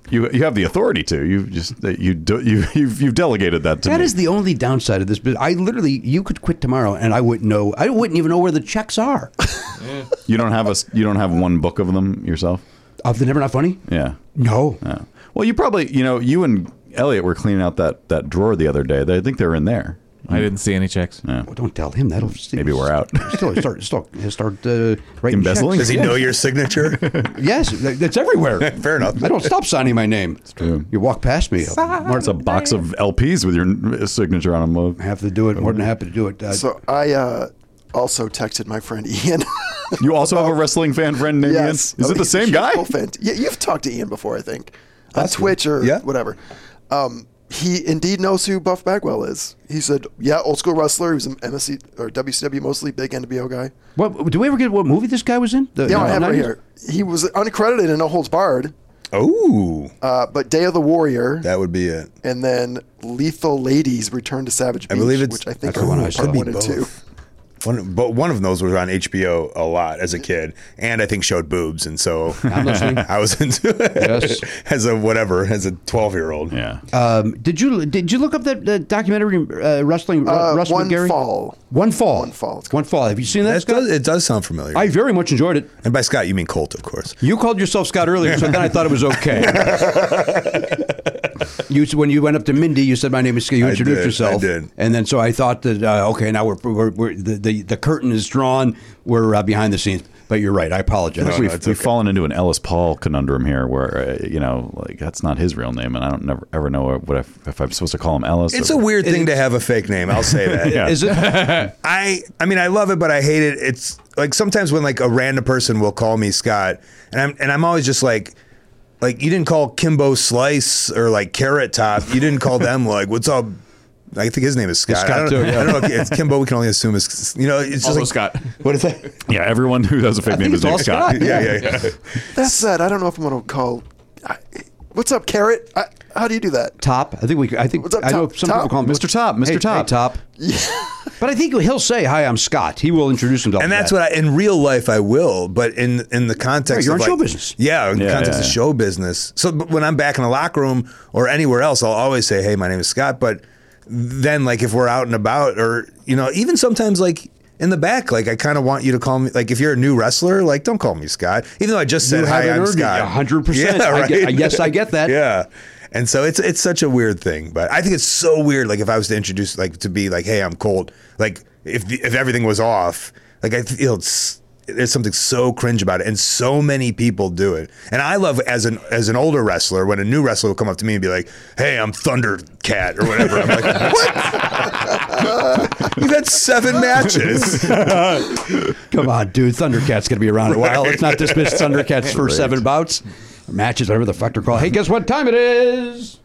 you you have the authority to. You just you do, you you've, you've delegated that to That me. is the only downside of this business. I literally, you could quit tomorrow, and I wouldn't know. I wouldn't even know where the checks are. you don't have a s- you don't have one book of them yourself. Of the never not funny. Yeah. No. Yeah. Well, you probably you know you and Elliot were cleaning out that that drawer the other day. They- I think they were in there. I didn't see any checks. Well, don't tell him. That'll Maybe we're out. Still, start, still, he'll start uh, writing Embezzling? checks. Does he know your signature? Yes, that- that's everywhere. Fair enough. I don't stop signing my name. true. You walk past me. More It's a box of LPs with your n- uh, signature on them. have to do it. More than happy to do it. Uh, So I uh, also texted my friend Ian. You also have a wrestling fan friend named Ian? yes, Is it the same guy? Full fan- Yeah, you've talked to Ian before, I think, on Twitch or Yeah. whatever. Um, he indeed knows who Buff Bagwell is. He said, "Yeah, old school wrestler. He was an MSC or WCW mostly, big NWO guy." what, do we ever get what movie this guy was in? The, Yeah, I have it right 90s? here. He was uncredited in No Holds Barred, oh, uh, but Day of the Warrior, that would be it. and then Lethal Ladies Return to Savage Beach, I believe it's which I think Ooh, are part could be one and two. both. One, but one of those was on HBO a lot as a kid, and I think showed boobs, and so I was into it Yes. as a whatever, as a twelve-year-old. Yeah. Um, did you did you look up that, that documentary uh, wrestling? Uh, wrestling One Gary? Fall. One fall. One Fall, it's One fall. Have you seen that? That Scott? does, it does sound familiar. I very much enjoyed it. and by Scott, you mean Colt, of course. You called yourself Scott earlier, so then I thought it was okay. you when you went up to Mindy, you said my name is Scott. You I introduced did, yourself, I did. and then so I thought that uh, okay, now we're, we're, we're the, the the curtain is drawn. We're uh, behind the scenes, but you're right. I apologize. we've we've fallen into an Ellis Paul conundrum here, where uh, you know, like that's not his real name, and I don't never ever know what if, if I'm supposed to call him Ellis. It's or- a weird thing to have a fake name. I'll say that. Yeah. Is it? I I mean I love it, but I hate it. It's like sometimes when like a random person will call me Scott, and I'm and I'm always just like, like you didn't call Kimbo Slice or like Carrot Top. You didn't call them like what's up. I think his name is Scott. I Scott, don't, too, yeah. I don't know. If it's Kimbo. We can only assume is you know. It's just Also like, Scott. What is that? yeah, everyone who has a fake name is think it's all named Scott. Scott. Yeah, yeah. yeah. That said, I don't know if I'm going to call. I, what's up, Carrot? I, how do you do that? Top. I think we. I think What's up, I know Top? some people Top? call him Mr. Top, Mr. Hey, Top. hey, Top. But I think he'll say, "Hi, I'm Scott." He will introduce himself, And to that's that. what I in real life I will, but in in the context Right, you're of in show like- business. yeah, in the Yeah, context yeah, of yeah. show business. So but when I'm back in the locker room or anywhere else, I'll always say, "Hey, my name is Scott." But then, like if we're out and about, or you know, even sometimes like in the back. Like I kind of want you to call me. Like if you're a new wrestler, like don't call me Scott, even though I just said You hi. haven't I'm earned it. Scott. 100%. Yeah, I right? get- yes, I get that. yeah. And so it's it's such a weird thing, but I think it's so weird. Like if I was to introduce, like to be like, hey, I'm cold. Like if the, if everything was off, like I feel it's there's something so cringe about it, and so many people do it. And I love as an as an older wrestler when a new wrestler will come up to me and be like, hey, I'm Thundercat or whatever. I'm like, what? You've had seven matches. Come on, dude. Thundercat's going to be around a while. Let's not dismiss Thundercat's first seven bouts, matches, whatever the fuck they're called. Hey, guess what time it is?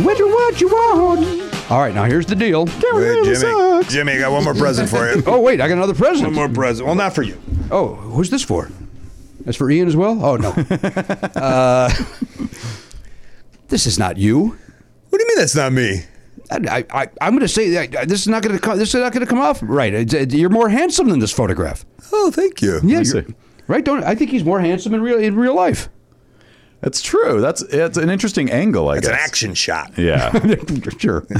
What you what you want? All right, now here's the deal. Wait, Jimmy, Jimmy, I got one more present for you. Oh wait, I got another present. One more present. Well, not for you. Oh, who's this for? That's for Ian as well. Oh no. uh, this is not you. What do you mean that's not me? I, I, I, I'm going to say that this is not going to come. This is not going to come off right. It's- it- You're more handsome than this photograph. Oh, thank you. Yeah, see. you're- right. Don't I think he's more handsome in real in real life? That's true. That's it's an interesting angle, I It's an guess. action shot. Yeah. sure.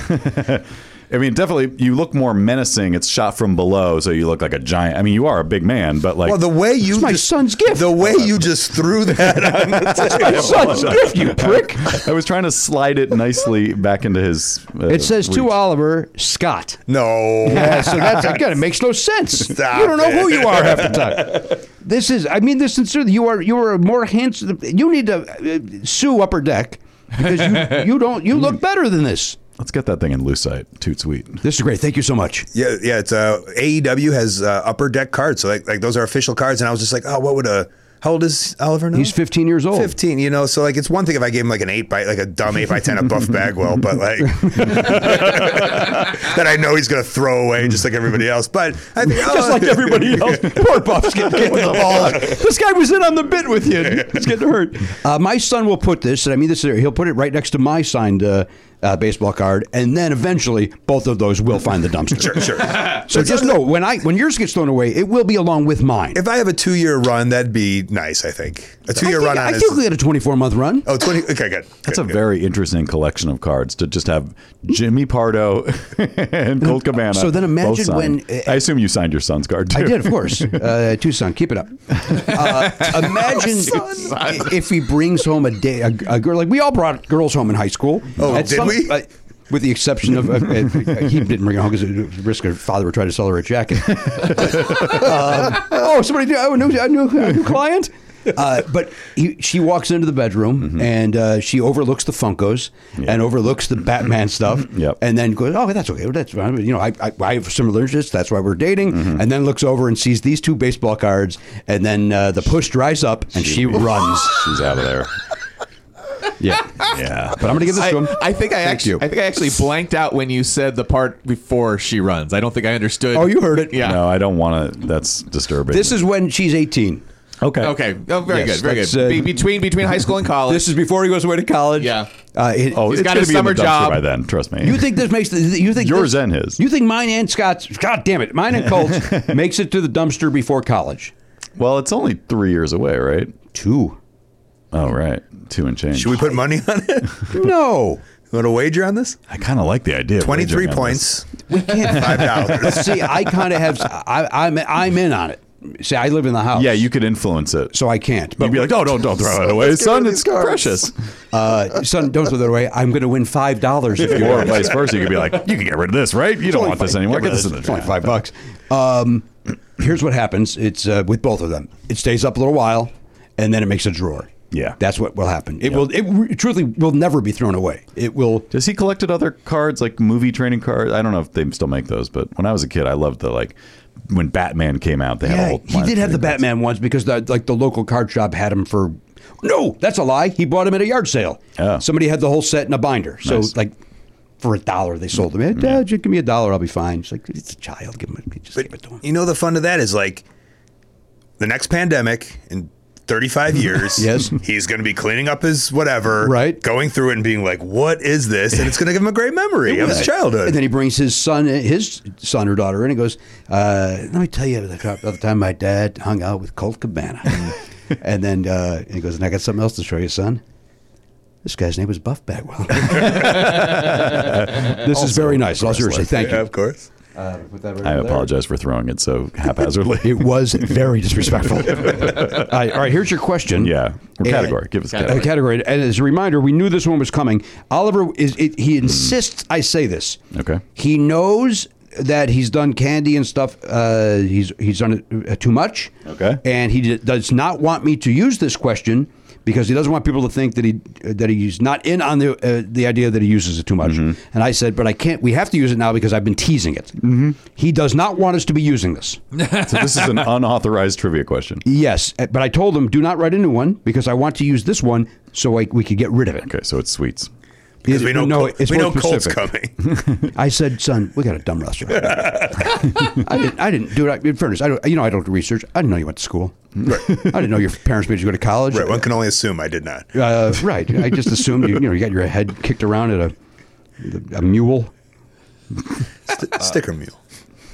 I mean, definitely you look more menacing. It's shot from below, so you look like a giant. I mean, you are a big man, but like Well, the way you It's my just, son's gift. The way you just threw that on the table. Son's gift, you prick. I was trying to slide it nicely back into his uh, It says to reach. Oliver Scott. No. Yeah, so that's again. It makes no sense. Stop you don't know it. who you are half the time. This is. I mean this sincerely. You are. You are more handsome. You need to uh, sue Upper Deck because you, you don't. You look better than this. Let's get that thing in lucite. Toot sweet. This is great. Thank you so much. Yeah, yeah. It's uh, AEW has uh, upper deck cards, so like, like those are official cards. And I was just like, oh, what would a how old is Oliver now? He's 15 years old. 15, you know, so like it's one thing if I gave him like an eight by like a dumb eight by ten of Buff Bagwell, but like that I know he's gonna throw away just like everybody else. But I mean, Just oh, like everybody else. Poor Buff's getting kicked with the ball. This guy was in on the bit with you. He's getting hurt. Uh, my son will put this, and I mean this, uh, he'll put it right next to my signed uh, uh, baseball card, and then eventually both of those will find the dumpster. Sure, sure. So just know when I when yours gets thrown away, it will be along with mine. If I have a two year run, that'd be nice. I think a two I year think- run on I his. think we had a 24 month run. Oh, 20. Okay, good. That's good, a good. very interesting collection of cards to just have Jimmy Pardo and Colt Cabana. so then both imagine signed. when- I assume you signed your son's card too. I did, of course. Uh, Tucson, keep it up. Uh, imagine if he brings home a day a, a girl like we all brought girls home in high school. uh, Oh, did we? with the exception of uh, uh, he didn't bring it home because it risk her father would try to sell her a jacket. Um, oh, somebody knew oh, a new, a new, a new client. Uh, but he, she walks into the bedroom Mm-hmm. and uh, she overlooks the Funkos and overlooks the Batman stuff. Mm-hmm. Yep. And then goes, oh, that's okay. Well, that's fine. You know, I, I, I have similar interests. That's why we're dating. Mm-hmm. And then looks over and sees these two baseball cards. And then uh, the push dries up and she runs. She's out of there. Yeah. Yeah. But I'm going to give this I, to him. I think I Thank actually, you. I think I actually blanked out when you said the part before she runs. I don't think I understood. Oh, you heard it. Yeah. No, I don't want to. That's disturbing. This is when she's 18. okay. Okay. Oh, very Yes, good. Very that's, good. uh, Be- between between high school and college. This is before he goes away to college. Yeah. Uh, it- Oh, He's it's got gonna his be in the summer dumpster job. by then. Trust me. You think this makes the, you think Yours this- and his. You think mine and Scott's? God damn it, mine and Colt's makes it to the dumpster before college. Well, it's only three years away, right? Two. Oh, right. Two and change. Should we put money on it? No, Want to wager on this? I kind of like the idea. of 23 wagering on points, we can't. $5. See, I kind of have. I, I'm I'm in on it. See, I live in the house. this. Yeah, you could influence it. So I can't. You'd But be like, oh, don't, don't throw it away, let's get son. rid of It's these cards." precious. uh, son, don't throw that away. I'm going to win five dollars if you Or want. vice versa. You could be like, you can get rid of this, right? You don't want this anymore. Get this in the It's only trash. five bucks. Um, here's what happens. It's uh, with both of them. It stays up a little while, and then it makes a drawer. Yeah. that's what will happen. It will. It re- truly will never be thrown away. It will. Does he collected other cards like movie training cards? I don't know if they still make those, but when I was a kid, I loved the like when Batman came out. They had a Yeah, whole he line did of have the trading cards. Batman ones because the, like the local card shop had him for. No, that's a lie. He bought him at a yard sale. Oh. Somebody had the whole set in a binder. So Nice. like. For a dollar, they sold him. Eh, Dad, just give me a dollar, I'll be fine. She's like, it's a child. Give him, a, just give it to him. But you know the fun of that is like the next pandemic in 35 years. Yes. He's going to be cleaning up his whatever. Right. Going through it and being like, what is this? And it's going to give him a great memory of his childhood. And then he brings his son, his son or daughter, in and goes, uh, "Let me tell you about the about the time my dad hung out with Colt Cabana." and then uh, he goes, and I got something else to show you, son. This guy's name is Buff Bagwell. this is very nice. All seriously, thank Yeah, you. of course. I apologize for throwing it so haphazardly. It was very disrespectful. all, right, all right, here's your question. yeah. Or category. Give us a a category. category. And as a reminder, we knew this one was coming. Oliver is it, he insists I say this. Hmm. Okay. He knows that he's done candy and stuff. Uh, he's he's done it uh, too much. Okay. And he d- does not want me to use this question because he doesn't want people to think that he that he's not in on the uh, the idea that he uses it too much. Mm-hmm. And I said, but I can't. We have to use it now because I've been teasing it. Mm-hmm. He does not want us to be using this. So this is an unauthorized trivia question. yes, uh, but I told him do not write a new one because I want to use this one so I, we could get rid of it. Okay, so it's sweets. Because we know, no, Col- it's we know more Colt's specific. coming. I said, son, we got a dumb roster. I, didn't, I didn't do it. In fairness, I don't, you know, I don't do research. I didn't know you went to school. I didn't know your parents made you go to college. right, one can only assume I did not. Uh, right. I just assumed you, you know you got your head kicked around at a a mule. St- sticker mule.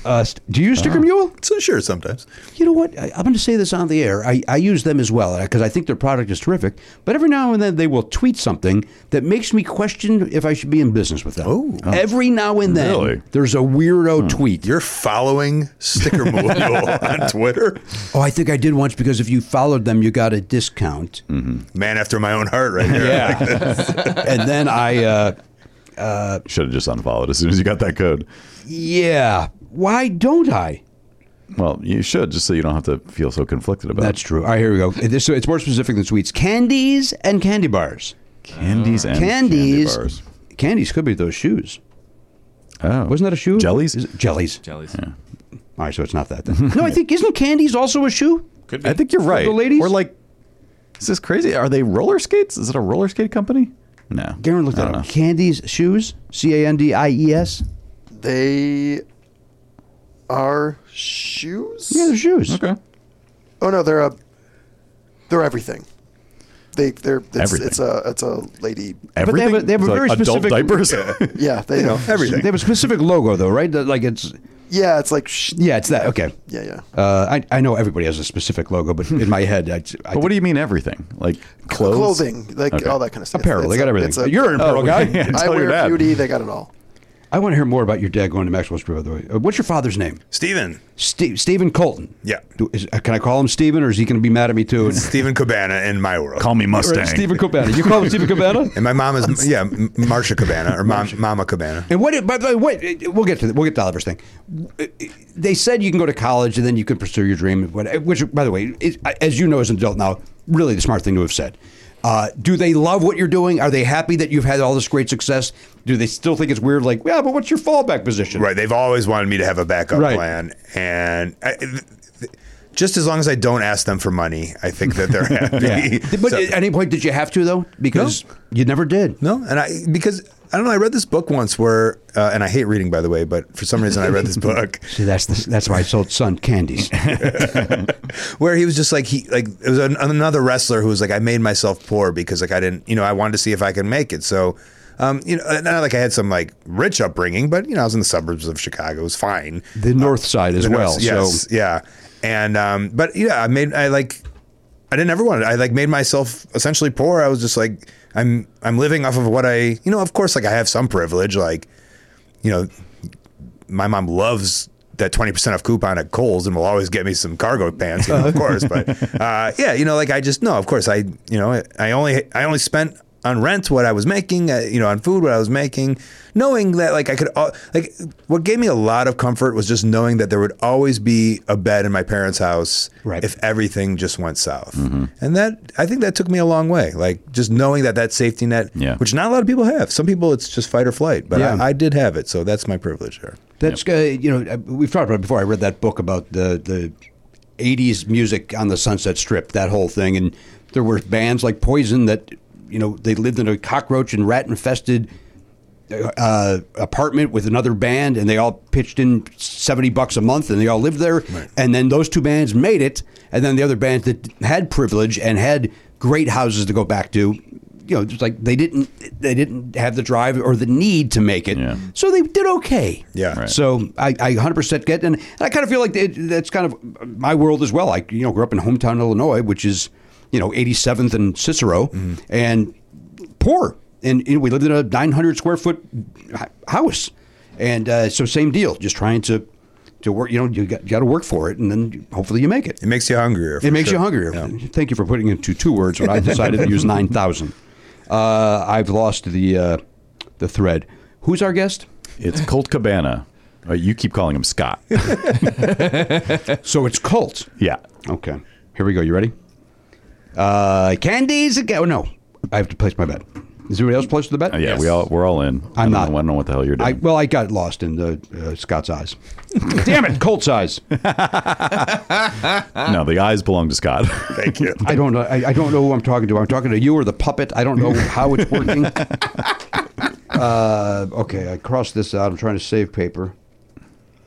Uh, st- do you use Uh-huh. sticker mule? So sure, sometimes. You know what? I, I'm going to say this on the air. I, I use them as well because I think their product is terrific. But every now and then they will tweet something that makes me question if I should be in business with them. Oh. every now and then Really? there's a weirdo tweet. You're following sticker mule on Twitter. Oh, I think I did once because if you followed them, you got a discount. Man after my own heart, right there. Yeah. and then I, uh, Should have just unfollowed as soon as you got that code. yeah. Why don't I? Well, you should just so you don't have to feel so conflicted about That's it. true. All right, here we go. This, so it's more specific than sweets. Candies and candy bars. Candies and Candies. candy bars. Candies could be those shoes. Oh, Wasn't that a shoe? Jellies? Is it- jellies. Jellies. All right, so it's not that then. no, I think, isn't candies also a shoe? Could be. I think you're right. the ladies? Or like, is this crazy? Are they roller skates? Is it a roller skate company? No. Garen looked I at don't them. know. Candies, shoes, C A N D I E S. They are shoes. Yeah, they're shoes. Okay. Oh no, they're a they're everything. They they're it's, Everything. it's a it's a lady. But they have a- they have a It's very specific- adult diapers. Yeah, they know. They have a specific logo, though, right? That, Like it's, Yeah, it's like sh- yeah, it's that. Okay. yeah yeah. Uh, I, I know everybody has a specific logo, but in my head, I, I but what do you mean everything? Like clothes? Clothing, like Okay. all that kind of stuff. apparel? They got everything. It's a, You're an apparel guy. yeah, I tell your wear dad. beauty. They got it all. I want to hear more about your dad going to Maxwell's Brew. By the way, Uh, what's your father's name? Steven. Ste Stephen Colton. Yeah. Do, is, uh, can I call him Stephen, or is he going to be mad at me too? And, Steven Cabana in my world. Call me Mustang. Right, Stephen Cabana. You call him Stephen Cabana? And my mom is, yeah, M- Marcia Cabana or Mom, Mama Cabana. And what? By the way, wait, we'll get to the, we'll get to Oliver's thing. They said you can go to college and then you can pursue your dream. what- Which, by the way, is, as you know as an adult now, really the smart thing to have said. Uh, do they love what you're doing? Are they happy that you've had all this great success? Do they still think it's weird? Like, yeah, but what's your fallback position? Right. They've always wanted me to have a backup Right. plan. And I, th- th- just as long as I don't ask them for money, I think that they're happy. But So- at any point, did you have to though? Because you never did. No, and I because I don't know. I read this book once where, uh, and I hate reading, by the way, but for some reason I read this book See, that's the, that's why I sold son candies. where he was just like he like it was an, another wrestler who was like I made myself poor because like I didn't you know I wanted to see if I could make it so. Um, you know, not like I had some like rich upbringing, but you know, I was in the suburbs of Chicago. It was fine. the north side as The well. notes, Yes, So yeah. And um, but yeah, I made I like I didn't ever want it. I like made myself essentially poor. I was just like I'm I'm living off of what I you know. Of course, like I have some privilege. Like you know, my mom loves that 20% off coupon at Kohl's and will always get me some cargo pants, you know, of course. But uh, yeah, you know, like I just, no, of course I, you know, I only, I only spent on rent what I was making, uh, you know, on food what I was making, knowing that like I could, al- like what gave me a lot of comfort was just knowing that there would always be a bed in my parents' house Right. if everything just went south. And that, I think that took me a long way. Like just knowing that that safety net, Yeah. which not a lot of people have. Some people it's just fight or flight, but Yeah. I, I did have it. So that's my privilege there. that's uh, you know uh, we've talked about it before. I read that book about the the '80s music on the Sunset Strip, that whole thing, and there were bands like Poison that you know they lived in a cockroach and rat infested uh, apartment with another band, and they all pitched in seventy bucks a month, and they all lived there. And then those two bands made it, and then the other bands that had privilege and had great houses to go back to, you know, just like they didn't they didn't have the drive or the need to make it, Yeah. so they did okay. Yeah. Right. So I, I 100% get, and, and I kind of feel like it, that's kind of my world as well. I you know grew up in hometown Illinois, which is you know 87th and Cicero, Mm-hmm. and poor. And you know, we lived in a 900 square foot h- house, and uh, so same deal. Just trying to to work. You know, you got, you got to work for it, and then hopefully you make it. It makes you hungrier. for It makes sure. you hungrier. Yeah. Thank you for putting it into two words. But I decided to use nine thousand. Uh, I've lost the uh, the thread. Who's our guest? It's Colt Cabana. Uh, you keep calling him Scott. So it's Colt. yeah. Okay. Here we go. You ready? Uh, candies again. Oh no, I have to place my bet. Is anybody else place to the bet? Uh, yeah, we all we're all in. I don't I'm not. Know, I don't know what the hell you're doing. I, well, I got lost in the uh, Scott's eyes. Damn it, Colt's eyes. Ah. no, the eyes belong to Scott. Thank you. I don't know. I, I don't know who I'm talking to. I'm talking to you or the puppet. I don't know how it's working. uh, okay, I crossed this out. I'm trying to save paper.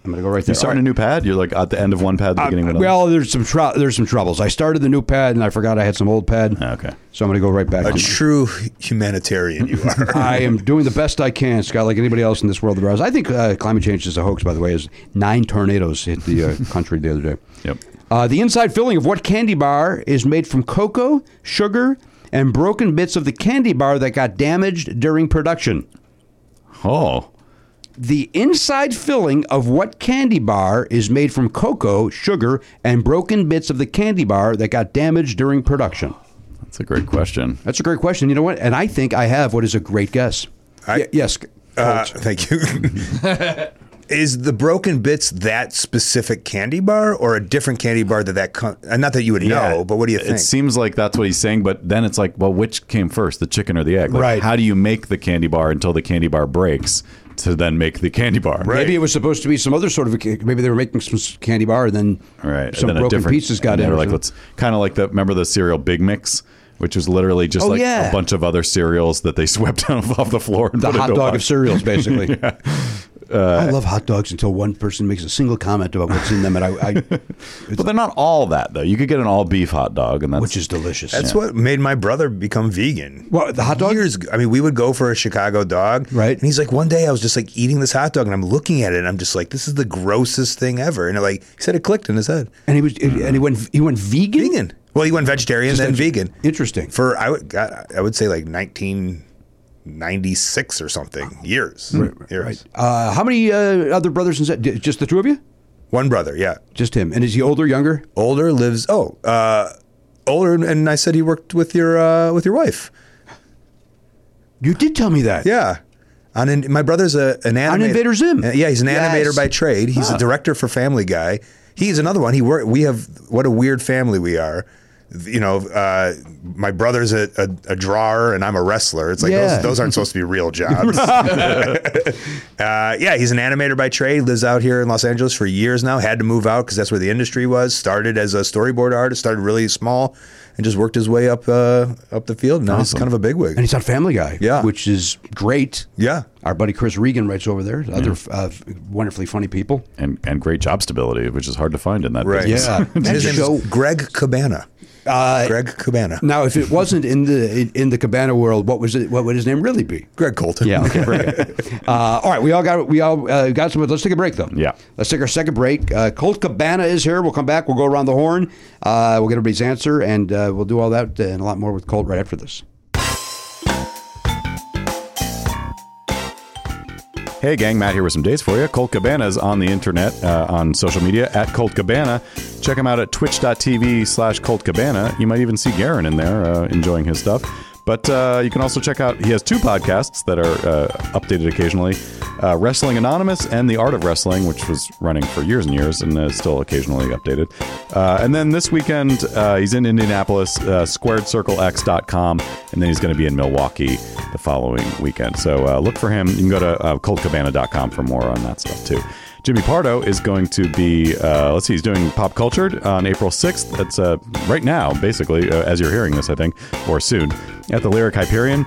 I'm gonna go right there. You're starting a new pad. You're like at the end of one pad, the beginning of another. Um, well, there's some trou there's some troubles. I started the new pad and I forgot I had some old pad. Okay. so I'm gonna go right back. A on it. true humanitarian you are. I am doing the best I can, Scott, like anybody else in this world. That I think uh, climate change is a hoax, by the way. Is nine tornadoes hit the uh, country the other day. Yep. Uh, the inside filling of what candy bar is made from cocoa, sugar, and broken bits of the candy bar that got damaged during production. oh, The inside filling of what candy bar is made from cocoa, sugar, and broken bits of the candy bar that got damaged during production? that's a great question. That's a great question. You know what? And I think I have what is a great guess. I- Ye- yes. Uh, thank you. Is the broken bits that specific candy bar or a different candy bar that that com- uh, not that you would know, but what do you think? It seems like that's what he's saying, but then it's like, well, which came first, the chicken or the egg? Like, Right. How do you make the candy bar until the candy bar breaks to then make the candy bar? Maybe it was supposed to be some other sort of a ca- maybe they were making some s- candy bar and then All right. some and then a broken different- pieces got and in. They or were like, something. let's kind of like the remember the cereal Big Mix, which was literally just Oh, like yeah. a bunch of other cereals that they swept off, off the floor and the put hot into a dog box. of cereals, basically. I love hot dogs until one person makes a single comment about what's in them, and I, I But they're not all that though. You could get an all beef hot dog, and that's which is delicious. That's what made my brother become vegan. What, the hot dog? Years ago- I mean, we would go for a Chicago dog, Right. And he's like, one day I was just like eating this hot dog, and I'm looking at it, and I'm just like, this is the grossest thing ever. And it, like he said, it clicked in his head. and he was and he went he went vegan. Vegan. Well, he went vegetarian, then veg- vegan. Interesting. For I would God, I would say like 1996 or something years. years. Uh, how many uh, other brothers and sisters? Just the two of you? One brother, yeah. Just him? And is he older, younger? older lives oh uh older and i said he worked with your uh with your wife You did tell me that. yeah on an, my brother's a, an animator Invader Zim. Uh, yeah he's an Yes. Ah. animator by trade he's a director for family guy he's another one he work we have what a weird family we are you know uh my brother's a, a, a drawer and i'm a wrestler it's like Yeah. those, those aren't supposed to be real jobs Uh, yeah, he's an animator by trade, lives out here in Los Angeles for years now, had to move out because that's where the industry was. Started as a storyboard artist, started really small, and just worked his way up uh, up the field. Now he's kind of a And bigwig. he's on Family Guy. Yeah. Which is great. Yeah. Our buddy Chris Regan writes over there. Other uh, wonderfully funny people. and and great job stability, which is hard to find in that Right. business. Yeah. And his That name show- is Greg Cabana. Uh, Greg Cabana. Now, if it wasn't in the in, in the Cabana world, what was it? What would his name really be? Greg Colton. Yeah. Okay. Very good. Uh, all right. We all got we all uh, got some. Let's take a break though. Yeah. Let's take our second break. Uh, Colt Cabana is here. We'll come back. We'll go around the horn. Uh, we'll get everybody's answer, and uh, we'll do all that and a lot more with Colt right after this. Hey, gang, Matt here with some dates for you. Colt Cabana's on the internet, uh, on social media, at Colt Cabana. Check him out at twitch.tv slash Colt Cabana. You might even see Garen in there uh, enjoying his stuff. But uh, you can also check out, he has two podcasts that are uh, updated occasionally uh, Wrestling Anonymous and The Art of Wrestling, which was running for years and years and is still occasionally updated. Uh, and then this weekend, uh, he's in Indianapolis, uh, squaredcirclex.com, and then he's going to be in Milwaukee the following weekend. So uh, look for him. You can go to uh, coltcabana.com for more on that stuff too. Jimmy Pardo is going to be, uh, let's see, he's doing Pop Cultured on April 6th. That's uh, right now, basically, uh, as you're hearing this, I think, or soon, at the Lyric Hyperion.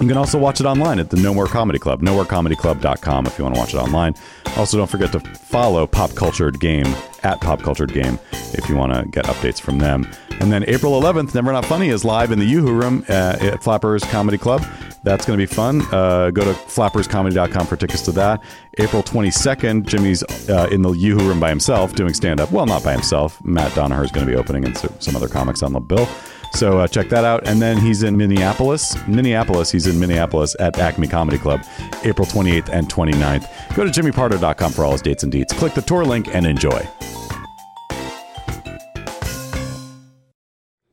You can also watch it online at the No More Comedy Club, nowherecomedyclub.com if you want to watch it online. Also, don't forget to follow Pop Cultured Game at Pop Cultured Game if you want to get updates from them. And then April 11th, Never Not Funny is live in the Yoo-Hoo Room uh, at Flappers Comedy Club. That's going to be fun. Uh, go to flapperscomedy.com for tickets to that. April 22nd, Jimmy's uh, in the Yoo-Hoo Room by himself doing stand-up. Well, not by himself. Matt Donaher is going to be opening and so- some other comics on the bill. So uh, check that out. And then he's in Minneapolis. Minneapolis. He's in Minneapolis at Acme Comedy Club, April 28th and 29th. Go to jimmypardo.com for all his dates and deets. Click the tour link and enjoy.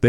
they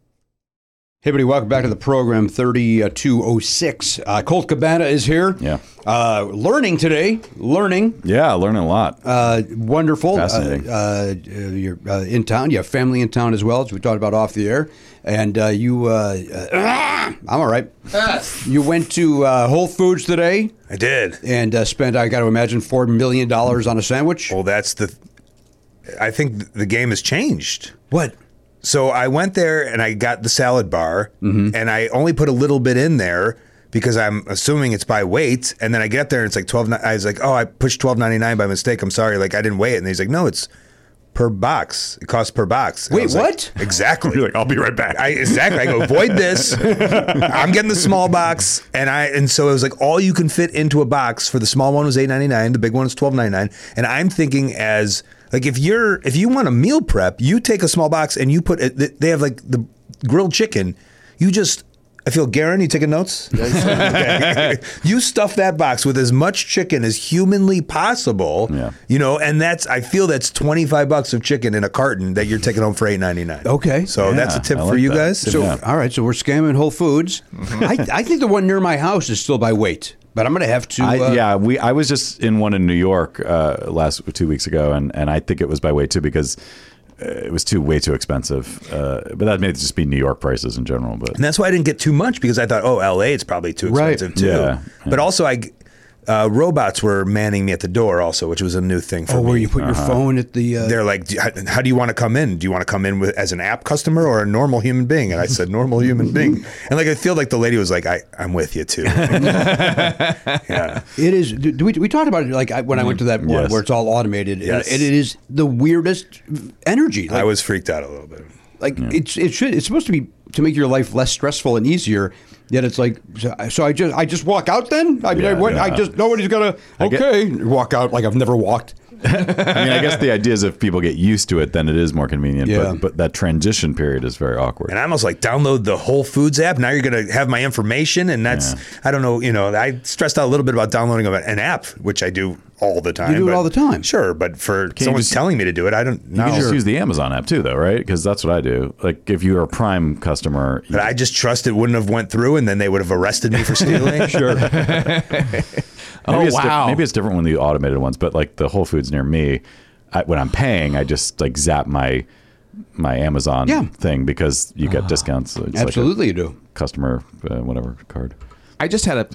Hey, everybody, welcome back to the program 3206. Uh, Colt Cabana is here. Yeah. Uh, learning today, learning. Yeah, learning a lot. Uh, wonderful. Fascinating. Uh, uh, you're uh, in town. You have family in town as well, as we talked about off the air. And uh, you, uh, uh, I'm all right. you went to uh, Whole Foods today I did. and uh, spent, I got to imagine, $4 million on a sandwich. Oh, Well, that's the. I think th- the game has changed. What? So I went there and I got the salad bar, and I only put a little bit in there because I'm assuming it's by weight. And then I get up there and it's like twelve. I was like, oh, I pushed twelve ninety nine by mistake. I'm sorry, like I didn't weigh it. And he's like, no, it's per box. It costs per box. And I Wait, was like, what? exactly. You're like, I'll be right back. I exactly. I go avoid this. I'm getting the small box, and I and so it was like all you can fit into a box for the small one was eight ninety nine, the big one is twelve ninety nine, and I'm thinking as like if you're if you want a meal prep, you take a small box and you put it- they have like the grilled chicken, you just I feel, Garen, you taking notes? Okay. you stuff that box with as much chicken as humanly possible. Yeah. You know, and that's I feel that's twenty five bucks of chicken in a carton that you're taking home for eight ninety nine. Okay. So that's a Yeah, tip I for like you that. guys. So, Yeah. Mm-hmm. all right, so we're scamming Whole Foods. I, I think the one near my house is still by weight, but I'm going to have to. I, uh, yeah, we. I was just in one in New York uh, last two weeks ago, and, and I think it was by way too because uh, it was too way too expensive. Uh, but that may just be New York prices in general. But And that's why I didn't get too much because I thought, oh, LA, it's probably too Right. expensive too. Yeah. But also, I g- uh, robots were manning me at the door also, which was a new thing for Oh, me. where you put Uh-huh. your phone at the. Uh, They're like, "Do- how, how do you want to come in? Do you want to come in with, as an app customer or a normal human being? And I said, normal human being. And like, I feel like the lady was like, I, I'm with you too. yeah. It is. Do do we, we talked about it like I, when I went to that one Yes. where it's all automated, and- Yes. and it is the weirdest energy. Like, I was freaked out a little bit. like it's it should it's supposed to be to make your life less stressful and easier. Yet it's like so I, so I just I just walk out then. I mean I Yeah, went, I yeah. just nobody's gonna get- okay walk out like I've never walked. I mean, I guess the idea is if people get used to it, then it is more convenient. Yeah. But, but that transition period is very awkward. And I almost like download the Whole Foods app. Now you're going to have my information. And that's, I don't know, you know, I stressed out a little bit about downloading of an app, which I do all the time. do it but- all the time. Sure. But for someone's just- telling me to do it, I don't you know. can just use the Amazon app too, though, right? Because that's what I do. Like if you're a Prime customer, you- But I just trust it wouldn't have went through and then they would have arrested me for stealing. sure. Maybe Oh, it's diff- wow. maybe it's different when the automated ones, but like the Whole Foods near me, I, when I'm paying, I just like zap my my Amazon Yeah. Ah, thing because you get discounts. It's like a Absolutely you do. customer uh, whatever card. I just had a.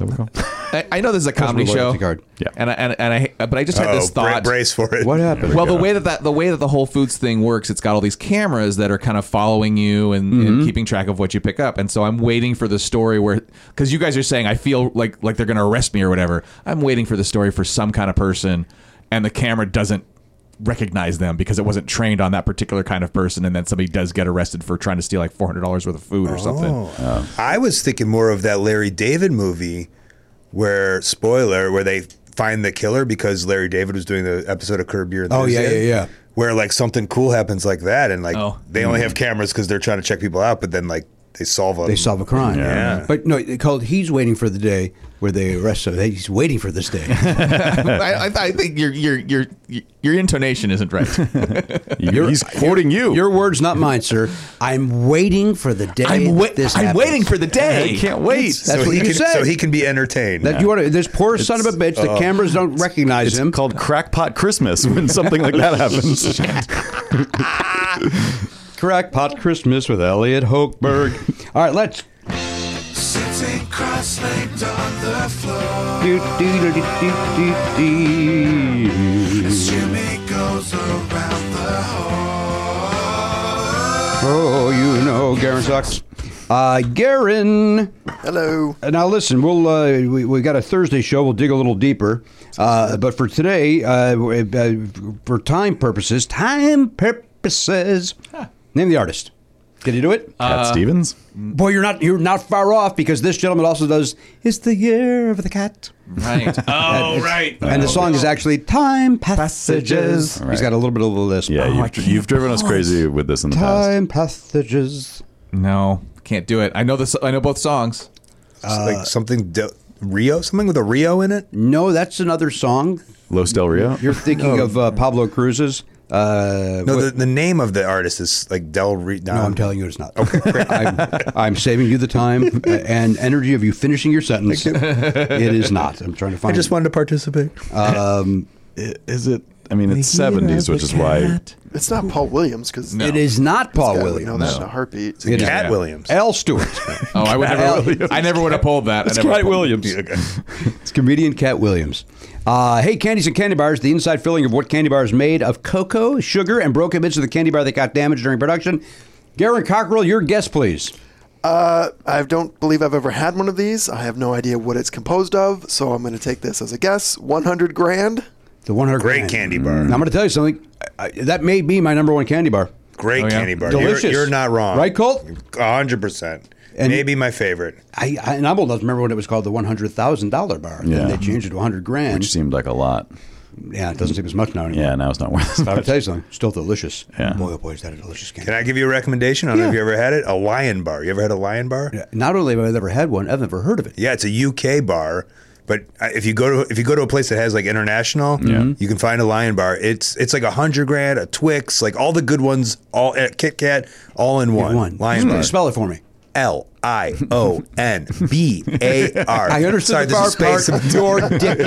I, I know this is a comedy loyalty show. card. Yeah. And I, and, and I but I just had Oh, this thought. brace for it. What happened? well, the way that, that the way that the Whole Foods thing works, it's got all these cameras that are kind of following you and, and Mm-hmm. keeping track of what you pick up. And so I'm waiting for the story where, because you guys are saying I feel like like they're going to arrest me or whatever. I'm waiting for the story for some kind of person, and the camera doesn't recognize them because it wasn't trained on that particular kind of person. And then somebody does get arrested for trying to steal like four hundred dollars worth of food or Oh. something. I was thinking more of that Larry David movie where, spoiler, where they find the killer because Larry David was doing the episode of Curb Your Oh, yeah, Enthusiasm. yeah, yeah. Where like something cool happens like that and like Oh. they only have cameras because they're trying to check people out, but then like they solve a they solve a crime. Yeah. But no, it called he's waiting for the day where they arrest him. He's waiting for this day. I, I, I think your your your your intonation isn't right. You, he's quoting you. Your words, not mine, sir. I'm waiting for the day wai- that this I'm happens. waiting for the day. I can't wait. That's so what he you can said. so he can be entertained. that you want to, this poor son of a bitch. The cameras don't recognize it's him. called crackpot Christmas when something like that happens. Crackpot Christmas with Elliot Hochberg. All right, let's. Sitting cross-legged on the floor, Do, do, do, do, do, do, do. Jimmy goes around the hall. Oh, you know, Garen sucks. Uh, Garen. Hello. Uh, Now listen, we'll uh, we we got a Thursday show. We'll dig a little deeper, uh, but for today, uh, w- uh, for time purposes, time purposes, name the artist. Did he do it? Cat Stevens. Boy, you're not you're not far off because this gentleman also does. It's the year of the cat, Right. Oh, right. and the song is actually "Time Passages." All right. He's got a little bit of the list. Yeah, you've, you've driven us crazy with this in the past. Time passages. No, can't do it. I know this. I know both songs. Uh, like something de- Rio, something with a Rio in it. No, that's another song. Los Del Rio. You're thinking Oh. of uh, Pablo Cruz's. Uh, No, what- the, the name of the artist is like Del Rio. No, I'm telling you, it's not. Okay, I'm, I'm saving you the time and energy of you finishing your sentence. It is not. I'm trying to I find. just wanted to participate. Is it? I mean, it's seventies, which is why. It's not Paul Williams because No. It is not Paul Williams. No, that's in a heartbeat. It is Cat Yeah. Williams. Al Stewart, Oh, I would never. I never would have pulled that. It's Cat Williams. it's comedian Cat Williams. Uh, hey, candies and candy bars. The inside filling of what candy bar is made of cocoa, sugar, and broken bits of the candy bar that got damaged during production. Garen Cockrell, your guess, please. Uh, I don't believe I've ever had one of these. I have no idea what it's composed of, so I'm going to take this as a guess. 100 grand. The 100 Great grand. candy bar. Now, I'm going to tell you something. I, I, that may be my number one candy bar. Great Oh, yeah. candy bar. Delicious. You're, you're not wrong. Right, Colt? hundred percent. And- Maybe my favorite. I, I and I will not remember when it was called the one hundred thousand dollar bar. Yeah. Then they changed it to one hundred grand. Which seemed like a lot. Yeah, it doesn't seem as much now anymore. Yeah, now it's not worth as But I'll much. tell you something. Still delicious. Yeah. Boy, oh boy, is that a delicious candy. Can I give you a recommendation? I don't know if you ever had it. A lion bar. You ever had a lion bar? Yeah, Not only have I never had one, I've never heard of it. Yeah, it's a UK bar, but uh, if you go to if you go to a place that has like international, Mm-hmm. you can find a Lion Bar. It's it's like a hundred grand, a Twix, like all the good ones, all uh, Kit Kat, all in one. One. Lion Hmm. Bar. Spell it for me. L I O N B A R. I understood Sorry, the this is bar space. part. Your dick.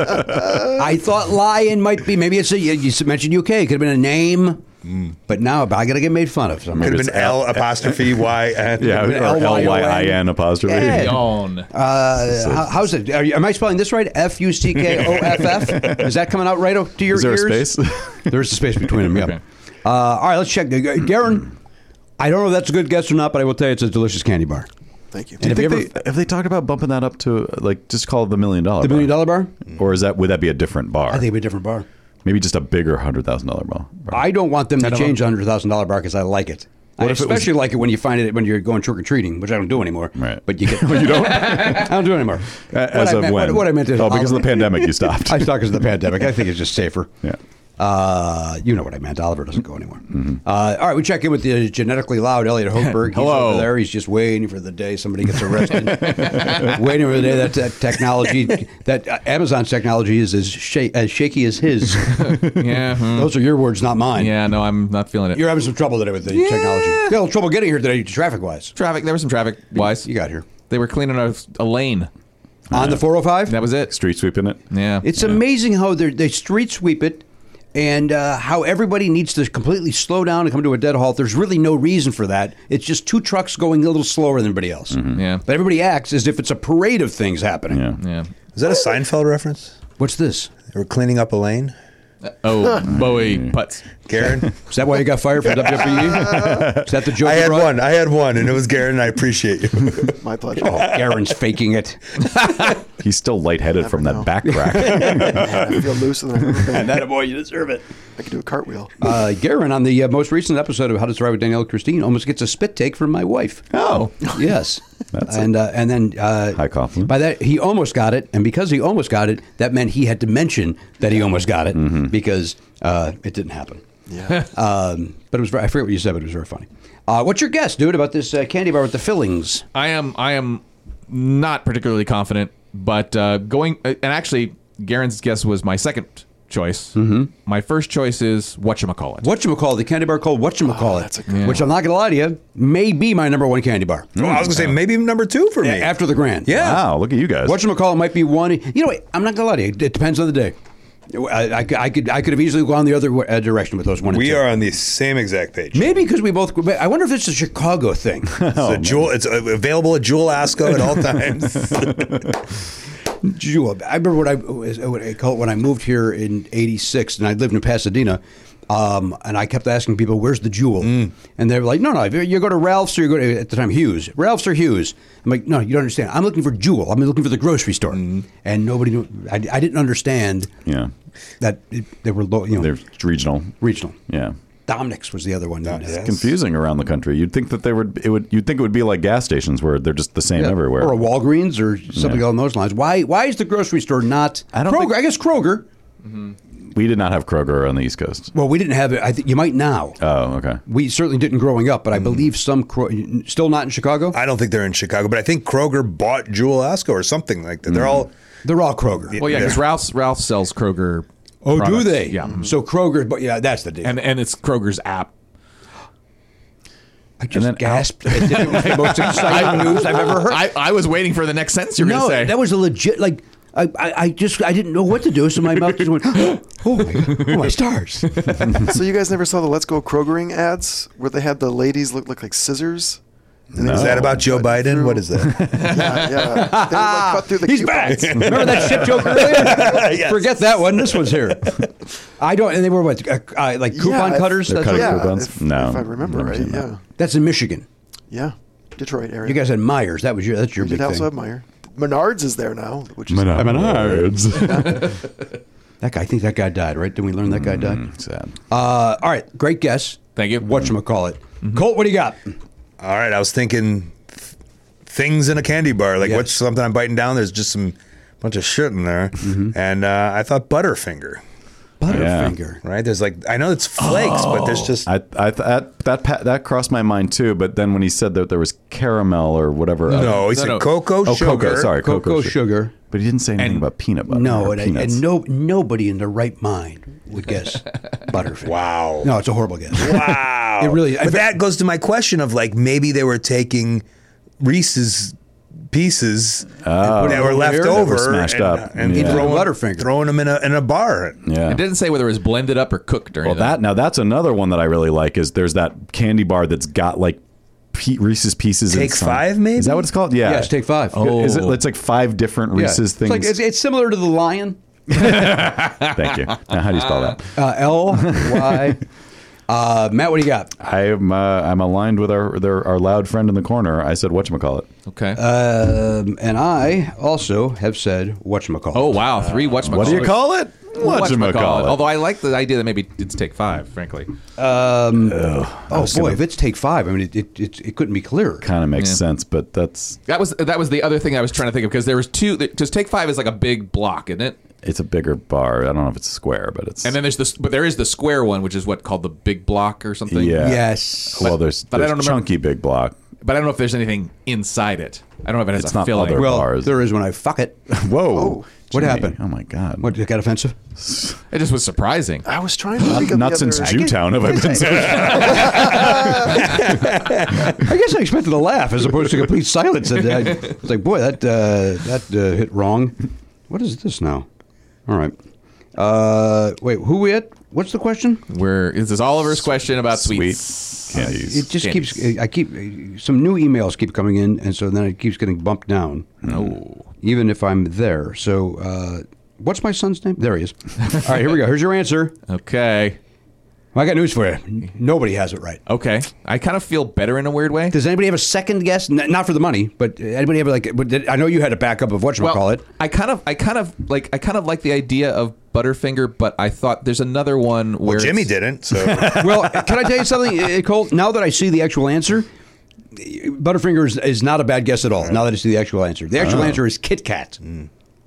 I thought lion might be. Maybe it's a. You you mentioned UK. It could have been a name. Mm. But now I got to get made fun of. So I'm Could gonna- have been L apostrophe Y. N. Yeah, With or L Y I N apostrophe. Yeah. Yawn. uh, how, how's it? Are you, am I spelling this right? F U C K O F F. Is that coming out right o- to your Is there a ears? space? There's a space between them. Yeah. Okay. Uh, all right, let's check. Uh, Darren, I don't know if that's a good guess or not, but I will tell you it's a delicious candy bar. Thank you. Do you Have you think ever- they, have they talked about bumping that up to uh, like just call it the million dollar? The million dollar bar? Or is that would that be a different bar? I think it'd be a different bar. maybe just a bigger hundred thousand dollar bar. I don't want them to change the hundred thousand dollar bar because I like it. I if it was- especially like it when you find it when you're going trick or treating, which I don't do anymore. Right. But you get you don't. I don't do it anymore. A- As what I of meant, when? What, what I meant is oh, because of the I'll- pandemic, you stopped. I stopped because of the pandemic. I think it's just safer. Yeah. Uh, you know what I meant. Oliver doesn't go anywhere. Mm-hmm. Uh, all right, we check in with the genetically loud Elliot Hochberg. He's Hello. over there. He's just waiting for the day somebody gets arrested. waiting for the day that, that technology, that uh, Amazon's technology is as, sha- as shaky as his. yeah. hmm. Those are your words, not mine. Yeah. No, I'm not feeling it. You're having some trouble today with the technology. You had a little trouble getting here today, traffic wise. traffic. There was some traffic. Wise. You got here. They were cleaning a, a lane. On Uh, the 405? That was it. Street sweeping it. Yeah. It's amazing how they're- they street sweep it and uh, how everybody needs to completely slow down and come to a dead halt. There's really no reason for that. It's just two trucks going a little slower than everybody else. Yeah. But everybody acts as if it's a parade of things happening. Yeah. yeah. Is that a Seinfeld reference? What's this? They were cleaning up a lane. Oh, Bowie putts. Garen, Is that why you got fired from WWE? Is that the joke? I you had brought? one. I had one, and it was Garen. I appreciate you. My pleasure. Aaron's faking it. He's still lightheaded from know. that back crack. I feel looser than I've ever been. that boy, you deserve it. I could do a cartwheel. Uh, Garen, on the uh, most recent episode of How to Survive with Danielle Christine, almost gets a spit take from my wife. oh. Yes. That's and uh, and then uh, High compliment. By that he almost got it, and because he almost got it, that meant he had to mention that he almost got it because uh, it didn't happen. Yeah. Um, but it was very, I forget what you said, but it was very funny. Uh, what's your guess, dude, about this uh, candy bar with the fillings? I am I am not particularly confident, but uh, going uh, and actually, Garen's guess was my second choice. Mm-hmm. My first choice is what you call it. What you call the candy bar called what you call it? Which I'm not going to lie to you, may be my number one candy bar Well, I was gonna say maybe number two for me. after the grand. Yeah. Wow. Look at you guys. What you call it might be one. You know, what? I'm not gonna lie to you. It depends on the day. I, I could- I could I could have easily gone the other wa- uh, direction with those one. and we two. are on the same exact page. Maybe because we both. I wonder if it's a Chicago thing. It's, a Jewel, it's uh, available at Jewel Asco at all times. Jewel. I remember when I uh, what I call it when I moved here in '86, and I lived in Pasadena. Um, and I kept asking people, "Where's the jewel?" Mm. And they were like, "No, no, you go to Ralph's or you go to at the time Hughes, Ralph's or Hughes." I'm like, "No, you don't understand. I'm looking for jewel. I'm looking for the grocery store." And nobody, knew, I, I didn't understand Mm-hmm. Yeah. that it, they were low, you know, They're regional. regional. Yeah. Dominic's was the other one. Uh, Confusing around the country. You'd think that they would. It would. You'd think it would be like gas stations where they're just the same Yeah. everywhere. Or a Walgreens or something along those lines. Why why is the grocery store not I don't Kroger? think- I guess Kroger. we did not have Kroger on the East Coast. Well, we didn't have it. I think you might now. Oh, okay. we certainly didn't growing up, but Mm. I believe some Kro- still not in Chicago. I don't think they're in Chicago, but I think Kroger bought Jewel Asco or something like that. They're all They're all Kroger. Well, yeah, because Ralph's Ralph sells Kroger. oh, do products. they? Yeah, Mm-hmm. So Kroger, but yeah, that's the deal. and and it's Kroger's app. I just then gasped. It did- it was the most exciting news I've ever heard. I, I was waiting for the next sentence you're no, gonna say. that was a legit like. I, I, I just I didn't know what to do, so my mouth just went, oh my, oh my stars! so you guys never saw the Let's Go Krogering ads where they had the ladies look, look like scissors? Is that about Joe Biden? What is that? Yeah, yeah. They would, like, cut through the He's coupons. back. Remember that shit joke earlier? Forget that one. This one's here. I don't. And they were what, uh, uh, like coupon if- cutters? They're That's, cutting what- yeah, coupons? If, No, if I remember never right, seen yeah, that. that's in Michigan. yeah, Detroit area. You guys had Myers. That was your. That's your we big did also thing. have Meyer. Menards is there now, which is that guy. I think that guy died. Right? Did we learn that guy died? Sad. Uh, all right. Great guess. Thank you. What you call it? Colt, what do you got? all right, I was thinking th- things in a candy bar. Like Yes. what's something I'm biting down? There's just some bunch of shit in there. And uh, I thought Butterfinger. Uh, Butterfinger. Right? There's like I know it's flakes, but there's just I, I that that pa- that crossed my mind too. But then when he said that there was caramel or whatever, uh, no. He said no. cocoa oh, sugar. cocoa, sorry, cocoa, Cocoa sugar. But he didn't say anything about peanut butter. No, or and, and peanuts. no, nobody in their right mind would guess Butterfinger. Wow. No, it's a horrible guess. Wow. It really- But that goes to my question of like maybe they were taking Reese's pieces that were left That were over smashed and, uh, up. and Yeah. throwing, Butterfinger. throwing them in a in a bar. yeah. It didn't say whether it was blended up or cooked or Well, anything. that now that's another one that I really like is there's that candy bar that's got like pe- Reese's Pieces. Take in some- Five, maybe? is that what it's called? Yeah, Yes, take five. Is it? Oh. It's like five different Yeah. Reese's It's things. like- it's, it's similar to the lion. Thank you. Now, how do you spell that? Uh, L Y. Uh, Matt, what do you got? I'm uh, I'm aligned with our their, our loud friend in the corner. I said whatchamacallit. okay. Um, and I also have said whatchamacallit. oh wow, three whatchamacallit. What do you call it? Although I like the idea that maybe it's take five. Frankly, oh boy, if it's take five, I mean, it, it, it, it couldn't be clearer. Kind of makes Yeah. sense, but that's that was that was the other thing I was trying to think of because there was two. Because take five is like a big block, isn't it? it's a bigger bar. I don't know if it's square, but it's And then there's this, but there is the square one, which is what called the big block or something. yeah. Yes. Well, there's, But I there's don't remember- chunky big block. But I don't know if there's anything inside it. I don't know if it has It's a not filling. other- Well, Bars. there is when I fuck it. Whoa! what Jimmy. happened? Oh my God! What got offensive? it just was surprising. I was trying to think of Not the since other- Jewtown have I been so. I guess I expected a laugh as opposed to complete silence. And I was like, boy, that uh, that uh, hit wrong. What is this now? All right. Uh, wait, who we at? What's the question? Where is this Oliver's question about sweets? Sweet candies. It just James. keeps. I keep some new emails keep coming in, and so then it keeps getting bumped down. No, even if I'm there. So, uh, what's my son's name? There he is. All right, here we go. Here's your answer. Okay. Well, I got news for you. N- Nobody has it right. Okay. I kind of feel better in a weird way. Does anybody have a second guess? N- not for the money, but anybody have like? But did- I know you had a backup of what you call it. I kind of, I kind of like, I kind of like the idea of Butterfinger, but I thought there's another one where Well, Jimmy it's- didn't, so Well, can I tell you something, uh, Cole? Now that I see the actual answer, Butterfinger is, is not a bad guess at all. Now that I see the actual answer, the actual answer is Kit Kat.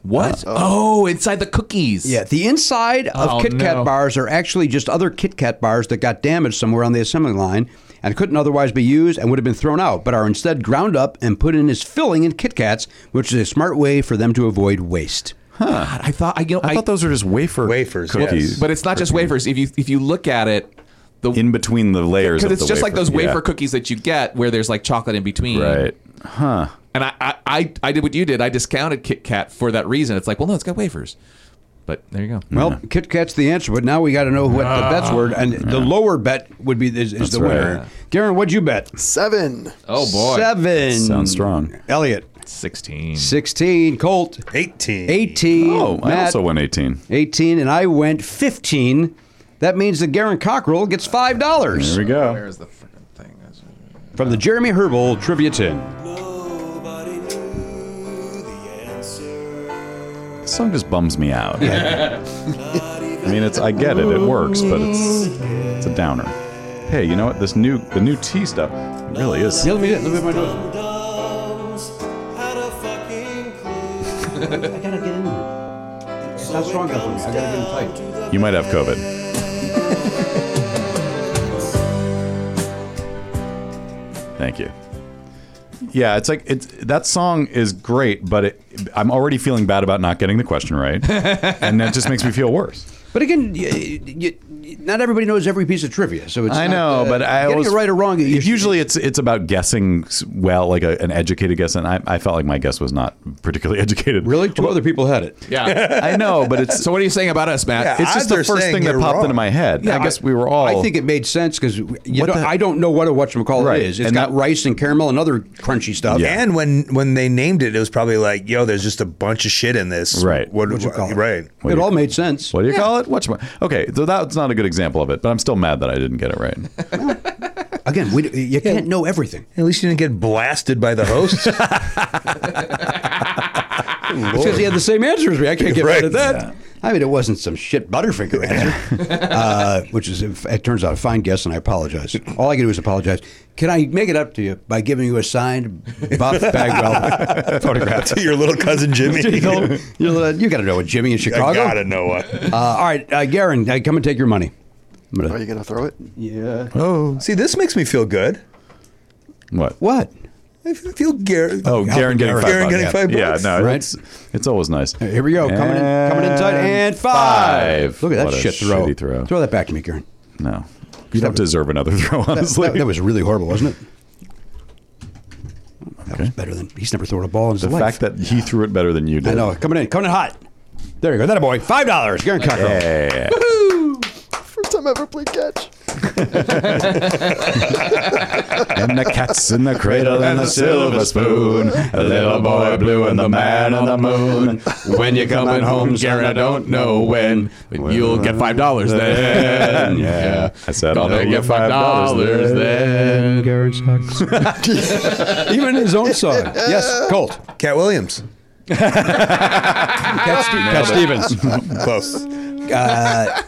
What? Oh, inside the cookies. Yeah, the inside of Oh, Kit Kat no. bars are actually just other Kit Kat bars that got damaged somewhere on the assembly line and couldn't otherwise be used and would have been thrown out, but are instead ground up and put in as filling in Kit Kats, which is a smart way for them to avoid waste. God, I thought. I, you know, I thought those were just wafer Wafers, cookies, yes. But it's not just wafers. If you if you look at it, the in between the layers. because of it's the just like wafer. those wafer Yeah. cookies that you get where there's like chocolate in between. Right. And I, I, I, I did what you did. I discounted Kit Kat for that reason. It's like, well, no, it's got wafers. But there you go. Well, Kit Kat's the answer, but now we got to know what the bets were, and the lower bet would be is, is the Ah. right. winner. Yeah. Garen, what'd you bet? Seven. oh boy, Seven. Sounds strong. Elliot, sixteen. 16. Colt, 18. 18. Oh, I Matt, also won eighteen. 18, and I went 15. That means that Garen Cockrell gets There $5 we go. Where's the freaking thing? from the Jeremy Herbal Trivia Tin. Nobody knew the answer. This song just bums me out. I mean, it's I get it, it works, but it's it's a downer. Hey, you know what? This new the new tea stuff really is. Yeah, let me, let me my notes. Dums had a fucking clue. I gotta get in there. It's not strong enough for me. I gotta get in tight. You might have COVID. Thank you. Yeah, it's like it's that song is great, but it, I'm already feeling bad about not getting the question right, and that just makes me feel worse. But again, you, you, not everybody knows every piece of trivia, so it's I not, know, uh, but I getting always, it right or wrong. you- usually, it's it's about guessing s- well, like a, an educated guess, and I, I felt like my guess was not particularly educated. really two other people had it. Yeah. I know, but it's so what are you saying about us, Matt? Yeah, it's just odds the are first saying thing that you're popped wrong. into my head. I guess we were all. I think it made sense because the- I don't know what a whatchamacallit Right, is. It's and got that- rice and caramel and other crunchy stuff. Yeah. And when when they named it, it was probably like, yo, there's just a bunch of shit in this. Right. What, What you call it. right. What it do you- all made sense. What do you call it? What's okay? So that's not a good example of it, but I'm still mad that I didn't get it right. Again, we, you can't know everything. At least you didn't get blasted by the host. because he had the same answer as me. I can't get Right. rid of that. I mean, it wasn't some shit Butterfinger answer, uh, which is, it turns out, a fine guess, and I apologize. All I can do is apologize. Can I make it up to you by giving you a signed Buff Bagwell photograph? Your little cousin Jimmy. I You know, you got to know what Jimmy in Chicago. gotta know what. Uh, all right, uh, Garen, uh, come and take your money. I'm gonna- Are you gonna throw it? See, this makes me feel good. What? what? I f- feel Garen. Oh, Darren getting five Garen bucks. getting five yeah. bucks. Yeah, no, Right. it's it's always nice. Here we go. Coming in, coming in tight. And five. Look at that What a shit throw. shitty throw. Throw that back to me, Garen. No, you don't deserve another throw. Honestly, That, that was really horrible, wasn't it? That was better than he's never thrown a ball in his the fact life. that he threw it better than you did. I know. Coming in, coming in hot. There you go. That a boy. Five dollars. Garen Cockrell. Yeah. First time I ever played catch. and the cats in the cradle and the silver spoon. A little boy blue and the man on the moon. When you're coming home, Garen, I don't know when. You'll get five dollars then. Yeah. I said I'll I'll get five dollars then. Garen sucks. Even his own song. Yes, Colt. Cat Williams. Cat, Ste- Cat Stevens. Both. uh,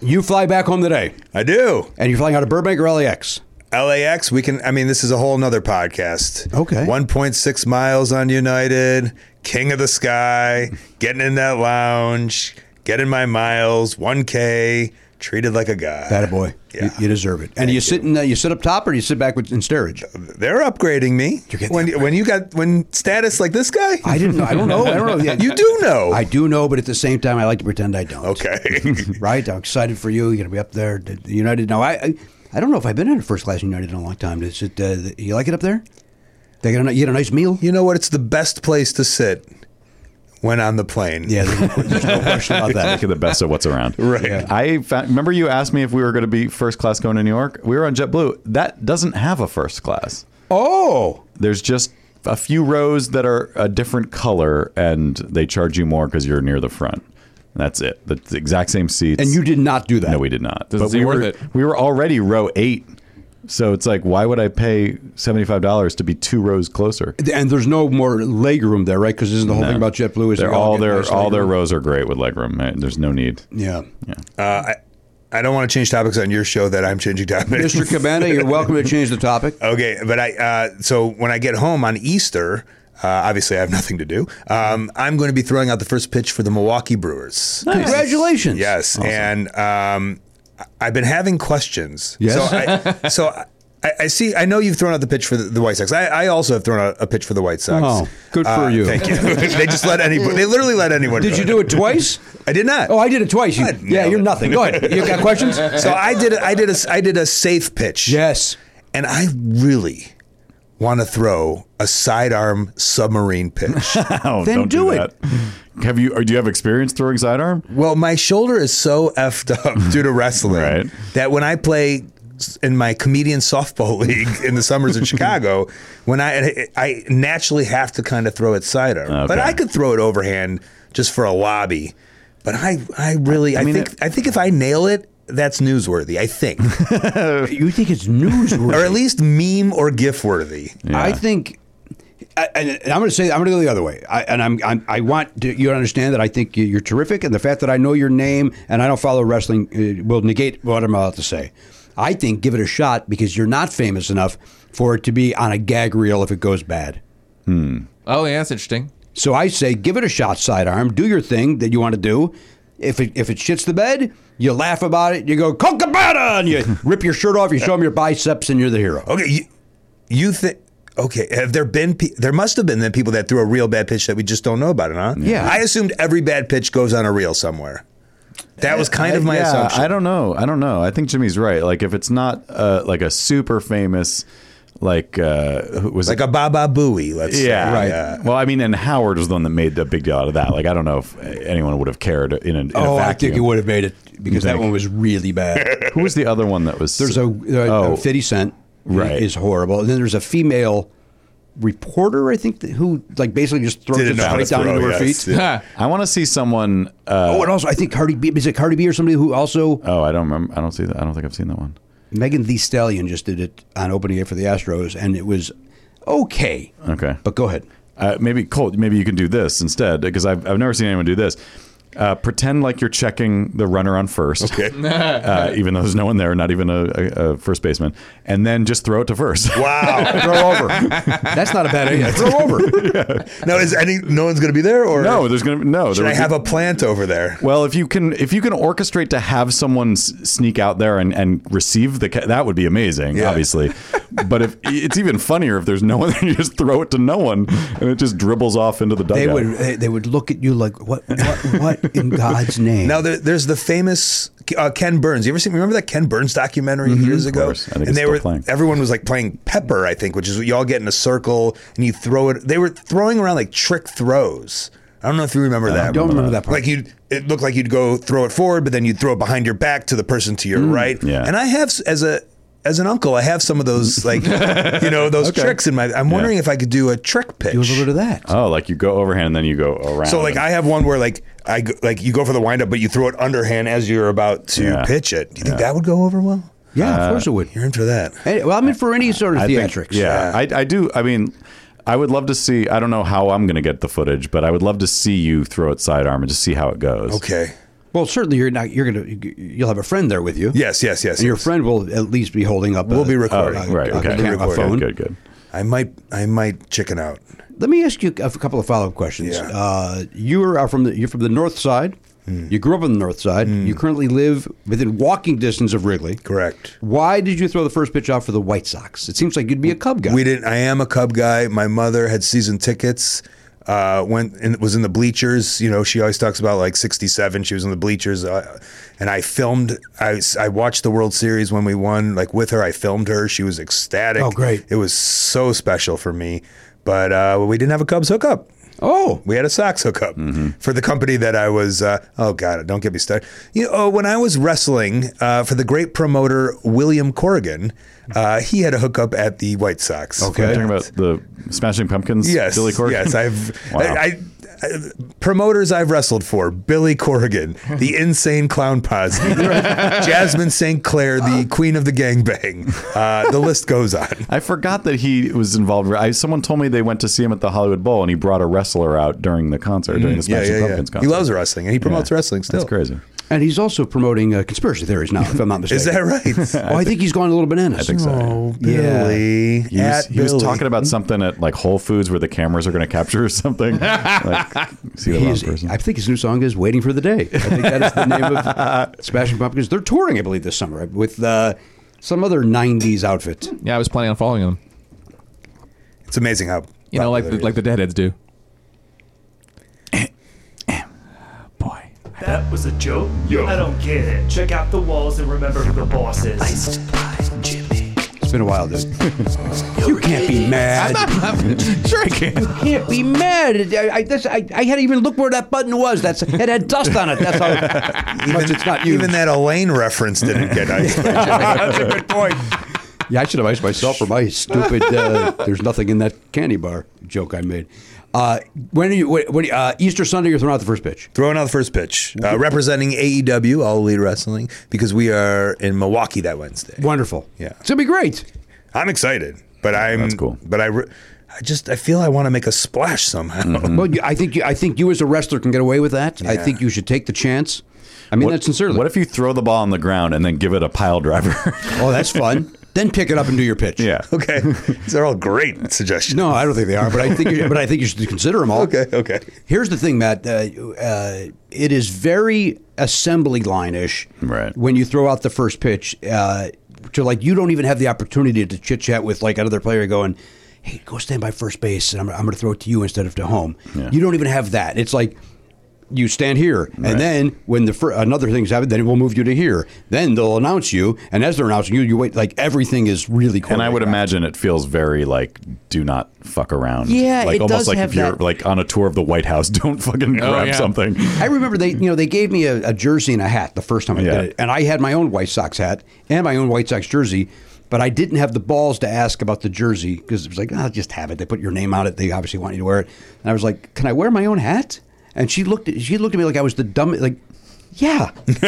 you fly back home today, I do. and you're flying out of Burbank or LAX. LAX, we can. I mean, this is a whole nother podcast. Okay. 1.6 miles on United, King of the Sky, getting in that lounge, getting my miles, 1K, treated like a guy. That a boy. You- Yeah. You, deserve it. And do you sit in, uh, you sit up top, or do you sit back with, in steerage? They're upgrading me. getting when, when you got when status like this guy, I didn't know. I don't know. I don't know. Yeah, you do know. I do know, but at the same time, I like to pretend I don't. okay. Right? I'm excited for you. You're going to be up there. The- the United. Now, I, I I don't know if I've been in a first class United in a long time. Is it, uh, you like it up there? They got a, you get a nice meal? you know what? It's the best place to sit when on the plane. Yeah, there's there's no question about that. Making the best of what's around. Right. I found, remember you asked me if we were going to be first class going to New York. We were on JetBlue. That doesn't have a first class. Oh, There's just a few rows that are a different color, and they charge you more because you're near the front. That's it. That's the exact same seats. and you did not do that. No, we did not. Doesn't we seem were worth it. we were already row eight, so it's like why would I pay seventy five dollars to be two rows closer? And there's no more leg room there, right? Because isn't the whole thing about JetBlue is They're they all get their nice all leg their room. rows are great with legroom. man. There's no need. Yeah. Uh, I don't want to change topics on your show that I'm changing topics. Mr. Cabana, you're welcome to change the topic. Okay, but I uh, so when I get home on Easter, uh, obviously I have nothing to do. Um, I'm going to be throwing out the first pitch for the Milwaukee Brewers. Congratulations. Yes, and um, I- I've been having questions. Yes. So I, so I, I see. I know you've thrown out the pitch for the, the White Sox. I, I also have thrown out a pitch for the White Sox. Uh, Oh, good for you. Thank you. they just let anybody. They literally let anyone. Did you do it twice? I did not. Oh, I did it twice. You- I'd yeah, nailed you're it. nothing. Go ahead. You got questions? So I did. A, I did a. s- I did a safe pitch. Yes. and I really want to throw a sidearm submarine pitch. Oh, Then don't do do, it. that. Have you? Or do you have experience throwing sidearm? well, my shoulder is so effed up due to wrestling Right. that when I play s- in my comedian softball league in the summers in Chicago, when I I naturally have to kind of throw it sidearm, but Okay. I could throw it overhand just for a lobby. But I I really I, mean, think it- I think if I nail it. That's newsworthy, I think, You think it's newsworthy? or at least meme or gif worthy. I think, I, and and I'm going to say, I'm going to go the other way. I, and I'm, I'm, I want to, you to understand that I think you- you're terrific, and the fact that I know your name and I don't follow wrestling uh, will negate what I'm about to say. I think give it a shot because you're not famous enough for it to be on a gag reel if it goes bad. Oh, yeah, that's interesting. So I say, give it a shot, sidearm. Do your thing that you want to do. If it if it shits the bed, you laugh about it. You go Cocabana, and you rip your shirt off. You show them your biceps, and you're the hero. Okay, you, you think? Okay, have there been? Pe- there must have been then people that threw a real bad pitch that we just don't know about it, huh? Yeah. I assumed every bad pitch goes on a reel somewhere. That was kind of my yeah, assumption. I don't know. I don't know. I think Jimmy's right. Like if it's not uh, like a super famous, like uh, who- was like it? a Baba Booey, let's say. yeah, Uh, well, I mean, and Howard was the one that made the big deal out of that. Like I don't know if anyone would have cared in a, in a Oh, vacuum. I think it would have made it because that one was really bad. Who was the other one that was? There's a, a, oh, a 50 uh, Cent Right. is horrible. And then there's a female reporter, I think, that- who like basically just throws Didn't it know how to straight down throw, into her yes. feet. Yeah. I want to see someone. Uh, Oh, and also I think Cardi B is it Cardi B or somebody who also oh, I don't remember. I don't see that. I don't think I've seen that one. Megan Thee Stallion just did it on opening day for the Astros, and it was okay. Okay. But go ahead. Uh, maybe Colt, maybe you can do this instead because I've, I've never seen anyone do this. Uh, pretend like you're checking the runner on first, okay. uh, even though there's no one there, not even a, a, a first baseman, and then just throw it to first. Wow. Throw over. That's not a bad idea. Throw over. now is any no one's going to be there or No, there's gonna no. Should I have a plant over there? Well, if you can, if you can orchestrate to have someone s- sneak out there and, and receive the, ca- that would be amazing, Yeah. obviously. but if it's even funnier if there's no one, you just throw it to no one, and it just dribbles off into the dugout. They would they, they would look at you like what what what in God's name? Now there, there's the famous uh, Ken Burns. You ever seen? Remember that Ken Burns documentary years ago? Mm-hmm. course. I think and it's they still were playing. everyone was like playing pepper, I think, which is what y'all get in a circle and you throw it. They were throwing around like trick throws. I don't know if you remember that. don't remember that part. Like you, it looked like you'd go throw it forward, but then you'd throw it behind your back to the person to your right. Mm, yeah. And I have s- as a as an uncle, I have some of those like you know those tricks in my. I'm wondering if I could do a trick pitch. do a little bit of that. Oh, like you go overhand and then you go around. So like I have one where like I go, like you go for the windup, but you throw it underhand as you're about to Yeah. pitch it. Do you think that would go over well? yeah, of course it would. You're in for that. Hey, well, I'm in for any sort of I theatrics. Think, yeah, I, I do. I mean, I would love to see. I don't know how I'm going to get the footage, but I would love to see you throw it sidearm and just see how it goes. Okay. Well, certainly you're not. You're gonna. You'll have a friend there with you. Yes, yes, yes. And your yes. friend will at least be holding up. We'll a- be Oh, recording. right. Uh, Okay. a camera Good, phone. Good. Good. I might I might chicken out. Let me ask you a couple of follow up questions. Yeah. Uh, you are from the, you're from the north side. You grew up on the north side. You currently live within walking distance of Wrigley. Correct. Why did you throw the first pitch out for the White Sox? It seems like you'd be a Cub guy. We didn't. I am a Cub guy. My mother had season tickets. Uh, went and was in the bleachers. You know, she always talks about like '67. She was in the bleachers, uh, and I filmed. I s- I watched the World Series when we won. Like with her, I filmed her. She was ecstatic. Oh, great. It was so special for me. But uh, we didn't have a Cubs hookup. oh, We had a Sox hookup for the company that I was. Uh, oh God, don't get me started. You know, oh, when I was wrestling uh, for the great promoter William Corrigan, uh, he had a hookup at the White Sox. We're talking about the Smashing Pumpkins. Yes, Billy Corgan. yes, I've Wow. I, I, I- promoters I've wrestled for: Billy Corrigan, the Insane Clown Posse, Jasmine St. Clair, the Queen of the Gangbang. Uh, the list goes on. I forgot that he was involved. I, someone told me they went to see him at the Hollywood Bowl, and he brought a wrestler out during the concert, during the Mm, Yeah, Smashing yeah, yeah. Pumpkins concert. He loves wrestling, and he promotes wrestling still. That's crazy. and he's also promoting uh, conspiracy theories now, if I'm not mistaken. Is that right? Oh, I think he's gone a little bananas. I think so. Oh, Yeah. Billy. He was, at he was Billy. talking about something at like Whole Foods where the cameras are going to capture or something. like, see the He wrong is- person. I think his new song is "Waiting for the Day." I think that is the name of Smashing Pumpkins. They're touring, I believe, this summer with uh, some other '90s outfit. Yeah, I was planning on following them. It's amazing how uh, You know, like the, popular like the Deadheads do. Boy. That was a joke? I don't get it. Check out the walls and remember who the boss is. It's been a while, dude. you can't be mad. sure I can. You can't be mad. I, I, that's, I, I had to even look where that button was. That's it had dust on it. That's how much it's not is. used. even that Elaine reference didn't get iced. That's a good point. Yeah, I should have iced myself for my stupid. Uh, there's nothing in that candy bar joke I made. Uh, when are you? When, when, uh, Easter Sunday, you're throwing out the first pitch. Throwing out the first pitch, uh, representing AEW All Elite Wrestling because we are in Milwaukee that Wednesday. Wonderful. Yeah. it's gonna be great. I'm excited, but I'm That's cool. But I, re- I just I feel I want to make a splash somehow. Well, you- I think you, I think you as a wrestler can get away with that. I Yeah. think you should take the chance. I mean that sincerely. What if you throw the ball on the ground and then give it a pile driver? oh, that's fun. then pick it up and do your pitch. yeah. Okay, these are all great suggestions. No, I don't think they are, but I think you, but I think you should consider them all. Okay, okay. Here's the thing, Matt. Uh, uh, it is very assembly line ish. Right. When you throw out the first pitch, uh, to like you don't even have the opportunity to chit chat with like another player going, "Hey, go stand by first base, and I'm, I'm going to throw it to you instead of to home." Yeah. You don't even have that. It's like. You stand here, and then when the fir- another thing's happened, then it will move you to here. Then they'll announce you, and as they're announcing you, you wait. Like everything is really. And I would choreographed. imagine it feels very like do not fuck around. Yeah, like it almost does like have if you're that- like on a tour of the White House, don't fucking Oh, grab yeah. something. I remember they, you know, they gave me a, a jersey and a hat the first time I Yeah. did it, and I had my own White Sox hat and my own White Sox jersey, but I didn't have the balls to ask about the jersey because it was like, oh, just have it. They put your name on it. They obviously want you to wear it. And I was like, can I wear my own hat? And she looked, at, she looked at me like I was the dumbest. Like, Yeah. but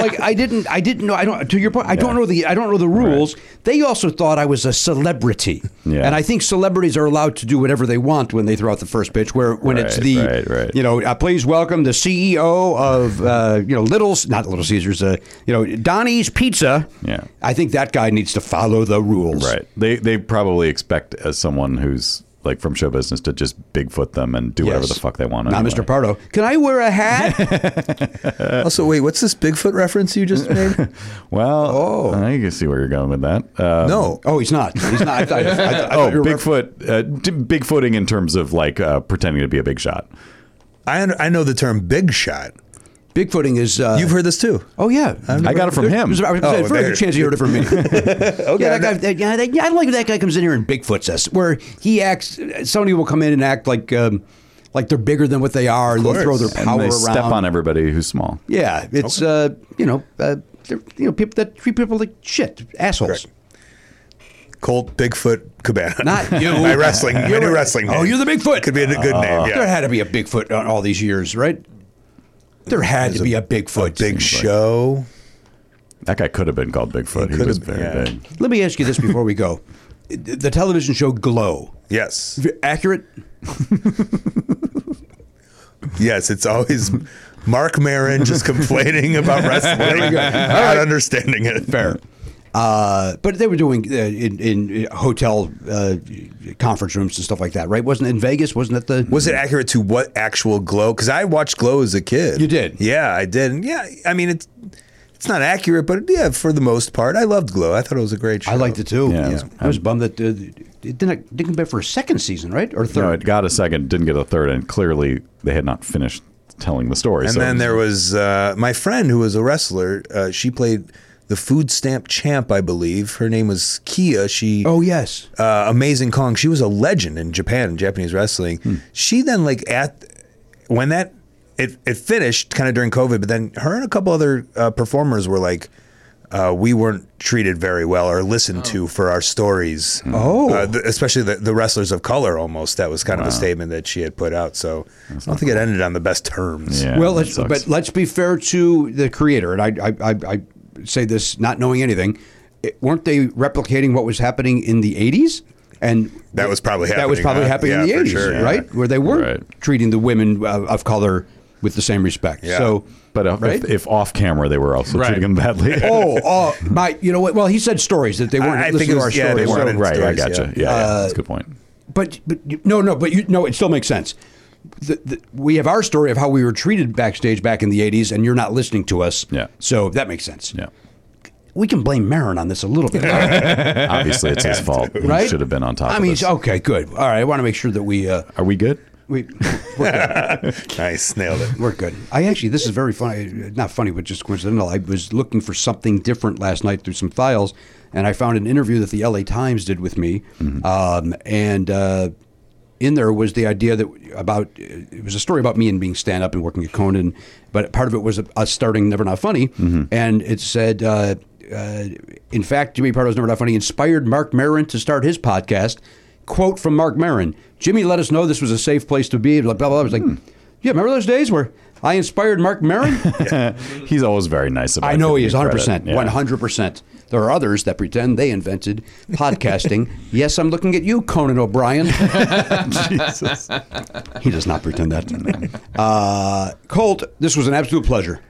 like I didn't I didn't know I don't to your point I don't know the I don't know the rules. They also thought I was a celebrity. Yeah. And I think celebrities are allowed to do whatever they want when they throw out the first pitch where when it's Right, the right, right. you know uh, please welcome the CEO of uh, you know Little's not Little Caesars uh, you know Donnie's Pizza. Yeah. I think that guy needs to follow the rules. Right. They they probably expect as someone who's like from show business to just bigfoot them and do whatever the Yes. fuck they want. Not anyway. Mr. Pardo. Can I wear a hat? Also, wait, what's this Bigfoot reference you just made? Well, I can see where you're going with that. Uh, no. oh, he's not. He's not. I thought, I thought- oh, I thought you were referring- Bigfoot, uh, d- Bigfooting in terms of like uh, pretending to be a big shot. I, un- I know the term big shot. Bigfooting is. Uh, You've heard this too. Oh yeah, I got it from him. I was gonna Oh, say, there's there. a chance you heard it from me. Yeah, that guy, that, yeah, that, yeah, I like when that guy comes in here and Bigfoots us, where he acts. Somebody will come in and act like um, like they're bigger than what they are, and they'll throw their And power they around. step on everybody who's small. Yeah, it's uh, you know, uh, they're- you know, people that treat people like shit, assholes. Colt Bigfoot Cabana. Not you. My wrestling. My new wrestling. Oh, name. you're the Bigfoot. Could be a good name. There Yeah. had to be a Bigfoot on all these years, right? There had to be a Bigfoot. Big show. That guy could have been called Bigfoot. He could was have- very yeah. big. Let me ask you this before we go: the television show Glow, Yes. accurate? Yes. It's always Mark Marin just complaining about wrestling, not understanding it. Fair. Uh, but they were doing uh, in, in hotel uh, conference rooms and stuff like that, right? Wasn't it in Vegas? Wasn't it the? Was it accurate to what actual glow? Because I watched Glow as a kid. You did? Yeah, I did. And yeah, I mean it's it's not accurate, but yeah, for the most part, I loved Glow. I thought it was a great show. I liked it too. Yeah. I was bummed that uh, it didn't didn't come back for a second season, right? Or third? No, it got a second, didn't get a third, and clearly they had not finished telling the story. And so then there was uh, my friend who was a wrestler. Uh, she played the food stamp champ, I believe. Her name was Kia. She oh yes, uh, Amazing Kong. She was a legend in Japan in Japanese wrestling. She then like at when that it it finished kind of during COVID, but then her and a couple other uh, performers were like. Uh, we weren't treated very well or listened to for our stories. Oh, uh, the, especially the, the wrestlers of color. Almost that was kind of a statement that she had put out. So I don't think it ended on the best terms. Yeah, Uh, well, that let's, sucks. but let's be fair to the creator, and I, I, I, I say this not knowing anything. It, weren't they replicating what was happening in the '80s? And That was probably that was happening, probably huh? happening in the Yeah, for '80s, sure, yeah. right? Where they weren't Right. treating the women uh, of color with the same respect. Yeah. So, But uh, right? if, if off camera, they were also treating him badly. oh, oh, my! You know what? Well, he said stories that they weren't. I listening think it to was- our yeah, they stories. Uh, weren't. right, I Stories, gotcha. Yeah, yeah. yeah, that's a good point. But, but you- no, no, but you no, it still makes sense. The, the, we have our story of how we were treated backstage back in the '80s, and you're not listening to us. Yeah. So that makes sense. Yeah, We can blame Marin on this a little bit, obviously it's his fault. right? He should have been on top. I mean, of this. okay, good. All right, I want to make sure that we uh, are we good? we we're good. Nice, nailed it. we're good. I actually, this is very funny. Not funny, but just coincidental. I was looking for something different last night through some files, and I found an interview that the LA Times did with me, um, and. Uh, in there was the idea that about it was a story about me and being stand up and working at Conan, but part of it was us starting Never Not Funny, and it said, uh, uh, in fact, Jimmy Pardo's Never Not Funny inspired Mark Marin to start his podcast. Quote from Mark Marin: Jimmy let us know this was a safe place to be. Blah blah blah. I was like, yeah, remember those days where I inspired Mark Marin? He's always very nice about. I know he giving is you 100 credit. percent, Yeah. 100 percent. There are others that pretend they invented podcasting. yes, I'm looking at you, Conan O'Brien. Jesus. He does not pretend that. Uh, Colt, this was an absolute pleasure.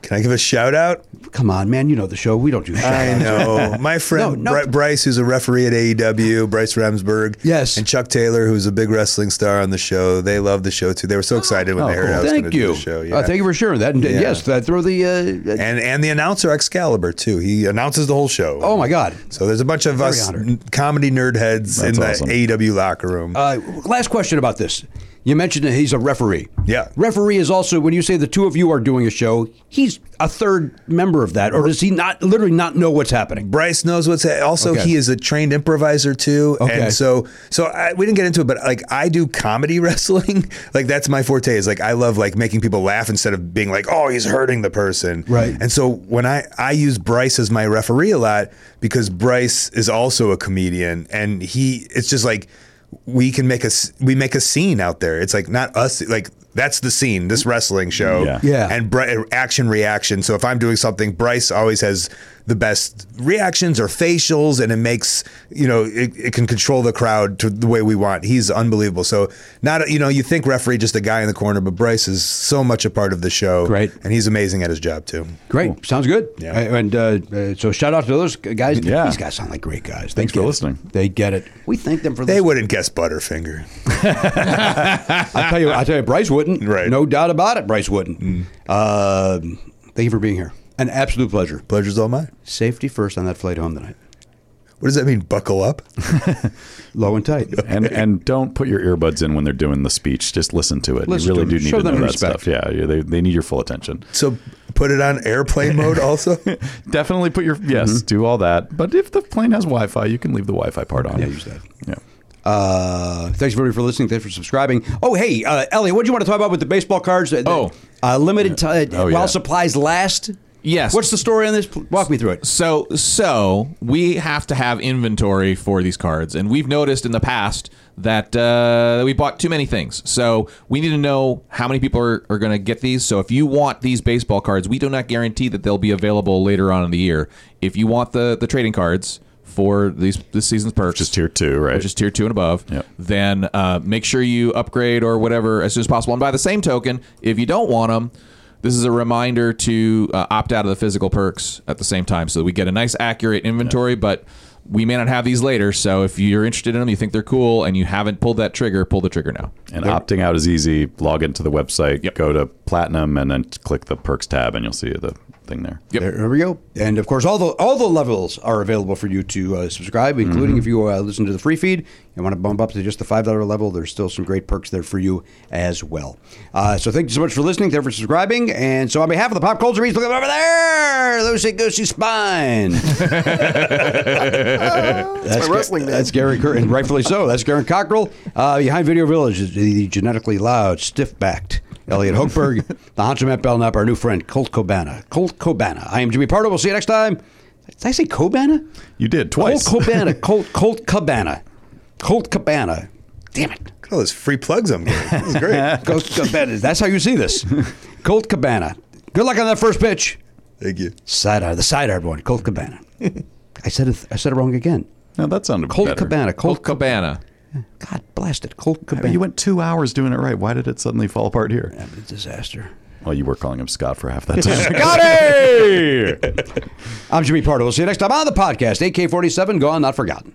Can I give a shout out? Come on, man. You know the show. We don't do show. I know. My friend No, no. Bri- Bryce, who's a referee at AEW, Bryce Ramsberg. Yes. And Chuck Taylor, who's a big wrestling star on the show. They love the show too. They were so excited when they heard I was going to Oh, Thank do you. the show. Uh, Yeah. thank you for sharing that. And uh, Yeah. yes, that throw the. Uh, uh, and and the announcer Excalibur too. He announces the whole show. oh my God. So there's a bunch of Very us honored. n- comedy nerd heads That's in the awesome. AEW locker room. Uh, last question about this. You mentioned that he's a referee. Yeah. Referee is also when you say the two of you are doing a show, he's a third member of that, or does he not literally not know what's happening? Bryce knows what's also Okay. he is a trained improviser too, Okay. and so so I, we didn't get into it, but like I do comedy wrestling, like that's my forte. Is like I love like making people laugh instead of being like, oh, he's hurting the person, Right. And so when I I use Bryce as my referee a lot because Bryce is also a comedian, and he it's just like we can make a s- we make a scene out there. It's like not us like. That's the scene. This wrestling show. Yeah. Yeah. And Bri- action reaction. So if I'm doing something, Bryce always has the best reactions or facials, and it makes you know it, it can control the crowd to the way we want. He's unbelievable. So not you know you think referee just a guy in the corner, but Bryce is so much a part of the show. Great. And he's amazing at his job too. Great. Sounds good. Yeah. Uh, And uh, uh, so shout out to those guys. Yeah. These guys sound like great guys. They Thanks for get it. listening. They get it. We thank them for They listening. wouldn't guess Butterfinger. I tell you, I tell you, Bryce wouldn't. Right. No doubt about it. Bryce wouldn't. Mm. Um, thank you for being here. An absolute pleasure. Pleasure's all mine. Safety first on that flight home tonight. What does that mean? Buckle up. Low and tight. And and don't put your earbuds in when they're doing the speech. Just listen to it. Listen you really to it. do need Show to know them that respect. stuff. Yeah, yeah, they they need your full attention. So put it on airplane mode also. Definitely put your yes, do all that. But if the plane has Wi-Fi, you can leave the Wi-Fi part on. Yeah, use that. Yeah. Uh, thanks everybody for listening. Thanks for subscribing. Oh, hey, uh, Elliot, what do you want to talk about with the baseball cards? Uh, the- Oh. uh, limited time Oh, while yeah. supplies last. Yes. What's the story on this? Pl- Walk me through it. So so we have to have inventory for these cards, and we've noticed in the past that uh, we bought too many things. So we need to know how many people are, are going to get these. So if you want these baseball cards, we do not guarantee that they'll be available later on in the year. If you want the the trading cards for these this season's perks, Just tier two, right? which is tier two and above, Yep. then uh, make sure you upgrade or whatever as soon as possible. And by the same token, if you don't want them, this is a reminder to uh, opt out of the physical perks at the same time so that we get a nice, accurate inventory. But we may not have these later. So if you're interested in them, you think they're cool, and you haven't pulled that trigger, pull the trigger now. and opting out is easy. Log into the website, Yep. go to platinum, and then click the perks tab, and you'll see the thing there. Yep. There, there we go. And of course, all the all the levels are available for you to uh, subscribe, including if you uh, listen to the free feed and want to bump up to just the five dollar level. There's still some great perks there for you as well. Uh, so thank you so much for listening, thank you for subscribing, and so on behalf of the pop culture beats, look over there, Lucy Goosey Spine. that's my wrestling name. That's Gary Cur- and rightfully so. That's Garen Cockrell uh, behind Video Village, is the genetically loud, stiff backed. Elliot Hochberg, the honcho Matt Belknap, our new friend Colt Cobana. Colt Cobana. I am Jimmy Pardo. We'll see you next time. Did I say Cobana? You did twice. Colt Cobana. Colt Colt Cabana. Colt Cabana. Damn it. Look at all those free plugs I'm getting. This is great. Colt Cabana. That's how you see this. Colt Cabana. Good luck on that first pitch. Thank you. Side eye, the side eye one. Colt Cabana. I said it. I said it wrong again. no, that sounded Colt better. Cabana. Colt. Colt Cabana. God blast it. Colt Cabana. You went two hours doing it right. Why did it suddenly fall apart here? a disaster. Well, you were calling him Scott for half that time. I'm Jimmy Pardo. We'll see you next time on the podcast. AK 47, Gone Not Forgotten.